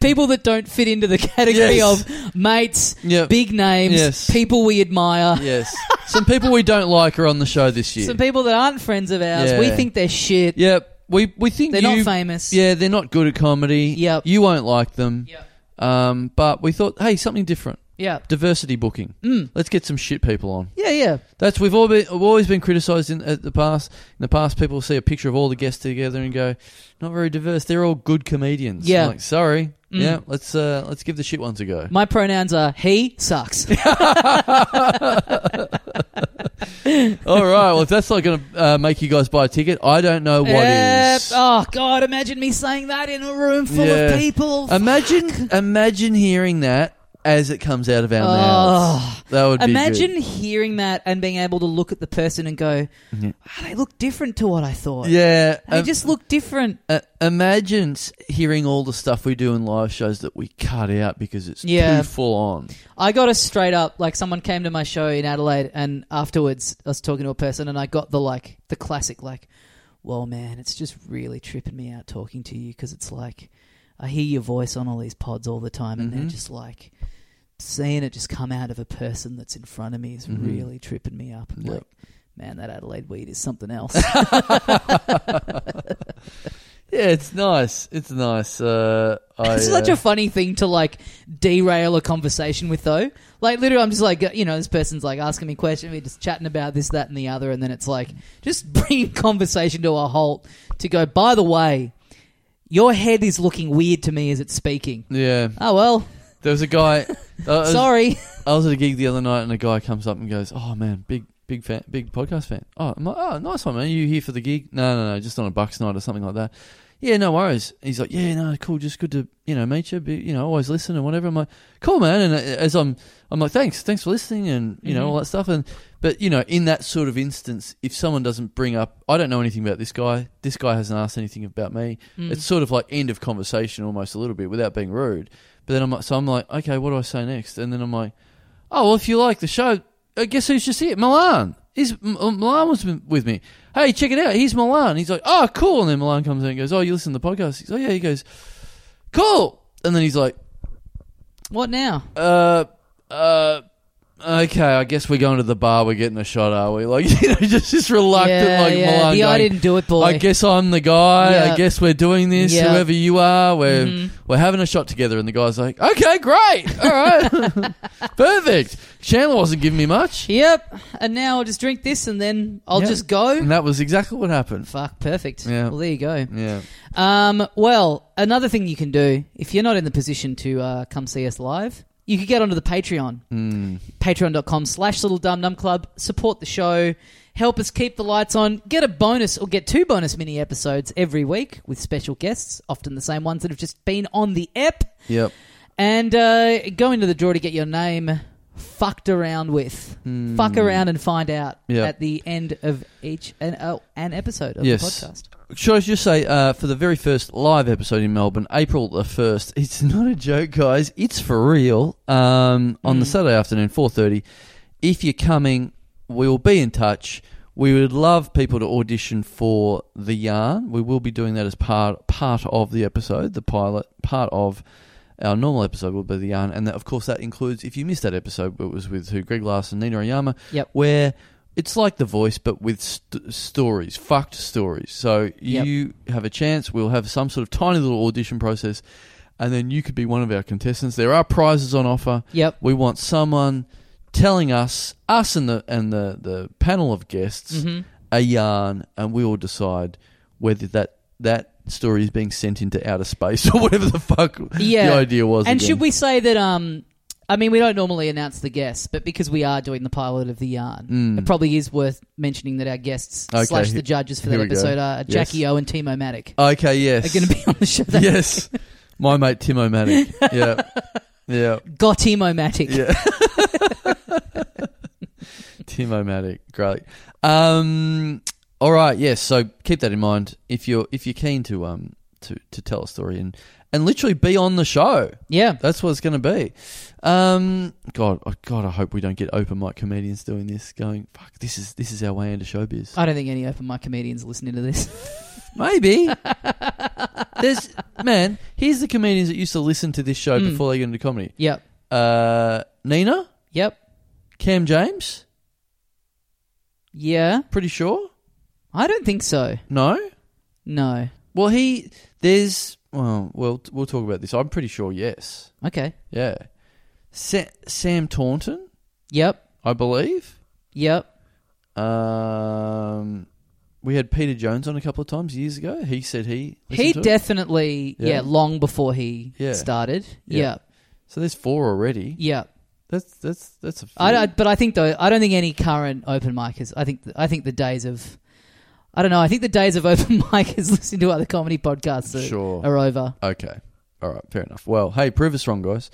S1: people that don't fit into the category
S2: Yes.
S1: of mates,
S2: yeah.
S1: big names,
S2: Yes.
S1: people we admire,
S2: Yes. Some people we don't like are on the show this year.
S1: some people that aren't friends of ours.
S2: Yeah.
S1: We think they're shit.
S2: Yep. We we think
S1: They're
S2: you-
S1: not famous.
S2: Yeah, they're not good at comedy.
S1: Yep.
S2: You won't like them.
S1: Yep.
S2: Um, but we thought, hey, something different.
S1: yeah,
S2: Diversity booking.
S1: Mm.
S2: Let's get some shit people on.
S1: yeah, yeah.
S2: That's we've all been, we've always been criticised in at the past. In the past, people see a picture of all the guests together and go, "Not very diverse. They're all good comedians."
S1: Yeah.
S2: I'm like sorry.
S1: Mm.
S2: Yeah, let's uh, let's give the shit ones a go.
S1: My pronouns are he sucks.
S2: all right. Well, if that's not going to uh, make you guys buy a ticket, I don't know what
S1: Yep.
S2: is.
S1: Oh God! Imagine me saying that in a room full
S2: Yeah.
S1: of people.
S2: Imagine imagine hearing that as it comes out of our
S1: Oh.
S2: mouths. That would be
S1: Imagine
S2: good.
S1: hearing that and being able to look at the person and go, "Wow, "They look different to what I thought.
S2: Mm-hmm. Yeah.
S1: they
S2: um,
S1: just look different."
S2: Uh, imagine s- hearing all the stuff we do in live shows that we cut out because it's
S1: Yeah.
S2: too full on.
S1: I got a straight up like someone came to my show in Adelaide, and afterwards I was talking to a person, and I got the like the classic like, "Well, man, it's just really tripping me out talking to you because it's like I hear your voice on all these pods all the time, and they're
S2: Mhm.
S1: just like." Seeing it just come out of a person that's in front of me is
S2: Mhm.
S1: really tripping me up. I'm
S2: Yep.
S1: like, man, that Adelaide weed is something else.
S2: Yeah, it's nice. It's nice. Uh, I,
S1: it's such a
S2: uh,
S1: funny thing to like derail a conversation with though like literally i'm just like you know this person's like asking me questions we're just chatting about this that and the other and then it's like just bring conversation to a halt to go by the way your head is looking weird to me as it's speaking
S2: yeah.
S1: oh well
S2: There was a guy. I was,
S1: sorry
S2: I was at a gig the other night, and a guy comes up and goes, "Oh man, big big fan, big podcast fan. Oh, I'm like, oh, nice one, man. You here for the gig? No, no, no, just on a Bucks night or something like that. Yeah, no worries. He's like, yeah, no, cool. Just good to you know meet you. Be, you know, always listen and whatever. I'm like, cool, man. And uh, as I'm, I'm like, thanks, thanks for listening and you know all that stuff. And but you know, in that sort of instance, if someone doesn't bring up, I don't know anything about this guy. This guy hasn't asked anything about me.
S1: Mm.
S2: It's sort of like end of conversation almost a little bit without being rude. But then I'm like, so I'm like, okay, what do I say next? And then I'm like, oh well, if you like the show, uh, guess who's just here? Milan. He's M- M- Milan was m- with me. Hey, check it out. He's Milan. He's like, oh, cool. And then Milan comes in and goes, oh, you listen to the podcast? He's like, yeah. He goes, cool. And then he's like,
S1: Hmm. what now
S2: uh, uh. Okay, I guess we're going to the bar. We're getting a shot, are we? Like, you know, just just reluctant,
S1: yeah,
S2: like
S1: yeah.
S2: Milan.
S1: the i
S2: going,
S1: didn't do it boy
S2: I guess I'm the guy.
S1: Yeah.
S2: I guess we're doing this.
S1: Yeah. Mm-hmm.
S2: Whoever you are, we're we're having a shot together. And the guy's like, "Okay, great, all right, perfect." Chandler wasn't giving me much,
S1: yep and now i'll just drink this and then i'll
S2: Yeah.
S1: just go
S2: and that was exactly what happened.
S1: fuck perfect
S2: Yeah.
S1: well there you go
S2: Yeah,
S1: Um, well, another thing you can do if you're not in the position to uh, come see us live, you could get onto the Patreon.
S2: Mm.
S1: Patreon.com slash Little Dum Dum Club. Support the show. Help us keep the lights on. Get a bonus or get two bonus mini episodes every week with special guests, often the same ones that have just been on the ep.
S2: yep.
S1: And uh, go into the draw to get your name fucked around with.
S2: Hmm.
S1: Fuck around and find out
S2: Yeah.
S1: at the end of each an, oh, an episode of
S2: Yes.
S1: the podcast.
S2: Should I just say, uh, for the very first live episode in Melbourne, April the first. It's not a joke, guys. It's for real. Um, on the Saturday afternoon, four thirty. If you're coming, we will be in touch. We would love people to audition for the yarn. We will be doing that as part part of the episode, the pilot part of our normal episode will be the yarn, and that, of course that includes if you missed that episode, it was with who Greg Larson, Nina Oyama,
S1: Yep.
S2: where it's like the voice but with st- stories, fucked stories. So
S1: Yep.
S2: you have a chance. We'll have some sort of tiny little audition process, and then you could be one of our contestants. There are prizes on offer.
S1: Yep.
S2: We want someone telling us, us and the and the the panel of guests,
S1: Mm-hmm.
S2: a yarn, and we will decide whether that that story is being sent into outer space or whatever the fuck
S1: Yeah.
S2: the idea was.
S1: And
S2: again.
S1: should we say that? Um, I mean, we don't normally announce the guests, but because we are doing the pilot of the yarn,
S2: Hmm.
S1: it probably is worth mentioning that our guests
S2: Mm. Okay,
S1: slash
S2: he-
S1: the judges for
S2: here
S1: that
S2: we go.
S1: episode are
S2: Yes.
S1: Jackie O and Timo Matic
S2: Okay. Yes.
S1: are going to be on the show. That
S2: yes. My mate Tim O'Matic. Yeah. Yeah.
S1: got Timo Matic.
S2: Yeah. Tim O'Matic. Great. Um all right, yes, so keep that in mind if you're if you're keen to um to, to tell a story and and literally be on the show.
S1: Yeah.
S2: That's what it's going to be. Um, God, oh, God, I hope we don't get open mic comedians doing this. Going, fuck, this is this is our way into showbiz.
S1: I don't think any open mic comedians are listening to this.
S2: Maybe. There's man. Here's the comedians that used to listen to this show
S1: Mm.
S2: before they got into comedy.
S1: yep.
S2: Uh, Nina,
S1: Yep.
S2: Cam James,
S1: Yeah.
S2: pretty sure.
S1: I don't think so.
S2: No.
S1: No.
S2: Well, he there's well, we'll we'll talk about this. I'm pretty sure. Yes.
S1: Okay.
S2: Yeah. Sa- Sam Taunton,
S1: Yep.
S2: I believe.
S1: Yep.
S2: Um, we had Peter Jones on a couple of times years ago. He said he listened
S1: he
S2: to it.
S1: definitely, yeah.
S2: Yeah.
S1: long before he
S2: Yeah.
S1: started.
S2: Yeah.
S1: Yeah.
S2: So there's four already.
S1: Yeah.
S2: That's that's that's a. Few.
S1: I, I, but I think though I don't think any current open micers. I think I think the days of I don't know. I think the days of open micers listening to other comedy podcasts are,
S2: Sure.
S1: are over.
S2: Okay. All right. Fair enough. Well, hey, prove us wrong, guys.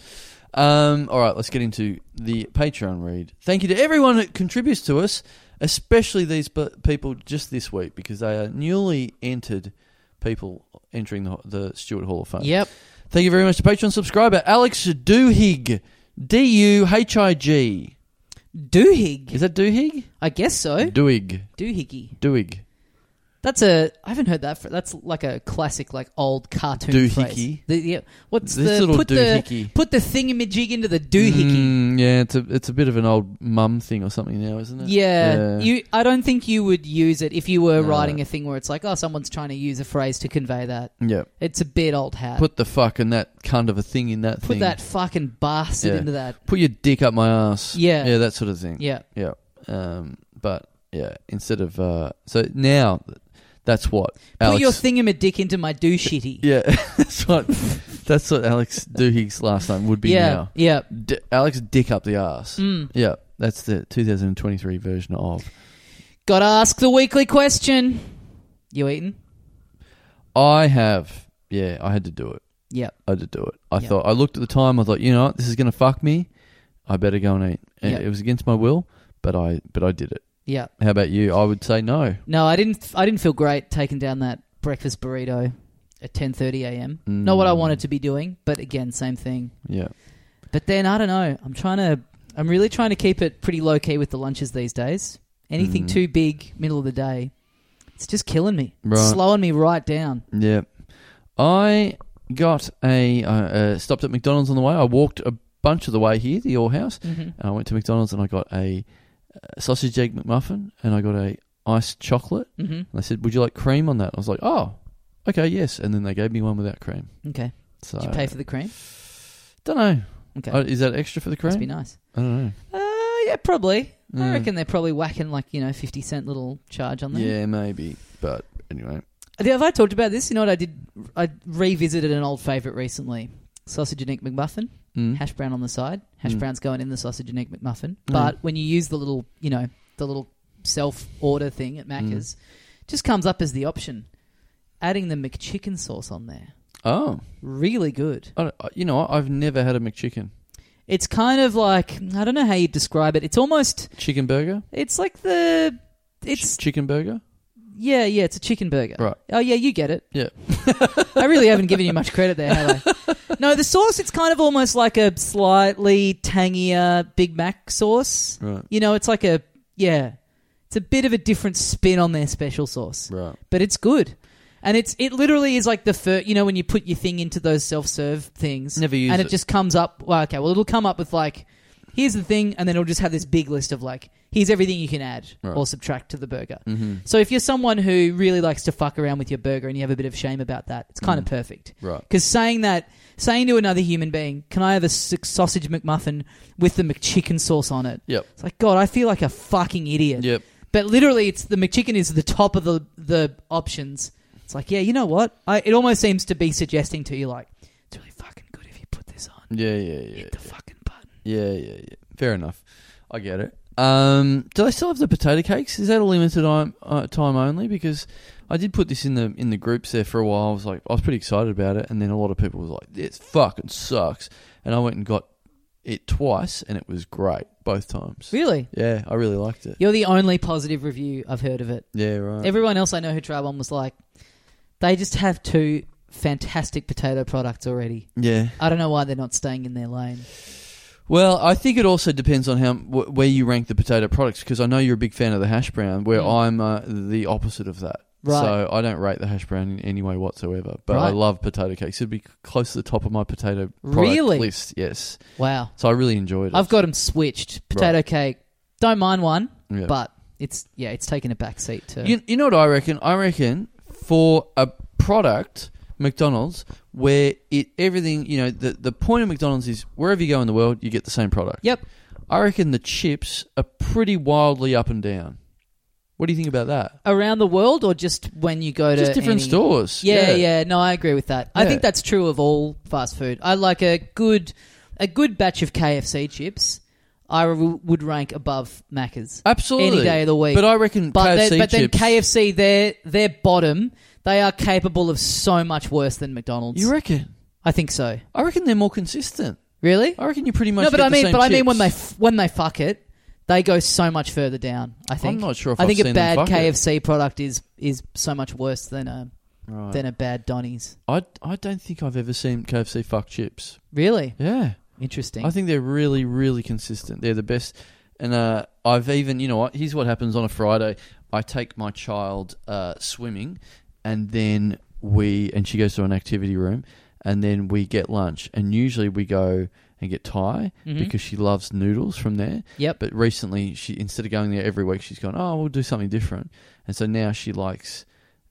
S2: Um, all right. Let's get into the Patreon read. Thank you to everyone that contributes to us, especially these bu- people just this week because they are newly entered people entering the, the Stewart Hall of Fame.
S1: Yep.
S2: Thank you very much to Patreon subscriber Alex Duhig. D U H I G.
S1: Doohig.
S2: Is that Duhig?
S1: I guess so.
S2: Duig.
S1: Doohiggy.
S2: Duig.
S1: That's a I haven't heard that. For, that's like a classic, like old cartoon
S2: Doohickey.
S1: phrase. The, yeah. What's
S2: This
S1: the
S2: little
S1: put the
S2: doohickey.
S1: put the thingamajig into the doohickey?
S2: Mm, yeah, it's a it's a bit of an old mum thing or something now, isn't it?
S1: Yeah. you. I don't think you would use it if you were
S2: No.
S1: writing a thing where it's like, oh, someone's trying to use a phrase to convey that.
S2: yeah.
S1: It's a bit old hat.
S2: Put the fuck and that kind of a thing in that
S1: Put
S2: thing.
S1: that fucking bastard
S2: Yeah.
S1: into that.
S2: Put your dick up my ass.
S1: Yeah.
S2: Yeah, that sort of thing.
S1: Yeah.
S2: Yeah. Um, but yeah, instead of uh, so now that's what Alex.
S1: Put your thingamadick into my do shitty.
S2: yeah, that's what that's what Alex Duhig's last name would be
S1: yeah.
S2: now.
S1: Yeah.
S2: D- Alex dick up the ass.
S1: Mm.
S2: Yeah, that's the 2023 version of.
S1: Gotta ask the weekly question. You eating?
S2: I have. Yeah, I had to do it.
S1: Yep.
S2: I had to do it. I
S1: Yeah.
S2: thought I looked at the time. I thought, you know, what? this is going to fuck me. I better go and eat. And
S1: Yeah.
S2: It was against my will, but I but I did it.
S1: Yeah.
S2: How about you? I would say no.
S1: No, I didn't. I didn't feel great taking down that breakfast burrito at ten thirty a.m. Not what I wanted to be doing, but again, same thing.
S2: Yeah.
S1: But then I don't know. I'm trying to. I'm really trying to keep it pretty low key with the lunches these days. Anything
S2: Mhm.
S1: too big, middle of the day, it's just killing me. It's
S2: Right.
S1: slowing me right down.
S2: Yeah. I got a uh, uh, stopped at McDonald's on the way. I walked a bunch of the way here to your house,
S1: Mhm.
S2: and I went to McDonald's and I got a uh, sausage egg McMuffin and I got a iced chocolate.
S1: Mhm.
S2: And they said, "Would you like cream on that?" I was like, "Oh, okay, yes." And then they gave me one without cream.
S1: Okay.
S2: So
S1: Did you pay for the cream?
S2: Don't know.
S1: Okay.
S2: Uh, is that extra for the
S1: Must be
S2: cream?
S1: nice.
S2: I don't know.
S1: Uh, yeah, probably. I
S2: Mm.
S1: reckon they're probably whacking like you know fifty cent little charge on them.
S2: Yeah, maybe. But anyway,
S1: Have I talked about this? You know what I did? I revisited an old favourite recently: sausage and egg McMuffin,
S2: Mm.
S1: hash brown on the side. Hash
S2: Mm.
S1: brown's going in the sausage and egg McMuffin.
S2: Hmm.
S1: But when you use the little, you know, the little self order thing at Macca's,
S2: Hmm.
S1: just comes up as the option. Adding the McChicken sauce on there,
S2: oh,
S1: really good.
S2: I don't- you know, what? I've never had a McChicken.
S1: It's kind of like I don't know how you describe it. It's almost
S2: Chicken burger?
S1: it's like the
S2: Ch-
S1: it's
S2: chicken burger?
S1: yeah yeah it's a chicken burger.
S2: Right.
S1: Oh yeah, you get it.
S2: Yeah.
S1: I really haven't given you much credit there, have I? No, the sauce, it's kind of almost like a slightly tangier Big Mac sauce.
S2: Right.
S1: You know, it's like a, yeah, it's a bit of a different spin on their special sauce.
S2: Right.
S1: But it's good. And it's it literally is like the first, you know, when you put your thing into those self serve things.
S2: Never use
S1: And it,
S2: it.
S1: just comes up. Well, okay, well, it'll come up with like, here's the thing, and then it'll just have this big list of like, here's everything you can add
S2: Right.
S1: or subtract to the burger.
S2: Mm-hmm.
S1: So if you're someone who really likes to fuck around with your burger and you have a bit of shame about that, it's kind of
S2: Mm.
S1: perfect.
S2: Right.
S1: Because saying that, saying to another human being, "Can I have a s- sausage McMuffin with the McChicken sauce on it?"
S2: Yep.
S1: It's like God, I feel like a fucking idiot.
S2: Yep.
S1: But literally, it's the McChicken is the top of the the options. It's like, yeah, you know what? I, it almost seems to be suggesting to you like, it's really fucking good if you put this on.
S2: Yeah, yeah, yeah.
S1: Hit the fucking button.
S2: Yeah, yeah, yeah. Fair enough. I get it. Um, do they still have the potato cakes? Is that a limited time, uh, time only? Because I did put this in the in the groups there for a while. I was like, I was pretty excited about it, and then a lot of people was like, "This fucking sucks," and I went and got it twice, and it was great both times.
S1: Really?
S2: Yeah, I really liked it.
S1: You're the only positive review I've heard of it.
S2: Yeah, right.
S1: Everyone else I know who tried one was like, they just have two fantastic potato products already.
S2: yeah.
S1: I don't know why they're not staying in their lane.
S2: Well, I think it also depends on how wh- where you rank the potato products because I know you're a big fan of the hash brown, where
S1: Mm.
S2: I'm uh, the opposite of that.
S1: Right.
S2: So I don't rate the hash brown in any way whatsoever, but I
S1: Right.
S2: love potato cakes. It'd be close to the top of my potato product
S1: Really?
S2: list. Yes,
S1: Wow.
S2: so I really enjoyed it.
S1: I've got them switched. Potato cake. Don't mind one,
S2: Yeah.
S1: but it's yeah, it's taken a back seat to
S2: You, you know what I reckon? I reckon for a product, McDonald's, where it everything you know the the point of McDonald's is wherever you go in the world, you get the same product.
S1: Yep.
S2: I reckon the chips are pretty wildly up and down. What do you think about that?
S1: around the world or just when you go to
S2: Just different
S1: uh, any-
S2: stores.
S1: Yeah, yeah, No, I agree with that. I
S2: Yeah.
S1: think that's true of all fast food. I like a good a good batch of KFC chips. I w- would rank above Macca's.
S2: Absolutely.
S1: Any day of the week.
S2: But I reckon
S1: But,
S2: KFC
S1: then, but then
S2: chips.
S1: KFC, their their bottom, they are capable of so much worse than McDonald's.
S2: you reckon?
S1: I think so.
S2: I reckon they're more consistent.
S1: Really?
S2: I reckon you pretty much
S1: No, but
S2: get
S1: I
S2: the
S1: mean,
S2: same
S1: but I mean
S2: chips.
S1: when they f- when they fuck it, they go so much further down. I think.
S2: not sure if
S1: I
S2: I've
S1: think
S2: seen
S1: a
S2: them
S1: bad
S2: fuck it.
S1: KFC product is is so much worse than a than a bad Donny's.
S2: I I don't think I've ever seen KFC fuck chips.
S1: Really
S2: Yeah.
S1: interesting.
S2: I think they're really, really consistent. They're the best. And uh, I've even, you know what? Here's what happens on a Friday. I take my child uh, swimming, and then we, and she goes to an activity room, and then we get lunch. And usually we go and get Thai because she loves noodles from there.
S1: Yep.
S2: But recently, she instead of going there every week, she's gone, oh, we'll do something different. And so now she likes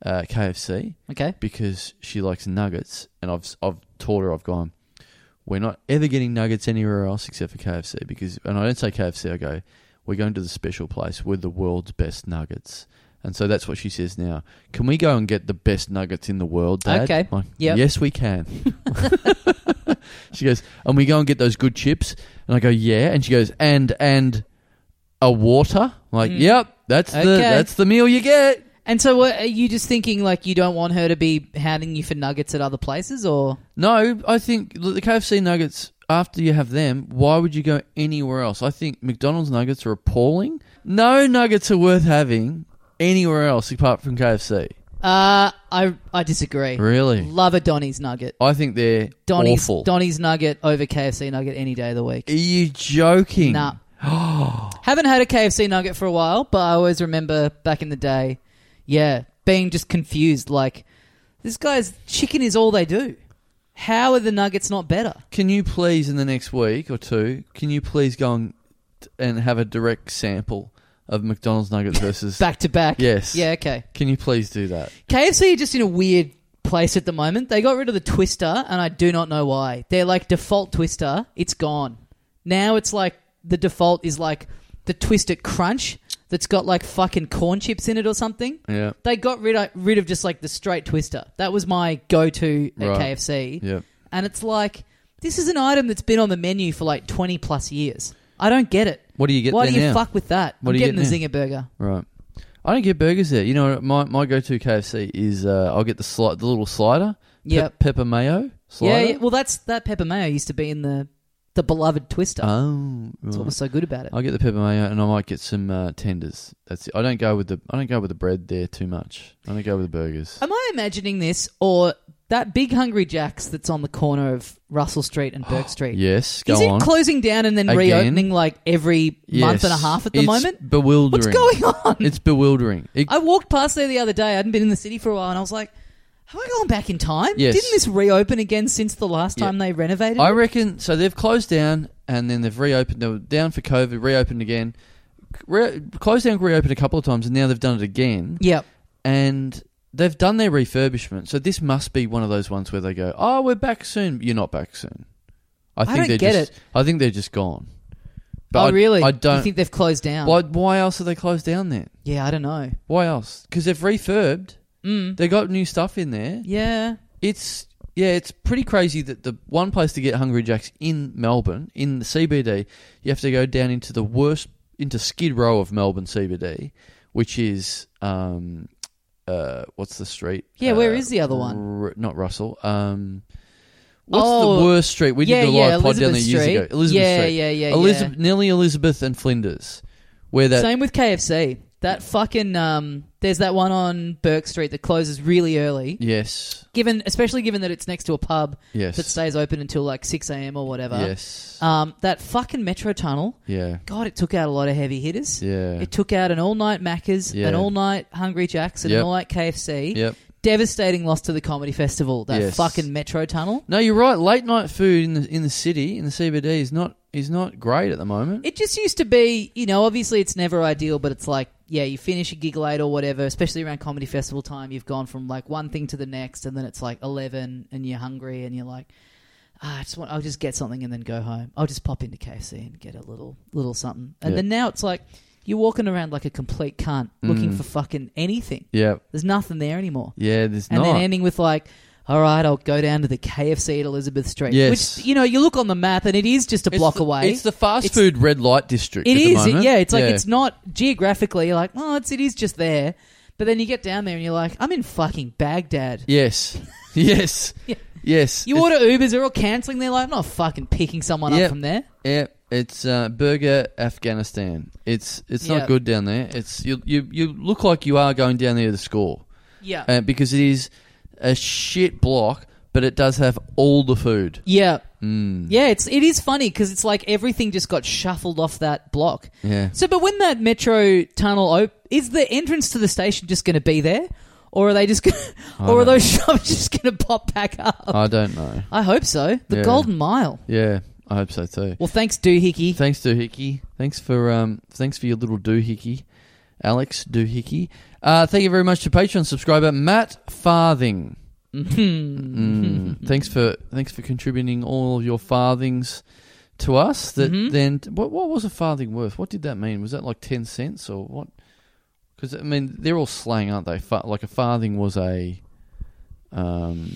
S2: uh, KFC
S1: okay.
S2: because she likes nuggets, and I've I've taught her. I've gone. We're not ever getting nuggets anywhere else except for KFC because, and I don't say KFC. I go, we're going to the special place with the world's best nuggets, and so that's what she says now. Can we go and get the best nuggets in the world, Dad?
S1: Okay.
S2: I'm like,
S1: Yep.
S2: Yes, we can. she goes, and we go and get those good chips, and I go, yeah, and she goes, and and a water. I'm like, yep, that's the
S1: Hmm. Okay.
S2: that's the meal you get.
S1: And so, what, are you just thinking like you don't want her to be hounding you for nuggets at other places, or
S2: No, I think look, the KFC nuggets. After you have them, why would you go anywhere else? I think McDonald's nuggets are appalling. No nuggets are worth having anywhere else apart from KFC.
S1: uh, I I disagree.
S2: Really,
S1: Love a Donny's nugget.
S2: I think they're
S1: Donny's
S2: awful.
S1: Donny's nugget over KFC nugget any day of the week.
S2: are you joking?
S1: Nah. Haven't had a KFC nugget for a while, but I always remember back in the day, yeah, being just confused. Like, this guy's chicken is all they do. How are the nuggets not better?
S2: Can you please, in the next week or two, can you please go and and have a direct sample of McDonald's nuggets versus?
S1: Back to back.
S2: Yes.
S1: Yeah, okay.
S2: Can you please do that?
S1: KFC are just in a weird place at the moment. They got rid of the twister, and I do not know why. They're like default twister, it's gone. Now it's like the default is like the twisted crunch that's got like fucking corn chips in it or something.
S2: Yeah.
S1: They got rid of, rid of just like the straight twister. That was my go to at
S2: Right.
S1: KFC.
S2: Yeah.
S1: And it's like, this is an item that's been on the menu for like 20 plus years. I don't get it.
S2: What do you get
S1: Why
S2: there
S1: do you
S2: now?
S1: fuck with that?
S2: What
S1: I'm
S2: do you
S1: getting
S2: get
S1: the
S2: now?
S1: Zinger burger.
S2: Right. I don't get burgers there. You know, my, my go to KFC is uh, I'll get the sli- the little slider.
S1: Yep.
S2: pepper mayo
S1: Yeah,
S2: slider.
S1: yeah. Well, that's that pepper mayo used to be in the. the beloved Twister.
S2: Oh,
S1: That's what
S2: right.
S1: was so good about it.
S2: I'll get the pepper mayo and I might get some uh, tenders. That's it. I don't go with the I don't go with the bread there too much. I don't go with the burgers.
S1: Am I imagining this or that big Hungry Jack's that's on the corner of Russell Street and Burke Street?
S2: Yes, go
S1: Is it
S2: on.
S1: closing down and then
S2: Again?
S1: reopening like every month
S2: Yes.
S1: and a half at the
S2: It's
S1: moment?
S2: Bewildering.
S1: What's going on?
S2: It's bewildering. It-
S1: I walked past there the other day. I hadn't been in the city for a while, and I was like, "Have I gone back in time?
S2: Yes.
S1: Didn't this reopen again since the last
S2: Yeah.
S1: time they renovated?"
S2: I
S1: it?
S2: reckon so. They've closed down and then they've reopened. They were down for COVID, reopened again, re- closed down, reopened a couple of times, and now they've done it again.
S1: Yep.
S2: and they've done their refurbishment. So this must be one of those ones where they go, "Oh, we're back soon." You're not back soon. I think
S1: don't
S2: they're
S1: get
S2: just,
S1: it.
S2: I think they're just gone.
S1: oh,
S2: I-
S1: really?
S2: I
S1: You
S2: don't.
S1: think they've closed down?
S2: why, why else are they closed down then?
S1: Yeah, I don't know.
S2: Why else? Because they've refurbed.
S1: Mm.
S2: They got new stuff in there.
S1: Yeah.
S2: It's yeah, it's pretty crazy that the one place to get Hungry Jacks in Melbourne, in the CBD, you have to go down into the worst, into Skid Row of Melbourne CBD, which is um, uh, what's the street?
S1: Yeah, where is the other one?
S2: Ru- not Russell. Um, what's
S1: Oh,
S2: the worst street? We
S1: yeah,
S2: did a
S1: yeah,
S2: live pod down there
S1: Elizabeth
S2: years
S1: Street.
S2: ago. Elizabeth
S1: Yeah,
S2: Street.
S1: yeah, yeah,
S2: Elizabeth,
S1: yeah.
S2: Nellie Elizabeth and Flinders, where that
S1: Same with KFC. That fucking um, there's that one on Burke Street that closes really early.
S2: yes,
S1: Given, especially given that it's next to a pub
S2: yes,
S1: that stays open until like six a.m. or whatever.
S2: yes,
S1: Um, that fucking metro tunnel.
S2: yeah,
S1: God, it took out a lot of heavy hitters.
S2: yeah,
S1: It took out an all night Macca's,
S2: Yeah.
S1: an all night Hungry Jack's, and an
S2: Yep.
S1: all night KFC.
S2: yep.
S1: Devastating loss to the comedy festival. That
S2: Yes.
S1: fucking metro tunnel.
S2: No, you're right. Late night food in the in the city in the CBD is not is not great at the moment.
S1: It just used to be, you know, obviously it's never ideal, but it's like, yeah, you finish a gig late or whatever, especially around comedy festival time. You've gone from like one thing to the next, and then it's like eleven, and you're hungry, and you're like, ah, I just want, I'll just get something and then go home. I'll just pop into KFC and get a little little something, and
S2: Yeah.
S1: then now it's like you're walking around like a complete cunt, looking
S2: Mm.
S1: for fucking anything.
S2: yeah,
S1: There's nothing there anymore.
S2: yeah. There's
S1: And
S2: not.
S1: then ending with like, all right, I'll go down to the KFC at Elizabeth Street.
S2: Yes.
S1: Which, you know, you look on the map and it is just a
S2: It's
S1: block
S2: the-
S1: away.
S2: It's the fast
S1: It's-
S2: food red light district.
S1: It
S2: at the
S1: is, it-
S2: moment.
S1: yeah. It's like, it's not geographically, you're like, oh, it's, it is just there. But then you get down there and you're like, I'm in fucking Baghdad.
S2: Yes, yes,
S1: Yeah.
S2: yes.
S1: You
S2: It's-
S1: order Ubers, they're all cancelling. They're like, I'm not fucking picking someone
S2: Yeah.
S1: up from there.
S2: Yeah, it's uh, burger Afghanistan. It's it's
S1: Yeah.
S2: not good down there. It's you you you look like you are going down there to score
S1: Yeah.
S2: uh, because it is a shit block, but it does have all the food.
S1: yeah.
S2: Mm.
S1: Yeah, it's it is funny because it's like everything just got shuffled off that block.
S2: Yeah.
S1: So, but when that metro tunnel op- is the entrance to the station just going to be there, or are they just, gonna, or are
S2: don't know.
S1: those shops just going to pop back up?
S2: I don't know.
S1: I hope so. The
S2: Yeah.
S1: Golden Mile.
S2: Yeah, I hope so too.
S1: Well, thanks, Doohickey.
S2: Thanks, Doohickey. Thanks for um, thanks for your little doohickey, Alex Doohickey. Uh, thank you very much to Patreon subscriber Matt Farthing.
S1: Mm-hmm.
S2: Mm. thanks for thanks for contributing all of your farthings to us. That
S1: Mhm.
S2: then what what was a farthing worth? What did that mean? Was that like ten cents or what? Because I mean they're all slang, aren't they? Fa- like a farthing was a, um,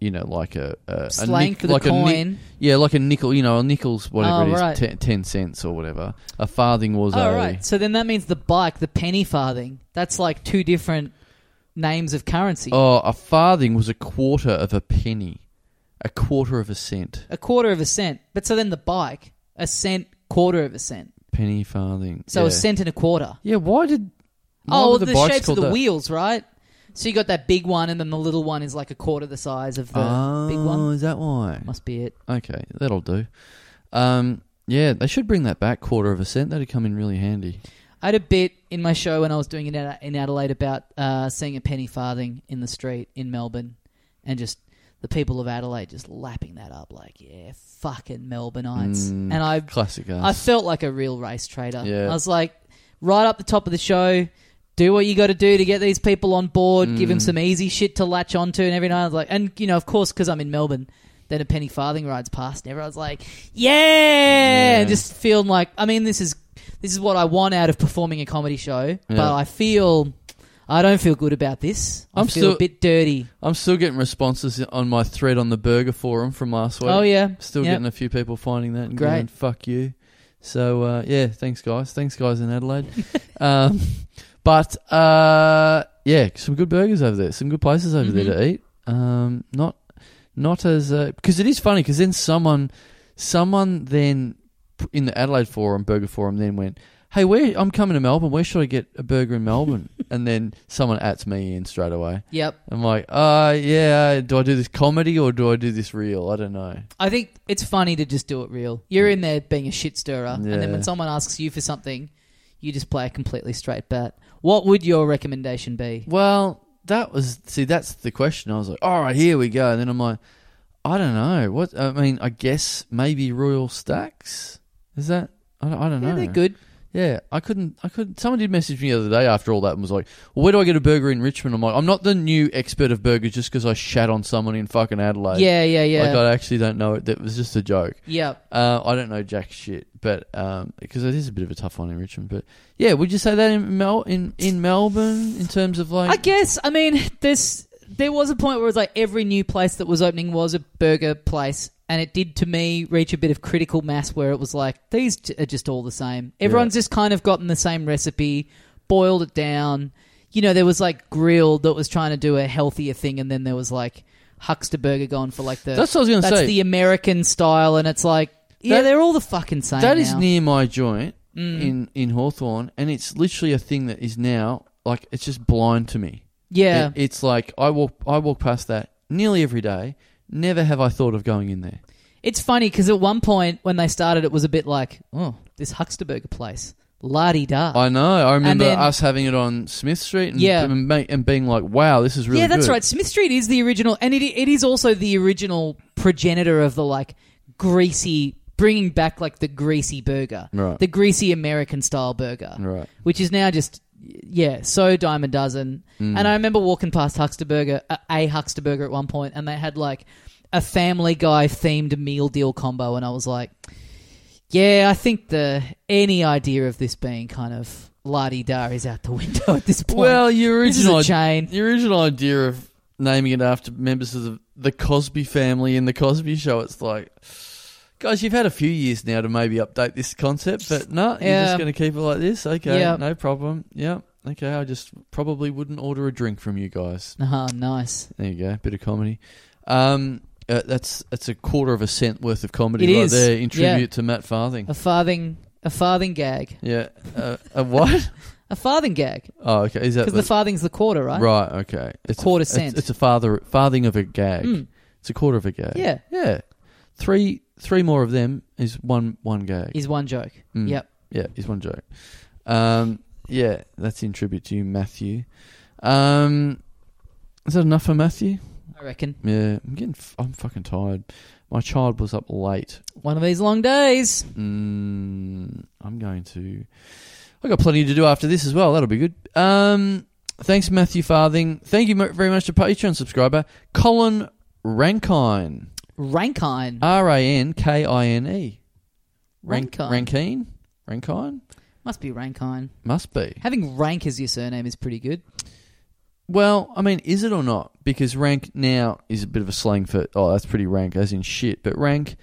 S2: you know, like a, a a
S1: Slang
S2: nick-
S1: for the
S2: like a nick-
S1: coin.
S2: yeah, like a nickel, you know, a nickel's whatever
S1: Oh,
S2: it is,
S1: right.
S2: ten, 10 cents or whatever. A farthing was
S1: All Oh, right.
S2: a.
S1: So then that means the bike, the penny farthing. That's like two different names of currency.
S2: Oh, a farthing was a quarter of a penny, a quarter of a cent.
S1: A quarter of a cent. But so then the bike, a cent, quarter of a cent.
S2: Penny farthing.
S1: So
S2: yeah.
S1: a cent and a quarter.
S2: Yeah, why did. why
S1: oh,
S2: were
S1: the,
S2: bikes
S1: shapes of
S2: called
S1: the
S2: that?
S1: wheels, right? So you got that big one, and then the little one is like a quarter the size of the
S2: oh,
S1: big one.
S2: is that why?
S1: Must be it.
S2: Okay, that'll do. Um, yeah, they should bring that back, quarter of a cent. That'd come in really handy.
S1: I had a bit in my show when I was doing it at- in Adelaide about uh, seeing a penny farthing in the street in Melbourne, and just the people of Adelaide just lapping that up, like yeah, fucking Melbourneites.
S2: Mm,
S1: and I,
S2: Classic
S1: I
S2: ass.
S1: felt like a real race trader.
S2: Yeah.
S1: I was like, right up the top of the show. Do what you got to do to get these people on board. Give them
S2: Mm.
S1: some easy shit to latch onto, and every night I was like, and you know, of course, because I'm in Melbourne, then a penny farthing rides past, and everyone's like, yeah,
S2: Yeah.
S1: just feeling like, I mean, this is this is what I want out of performing a comedy show, but
S2: Yeah.
S1: I feel I don't feel good about this. I
S2: I'm
S1: feel a
S2: still-
S1: bit dirty.
S2: I'm still getting responses on my thread on the burger forum from last week.
S1: Oh yeah,
S2: Still
S1: Yeah.
S2: getting a few people finding that and
S1: Great.
S2: going, fuck you. So, uh, yeah, thanks, guys. Thanks, guys, in Adelaide. um, but, uh, yeah, some good burgers over there, some good places over there to eat. Um, not, not as, uh, because it is funny, because then someone Someone then p- in the Adelaide forum, burger forum, then went, "Hey, where I'm coming to Melbourne. Where should I get a burger in Melbourne?" and then someone ats me in straight away.
S1: Yep.
S2: I'm like, uh, yeah. Do I do this comedy or do I do this real? I don't know.
S1: I think it's funny to just do it real. You're in there being a shit stirrer, and then
S2: Yeah.
S1: when someone asks you for something, you just play a completely straight bat. What would your recommendation be?
S2: Well, that was see. That's the question. I was like, all right, here we go. And then I'm like, I don't know. What I mean, I guess maybe Royal Stacks. Is that? I don't, I don't
S1: Yeah,
S2: know.
S1: they're good.
S2: Yeah, I couldn't. I couldn't. Someone did message me the other day after all that and was like, well, "Where do I get a burger in Richmond?" I'm like, "I'm not the new expert of burgers just because I shat on someone in fucking Adelaide."
S1: yeah, yeah, yeah.
S2: Like I actually don't know. it. That was just a joke.
S1: yeah.
S2: Uh, I don't know jack shit, but because it is a bit of a tough one in Richmond. But yeah, would you say that in Mel in, in Melbourne in terms of like
S1: I guess I mean there's there was a point where it was like every new place that was opening was a burger place and it did to me reach a bit of critical mass where it was like these j- are just all the same. Everyone's just kind of gotten the same recipe, boiled it down. You know, there was like grilled that was trying to do a healthier thing and then there was like Huckster burger going for like the
S2: That's what I was gonna
S1: that's
S2: say.
S1: the American style and it's like yeah,
S2: That-
S1: they're all the fucking same.
S2: that is
S1: now. Mm.
S2: near my joint in in Hawthorne, and it's literally a thing that is now like it's just blind to me.
S1: Yeah.
S2: It- it's like I walk I walk past that nearly every day. Never have I thought of going in there.
S1: It's funny because at one point when they started, it was a bit like, oh, this Hucksterburger place, la di da.
S2: I know. I remember
S1: then-
S2: us having it on Smith Street and,
S1: Yeah.
S2: and, ma- and being like, "Wow, this is really
S1: yeah, that's
S2: good."
S1: right. Smith Street is the original, and it it is also the original progenitor of the like greasy, bringing back like the greasy burger,
S2: Right.
S1: the greasy American style burger,
S2: Right.
S1: which is now just yeah, so dime a dozen.
S2: Mm.
S1: And I remember walking past Hucksterburger, a, a Hucksterburger at one point, and they had like a Family Guy themed meal deal combo, and I was like. Yeah, I think the any idea of this being kind of la di da is out the window at this point.
S2: Well, your
S1: This is a
S2: original
S1: chain.
S2: Your original idea of naming it after members of the, the Cosby family in the Cosby Show. It's like, guys, you've had a few years now to maybe update this concept, but no, you're
S1: Yeah.
S2: just going to keep it like this. Okay,
S1: Yep.
S2: no problem. Yeah, okay. I just probably wouldn't order a drink from you guys.
S1: Ah, nice.
S2: There you go, bit of comedy. Um, uh, that's that's a quarter of a cent worth of
S1: It
S2: comedy right
S1: is.
S2: there in
S1: Yeah.
S2: tribute to Matt Farthing.
S1: A farthing, a farthing gag,
S2: Yeah, uh, a what?
S1: a farthing gag,
S2: Oh, okay. Is that
S1: because the farthing's the quarter, right?
S2: Right. Okay. It's
S1: Quarter
S2: a, it's-
S1: cent.
S2: It's, a father farthing of a gag.
S1: Mm.
S2: It's a quarter of a gag.
S1: Yeah.
S2: Yeah. Three three more of them is one one gag.
S1: Is one joke.
S2: Mm.
S1: Yep.
S2: yeah, is one joke. Um. Yeah, that's in tribute to you, Matthew. Um. Is that enough for Matthew?
S1: I reckon
S2: Yeah, I'm getting. F- I'm fucking tired. My child was up late.
S1: one of these long days.
S2: Mm, I'm going to. I've got plenty to do after this as well. That'll be good. Um, thanks, Matthew Farthing. Thank you mo- very much to Patreon subscriber Colin Rankine.
S1: Rankine.
S2: R A N K I N E.
S1: Rankine.
S2: Rankine. Rankine.
S1: Must be Rankine.
S2: Must be.
S1: Having rank as your surname is pretty good.
S2: Well, I mean, is it or not? Because rank now is a bit of a slang for oh, that's pretty rank, as in shit. But rank,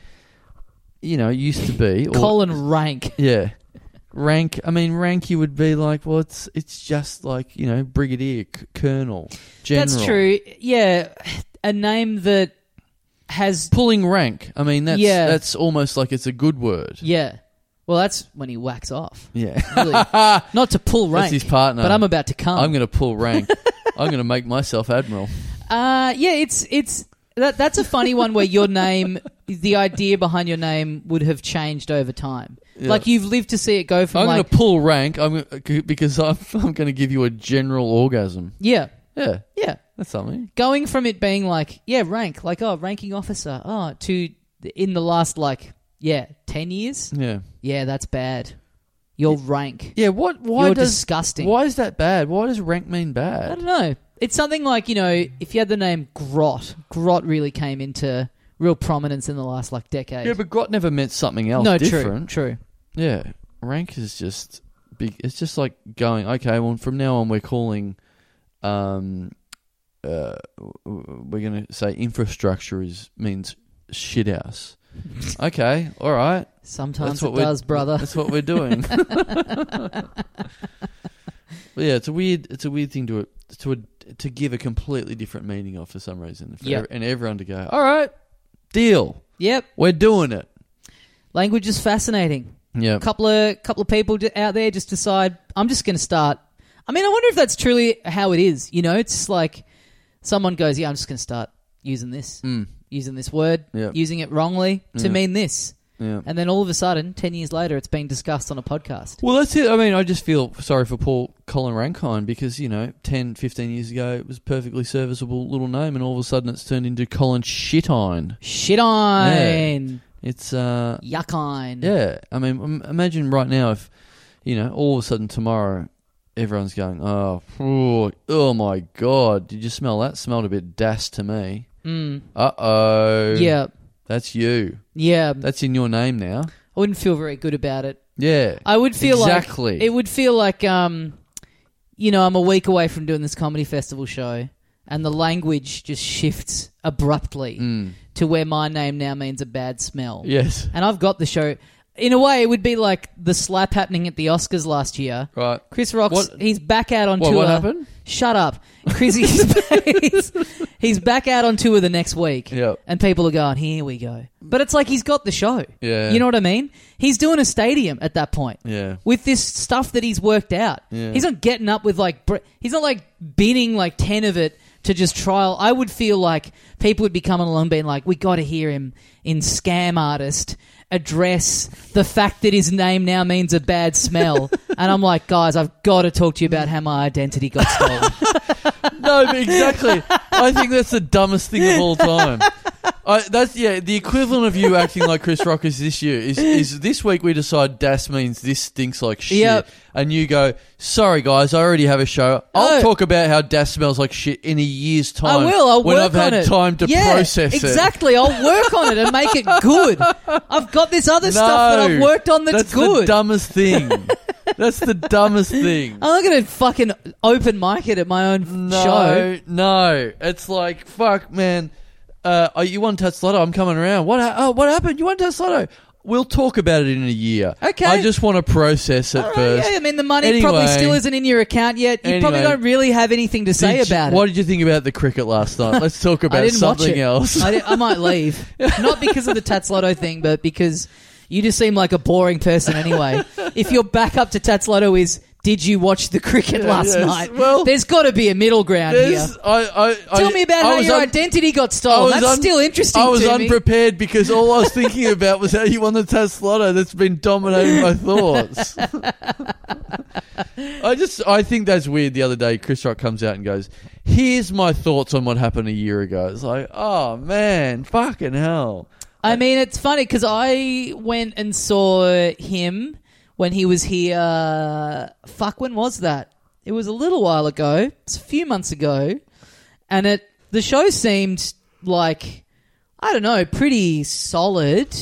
S2: you know, used to be or-
S1: Colin Rank.
S2: Yeah. Rank, I mean, rank, you would be like, well, it's it's just like you know, brigadier, c- colonel, general.
S1: That's true. Yeah, a name that has
S2: Pulling rank, I mean, that's
S1: Yeah.
S2: that's almost like it's a good word.
S1: yeah. Well, that's when he whacks off.
S2: Yeah,
S1: Really. Not to pull rank.
S2: that's his partner.
S1: But I'm about to come.
S2: I'm going to pull rank. I'm going to make myself admiral.
S1: Uh, yeah, it's it's that that's a funny one where your name, the idea behind your name, would have changed over time. Like you've lived to see it go from
S2: I'm going
S1: like
S2: to pull rank. I'm gonna, because I'm, I'm going to give you a general orgasm.
S1: yeah,
S2: Yeah,
S1: yeah,
S2: that's something.
S1: going from it being like yeah, rank, like oh, ranking officer, oh, to in the last like yeah, ten years,
S2: Yeah,
S1: yeah, that's bad. Your rank,
S2: yeah. What? Why
S1: You're
S2: does
S1: disgusting.
S2: Why is that bad? Why does rank
S1: I
S2: mean bad?
S1: don't know. It's something like you know, if you had the name Grot, Grot really came into real prominence in the last like decade.
S2: Yeah, but Grot never meant something else
S1: no,
S2: different.
S1: true, true.
S2: Yeah, rank is just big. It's just like going okay. Well, from now on, we're calling, um, uh, w- w- we're gonna say infrastructure is means shit house. okay, all right.
S1: Sometimes
S2: what
S1: it
S2: we're-
S1: does, brother.
S2: That's what we're doing. But yeah, it's a weird. It's a weird thing to to to give a completely different meaning of for some reason. For
S1: Yep.
S2: ev- and everyone to go, all right, deal.
S1: Yep.
S2: We're doing it.
S1: Language is fascinating.
S2: Yeah.
S1: A couple of couple of people d- out there just decide I'm just going to start. I mean, I wonder if that's truly how it is. You know, it's just like someone goes, "Yeah, I'm just going to start using this,
S2: Mm.
S1: using this word,
S2: Yeah.
S1: using it wrongly to mean this,"
S2: Yeah.
S1: and then all of a sudden, ten years later, it's being discussed on a podcast.
S2: Well, that's it. I mean, I just feel sorry for poor Colin Rankine because, you know, 10, 15 years ago, it was a perfectly serviceable little name, and all of a sudden it's turned into Colin Shitine.
S1: Shit on,
S2: It's, uh,
S1: yuck on.
S2: yeah. I mean, im- imagine right now if, you know, all of a sudden tomorrow everyone's going, oh, phew, oh my God, did you smell that? Smelled a bit das to me.
S1: Mm.
S2: Uh oh.
S1: yeah,
S2: That's you.
S1: yeah.
S2: That's in your name now.
S1: I wouldn't feel very good about it.
S2: Yeah.
S1: I would feel
S2: Exactly.
S1: like it would feel like um, you know, I'm a week away from doing this comedy festival show, and the language just shifts abruptly
S2: Mm.
S1: to where my name now means a bad smell.
S2: yes.
S1: and I've got the show. In a way, it would be like the slap happening at the Oscars last year.
S2: Right.
S1: Chris Rock's
S2: What-
S1: he's back out on
S2: What-
S1: tour.
S2: what happened?
S1: Shut up, Chris. He's, he's, he's back out on tour the next week,
S2: Yep.
S1: and people are going, "Here we go." But it's like he's got the show.
S2: Yeah.
S1: you know what I mean. He's doing a stadium at that point
S2: Yeah.
S1: with this stuff that he's worked out.
S2: Yeah.
S1: He's not getting up with like br- he's not like binning like ten of it to just trial. I would feel like people would be coming along being like, "We got to hear him in scam artist." Address the fact that his name now means a bad smell, and I'm like, guys, I've got to talk to you about how my identity got stolen.
S2: No, but exactly. I think that's the dumbest thing of all time. I, that's yeah. The equivalent of you acting like Chris Rock is this year is is this week we decide Das means this stinks like shit,
S1: Yep.
S2: and you go, sorry guys, I already have a show. I'll
S1: No.
S2: talk about how Das smells like shit in a year's time.
S1: I will. I'll
S2: when
S1: work
S2: I've had
S1: on it.
S2: time to
S1: Yeah,
S2: process it.
S1: Exactly. I'll work on it and make it good. I've got this other stuff that I've worked on that's,
S2: that's The
S1: good.
S2: dumbest thing. that's the dumbest thing.
S1: I'm not going to fucking open mic it at my own
S2: No,
S1: show.
S2: no. It's like fuck, man. Uh, oh, you won Tats Lotto? I'm coming around. What? Ha- oh, what happened? You won Tats Lotto? We'll talk about it in a year.
S1: Okay.
S2: I just want to process it
S1: All right,
S2: first.
S1: yeah, I mean, the money probably
S2: Anyway.
S1: still isn't in your account yet. You probably
S2: Anyway.
S1: don't really have anything to say
S2: Did you-
S1: about
S2: What
S1: it.
S2: did you think about the cricket last night? Let's talk
S1: I
S2: about
S1: didn't
S2: something
S1: watch it.
S2: else.
S1: I, di- I might leave. Not because of the Tats Lotto thing, but because you just seem like a boring person anyway. if your back up to Tats Lotto is, did you watch the cricket last
S2: yes.
S1: night?
S2: Well,
S1: there's got to be a middle ground here.
S2: There's- I, I,
S1: Tell
S2: I-
S1: me about
S2: I
S1: how
S2: was
S1: your
S2: un-
S1: identity got
S2: I
S1: stolen.
S2: was
S1: That's
S2: un-
S1: still interesting
S2: I was
S1: to me.
S2: unprepared because all I was thinking about was how you won the Tats Lotto. That's been dominating my thoughts. I just I think that's weird. The other day, Chris Rock comes out and goes, "Here's my thoughts on what happened a year ago." It's like, oh man, fucking hell.
S1: I mean, it's funny because I went and saw him when he was here. Fuck, when was that? It was a little while ago. It's a few months ago, and it the show seemed like I don't know, pretty solid.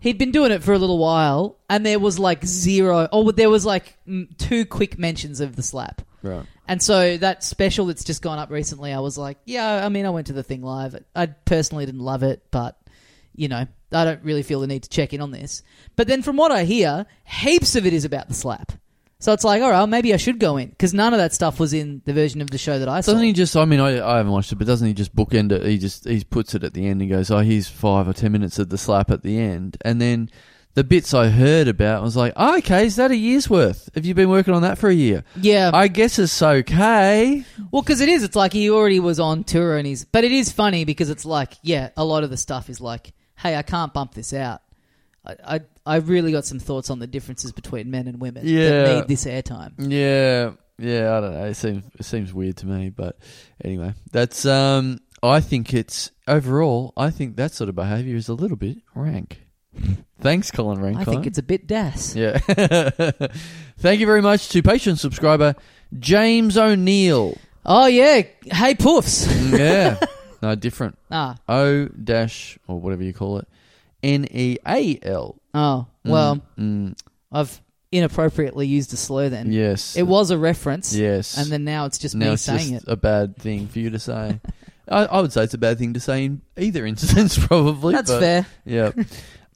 S1: He'd been doing it for a little while, and there was like zero. Oh, there was like mm, two quick mentions of the slap.
S2: Right.
S1: And so that special that's just gone up recently, I was like, yeah, I mean, I went to the thing live. I personally didn't love it, but you know, I don't really feel the need to check in on this. But then from what I hear, heaps of it is about the slap. So it's like, all right, maybe I should go in because none of that stuff was in the version of the show that I saw.
S2: Doesn't he just? I mean, I, I haven't watched it, but doesn't he just bookend it? He just he puts it at the end and goes, "Oh, here's five or ten minutes of the slap at the end," and then the bits I heard about I was like, oh, "Okay, is that a year's worth? Have you been working on that for a year?"
S1: yeah,
S2: I guess it's okay.
S1: well, because it is. It's like he already was on tour, and he's. But it is funny because it's like, yeah, a lot of the stuff is like, hey, I can't bump this out. I, I, I really got some thoughts on the differences between men and women
S2: Yeah.
S1: that need this airtime.
S2: Yeah, yeah. I don't know. It seems it seems weird to me, but anyway, that's. um I think it's overall. I think that sort of behaviour is a little bit rank. Thanks, Colin Rankine.
S1: I think it's a bit das.
S2: Yeah. Thank you very much to Patreon subscriber James O'Neill. Mm,
S1: Oh yeah, hey poofs.
S2: Yeah. no, different.
S1: ah,
S2: O dash or whatever you call it. N E A L.
S1: oh well,
S2: Mm,
S1: I've inappropriately used a slur then.
S2: yes.
S1: It was a reference.
S2: Yes.
S1: And then now it's just
S2: now
S1: me
S2: it's
S1: saying
S2: just
S1: it.
S2: a bad thing for you to say. I, I would say it's a bad thing to say in either instance, probably.
S1: That's
S2: but-
S1: fair.
S2: Yeah.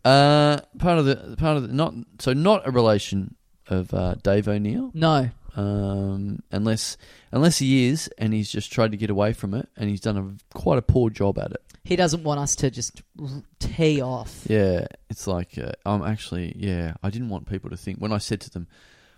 S2: Uh, part of the part of the not so not a relation of uh, Dave O'Neill.
S1: No.
S2: um, unless unless he is, and he's just tried to get away from it, and he's done a quite a poor job at it.
S1: He doesn't want us to just r- tee off.
S2: Yeah, it's like uh, I'm actually yeah. I didn't want people to think when I said to them,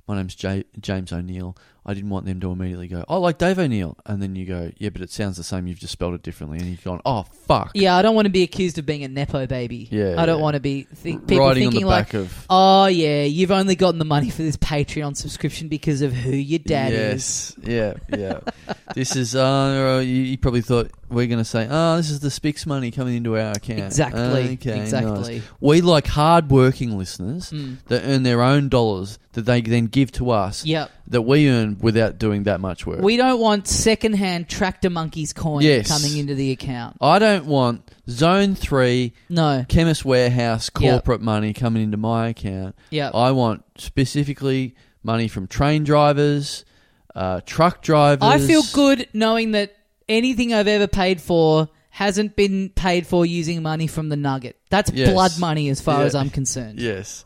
S2: "My name's J- James O'Neill." I didn't want them to immediately go, "I like Dave O'Neill," and then you go, "Yeah, but it sounds the same. You've just spelled it differently," and you've gone, "Oh fuck."
S1: Yeah, I don't want to be accused of being a nepo baby.
S2: Yeah,
S1: I don't
S2: yeah.
S1: want to be think,
S2: R-
S1: people
S2: riding on
S1: thinking
S2: the back
S1: like,
S2: of-
S1: "Oh yeah, you've only gotten the money for this Patreon subscription because of who your dad is."
S2: yes. Yeah, yeah. this is, uh, you, you probably thought we're going to say, oh, this is the Spix money coming into our account.
S1: Exactly,
S2: Okay, nice.
S1: exactly. Mm.
S2: We like hard-working listeners that earn their own dollars that they then give to us
S1: Yep.
S2: that we earn without doing that much work.
S1: We don't want secondhand tractor monkeys coin
S2: Yes.
S1: coming into the account.
S2: I don't want Zone 3
S1: No.
S2: Chemist Warehouse
S1: Yeah. Uh,
S2: corporate money coming into my account.
S1: Yeah.
S2: I want specifically money from train drivers, uh, truck drivers.
S1: I feel good knowing that anything I've ever paid for hasn't been paid for using money from the Nugget. That's
S2: Yes.
S1: blood money as far
S2: Yeah.
S1: as I'm concerned.
S2: Yes,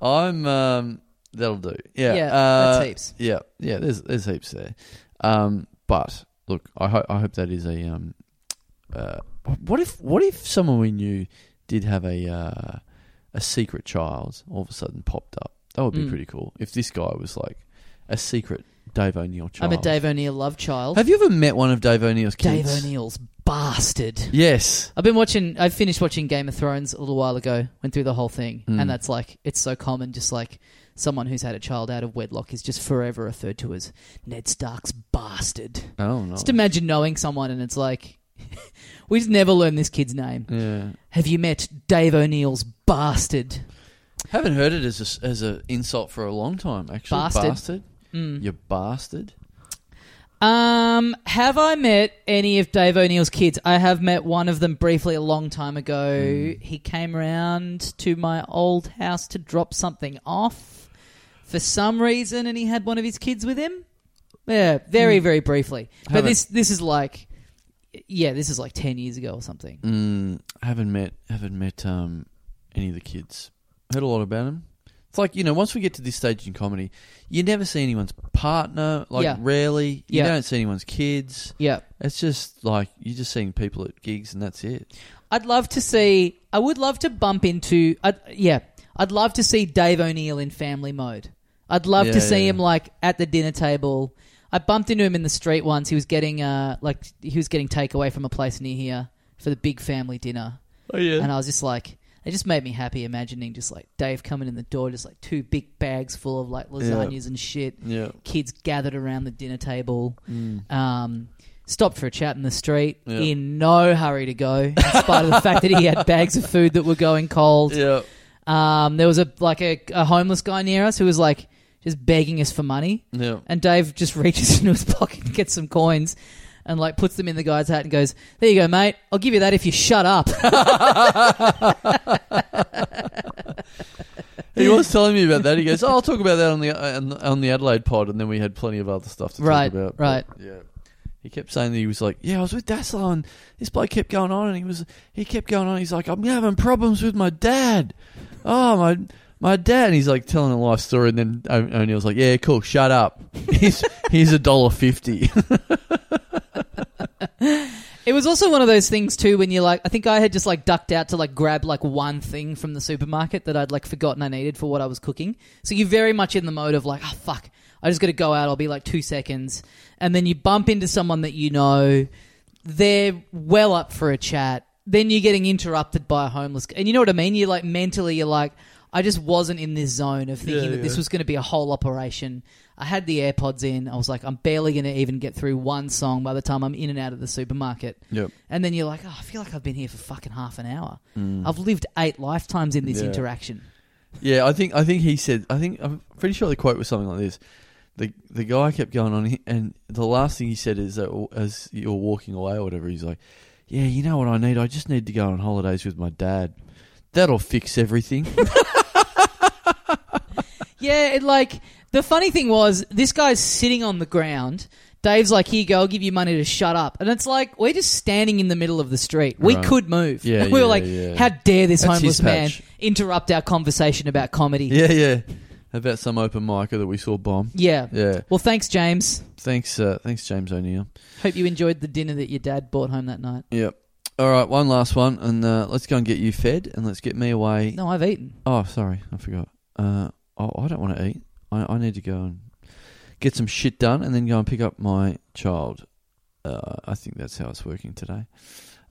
S2: I'm. Um, that'll do. Yeah,
S1: Yeah,
S2: uh,
S1: that's heaps.
S2: Yeah, yeah. There's there's heaps there. Um, but look, I hope I hope that is a. Um, uh, what if what if someone we knew did have a uh, a secret child all of a sudden popped up? That would be
S1: Hmm.
S2: pretty cool. If this guy was like a secret Dave O'Neill child.
S1: I'm a Dave O'Neill love child.
S2: Have you ever met one of Dave O'Neill's
S1: Dave
S2: kids?
S1: O'Neill's bastard.
S2: Yes.
S1: I've been watching. I finished watching Game of Thrones a little while ago. Went through the whole thing,
S2: Mm.
S1: and that's like it's so common. Just like someone who's had a child out of wedlock is just forever referred to as Ned Stark's bastard.
S2: Oh no.
S1: Just imagine knowing someone, and it's like we just never learned this kid's name.
S2: yeah.
S1: Have you met Dave O'Neill's bastard?
S2: Haven't heard it as a s as a insult for a long time. Actually,
S1: Bastard. Mm. Hmm.
S2: You bastard.
S1: Um, have I met any of Dave O'Neill's kids? I have met one of them briefly a long time ago. He came round to my old house to drop something off for some reason, and he had one of his kids with him. Yeah, very, very briefly. But
S2: Haven't-
S1: this, this is like, yeah, this is like ten years ago or something.
S2: Mm, haven't met haven't met um any of the kids. Heard a lot about them. It's like you know, once we get to this stage in comedy, you never see anyone's partner. Like
S1: Yeah.
S2: rarely, you
S1: Yeah.
S2: don't see anyone's kids.
S1: Yeah,
S2: It's just like you're just seeing people at gigs, and that's it.
S1: I'd love to see. I would love to bump into. I'd, yeah, I'd love to see Dave O'Neill in Family Mode. I'd love
S2: Yeah,
S1: to see
S2: yeah.
S1: him like at the dinner table. I bumped into him in the street once. He was getting uh like he was getting takeaway from a place near here for the big family dinner,
S2: Oh yeah.
S1: and I was just like. It just made me happy imagining just like Dave coming in the door, just like two big bags full of like lasagnas and shit.
S2: yeah.
S1: Kids gathered around the dinner table.
S2: Mm.
S1: Um, stopped for a chat in the street.
S2: Yeah.
S1: In no hurry to go, in spite of the fact that he had bags of food that were going cold.
S2: Yeah.
S1: Um, there was a like a, a homeless guy near us who was like just begging us for money.
S2: Yeah.
S1: And Dave just reaches into his pocket and gets some coins and like puts them in the guy's hat and goes, There you go, mate. I'll give you that if you shut up.
S2: He was telling me about that. He goes, oh, "I'll talk about that on the uh, on the Adelaide pod," and then we had plenty of other stuff to
S1: Right,
S2: talk about.
S1: right.
S2: But, Yeah. He kept saying that he was like, "Yeah, I was with Dassler, and this bloke kept going on, and he was he kept going on. He's like, I'm having problems with my dad. Oh my." My dad, and he's like telling a life story, and then O- O'Neill's like, "Yeah, cool, shut up. Here's here's a dollar fifty.
S1: It was also one of those things too when you're like, I think I had just like ducked out to like grab like one thing from the supermarket that I'd like forgotten I needed for what I was cooking. So you're very much in the mode of like, oh fuck, I just got to go out. I'll be like two seconds, and then you bump into someone that you know. They're well up for a chat. Then you're getting interrupted by a homeless, and you know what I mean. You're like mentally, you're like, I just wasn't in this zone of thinking that this was going to be a whole operation. I had the AirPods in. I was like, I'm barely going to even get through one song by the time I'm in and out of the supermarket.
S2: Yep.
S1: And then you're like, oh, I feel like I've been here for fucking half an hour. I've lived eight lifetimes in this
S2: Yeah.
S1: interaction.
S2: Yeah, I think I think he said. I think I'm pretty sure the quote was something like this. The the guy kept going on, he- and the last thing he said is that as you're walking away or whatever, he's like, "Yeah, you know what I need? I just need to go on holidays with my dad. That'll fix everything."
S1: Yeah, it, like the funny thing was, this guy's sitting on the ground. Dave's like, "Here you go, I'll give you money to shut up." And it's like we're just standing in the middle of the street. We
S2: Right.
S1: could move.
S2: Yeah,
S1: we were
S2: yeah,
S1: like,
S2: yeah.
S1: "How dare this
S2: That's
S1: homeless
S2: his
S1: man
S2: patch.
S1: interrupt our conversation about comedy?"
S2: yeah, yeah. about some open micer that we saw bomb.
S1: Yeah.
S2: Yeah.
S1: Well, thanks, James.
S2: Thanks, uh, thanks, James O'Neill.
S1: Hope you enjoyed the dinner that your dad brought home that night.
S2: Yep. All right, one last one, and uh, let's go and get you fed, and let's get me away.
S1: No, I've eaten.
S2: Oh, sorry, I forgot. Uh, oh, I don't want to eat. I, I need to go and get some shit done, and then go and pick up my child. Uh, I think that's how it's working today.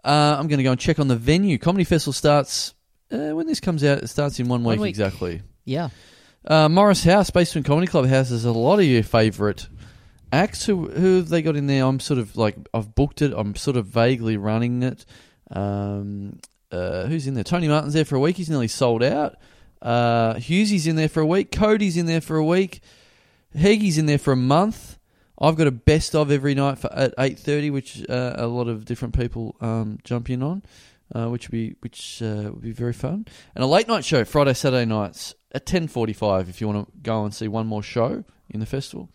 S2: Uh, I'm going to go and check on the venue. Comedy Festival starts uh, when this comes out. It starts in one
S1: One
S2: week,
S1: week.
S2: exactly.
S1: Yeah.
S2: Uh, Morris House, Basement Comedy Club House, is a lot of your favourite acts. Who who have they got in there? I'm sort of like I've booked it. I'm sort of vaguely running it. Um, uh, who's in there? Tony Martin's there for a week. He's nearly sold out. Uh, Hughesy's in there for a week. Cody's in there for a week. Heggy's in there for a month. I've got a best of every night for at eight thirty, which uh, a lot of different people um, jump in on, uh, which would be which uh, would be very fun. And a late night show Friday Saturday nights at ten forty five if you want to go and see one more show in the festival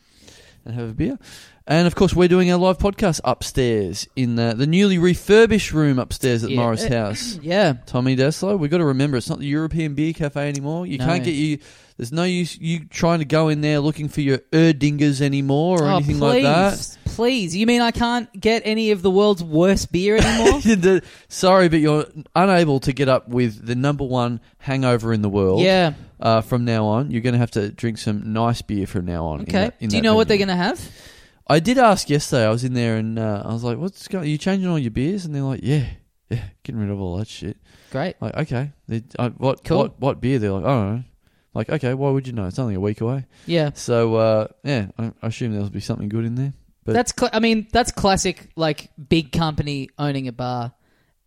S2: and have a beer. And of course, we're doing our live podcast upstairs in the, the newly refurbished room upstairs at
S1: Yeah.
S2: Morris House.
S1: Yeah.
S2: Tommy Daslow. We've got to remember it's not the European Beer Cafe anymore. You
S1: No.
S2: can't get you. There's no use you trying to go in there looking for your erdingers anymore or
S1: oh,
S2: anything
S1: please,
S2: like that.
S1: Please. You mean I can't get any of the world's worst beer anymore?
S2: The- Sorry, but you're unable to get up with the number one hangover in the world.
S1: yeah.
S2: Uh, from now on, you're going to have to drink some nice beer from now on. in
S1: Okay.
S2: that- in
S1: Do you
S2: that
S1: know what they're
S2: venue.
S1: going to have?
S2: I did ask yesterday. I was in there and uh, I was like, "What's going? Are you changing all your beers?" And they're like, "Yeah, yeah, getting rid of all that shit."
S1: Great.
S2: Like, okay, they, I, what,
S1: Cool.
S2: what, what beer? They're like, I don't know. Like, okay, why would you know? It's only a week away.
S1: Yeah.
S2: So, uh, yeah, I, I assume there'll be something good in there. But
S1: that's cl- I mean that's classic like big company owning a bar,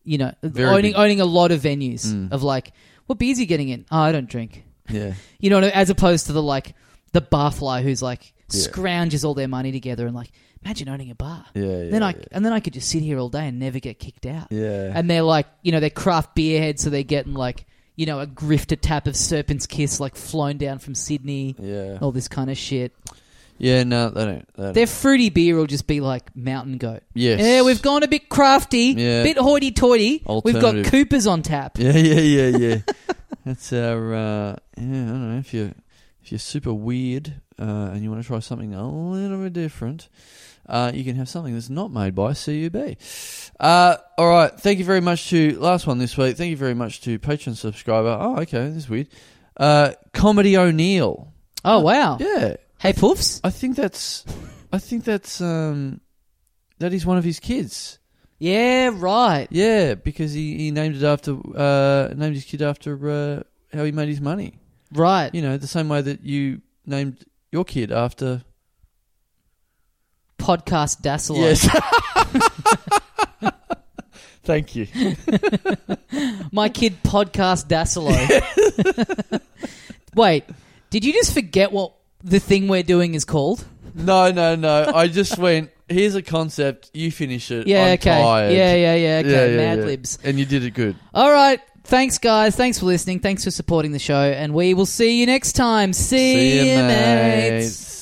S1: you know,
S2: Very
S1: owning
S2: big. Mm.
S1: owning a lot of venues of like what beers are you getting in? Oh, I don't drink.
S2: yeah,
S1: You know, what I mean? as opposed to the like the barfly who's like
S2: Yeah.
S1: scrounges all their money together and like imagine owning a bar.
S2: yeah, yeah.
S1: then I
S2: yeah.
S1: and then I could just sit here all day and never get kicked out.
S2: yeah.
S1: And they're like, you know, they're craft beer heads, so they're getting like, you know, a grifter tap of Serpent's Kiss like flown down from Sydney,
S2: yeah,
S1: all this kind of shit.
S2: yeah. No, they don't. They don't.
S1: Their fruity beer will just be like Mountain Goat.
S2: yes.
S1: Yeah, we've gone a bit crafty,
S2: Yeah.
S1: bit hoity-toity. We've got
S2: Alternative.
S1: Coopers on tap.
S2: Yeah, yeah, yeah, yeah. That's our. Uh, yeah, I don't know if you if you're super weird uh, and you want to try something a little bit different, uh, you can have something that's not made by CUB. Uh, all right. Thank you very much to last one this week. Thank you very much to Patreon subscriber. Oh, okay, this is weird. Uh, Comedy O'Neill.
S1: Oh wow!
S2: Yeah,
S1: Hey Poofs.
S2: I think that's. I think that's. Um, that is one of his kids.
S1: Yeah, right.
S2: Yeah, because he, he named it after uh, named his kid after uh, how he made his money.
S1: Right.
S2: You know, the same way that you named your kid after.
S1: Podcast Dazzler.
S2: Thank you.
S1: My kid podcast Dassolo. Wait, did you just forget what the thing we're doing is called?
S2: No, no, no. I just went. Here's a concept. You finish it.
S1: Yeah,
S2: I'm
S1: okay.
S2: tired."
S1: Yeah, yeah, yeah. Okay,
S2: Yeah, yeah,
S1: Mad
S2: yeah.
S1: Libs.
S2: And you did it good.
S1: All right. Thanks, guys. Thanks for listening. Thanks for supporting the show. And we will see you next time. See,
S2: See ya,
S1: ya,
S2: mates.
S1: mates.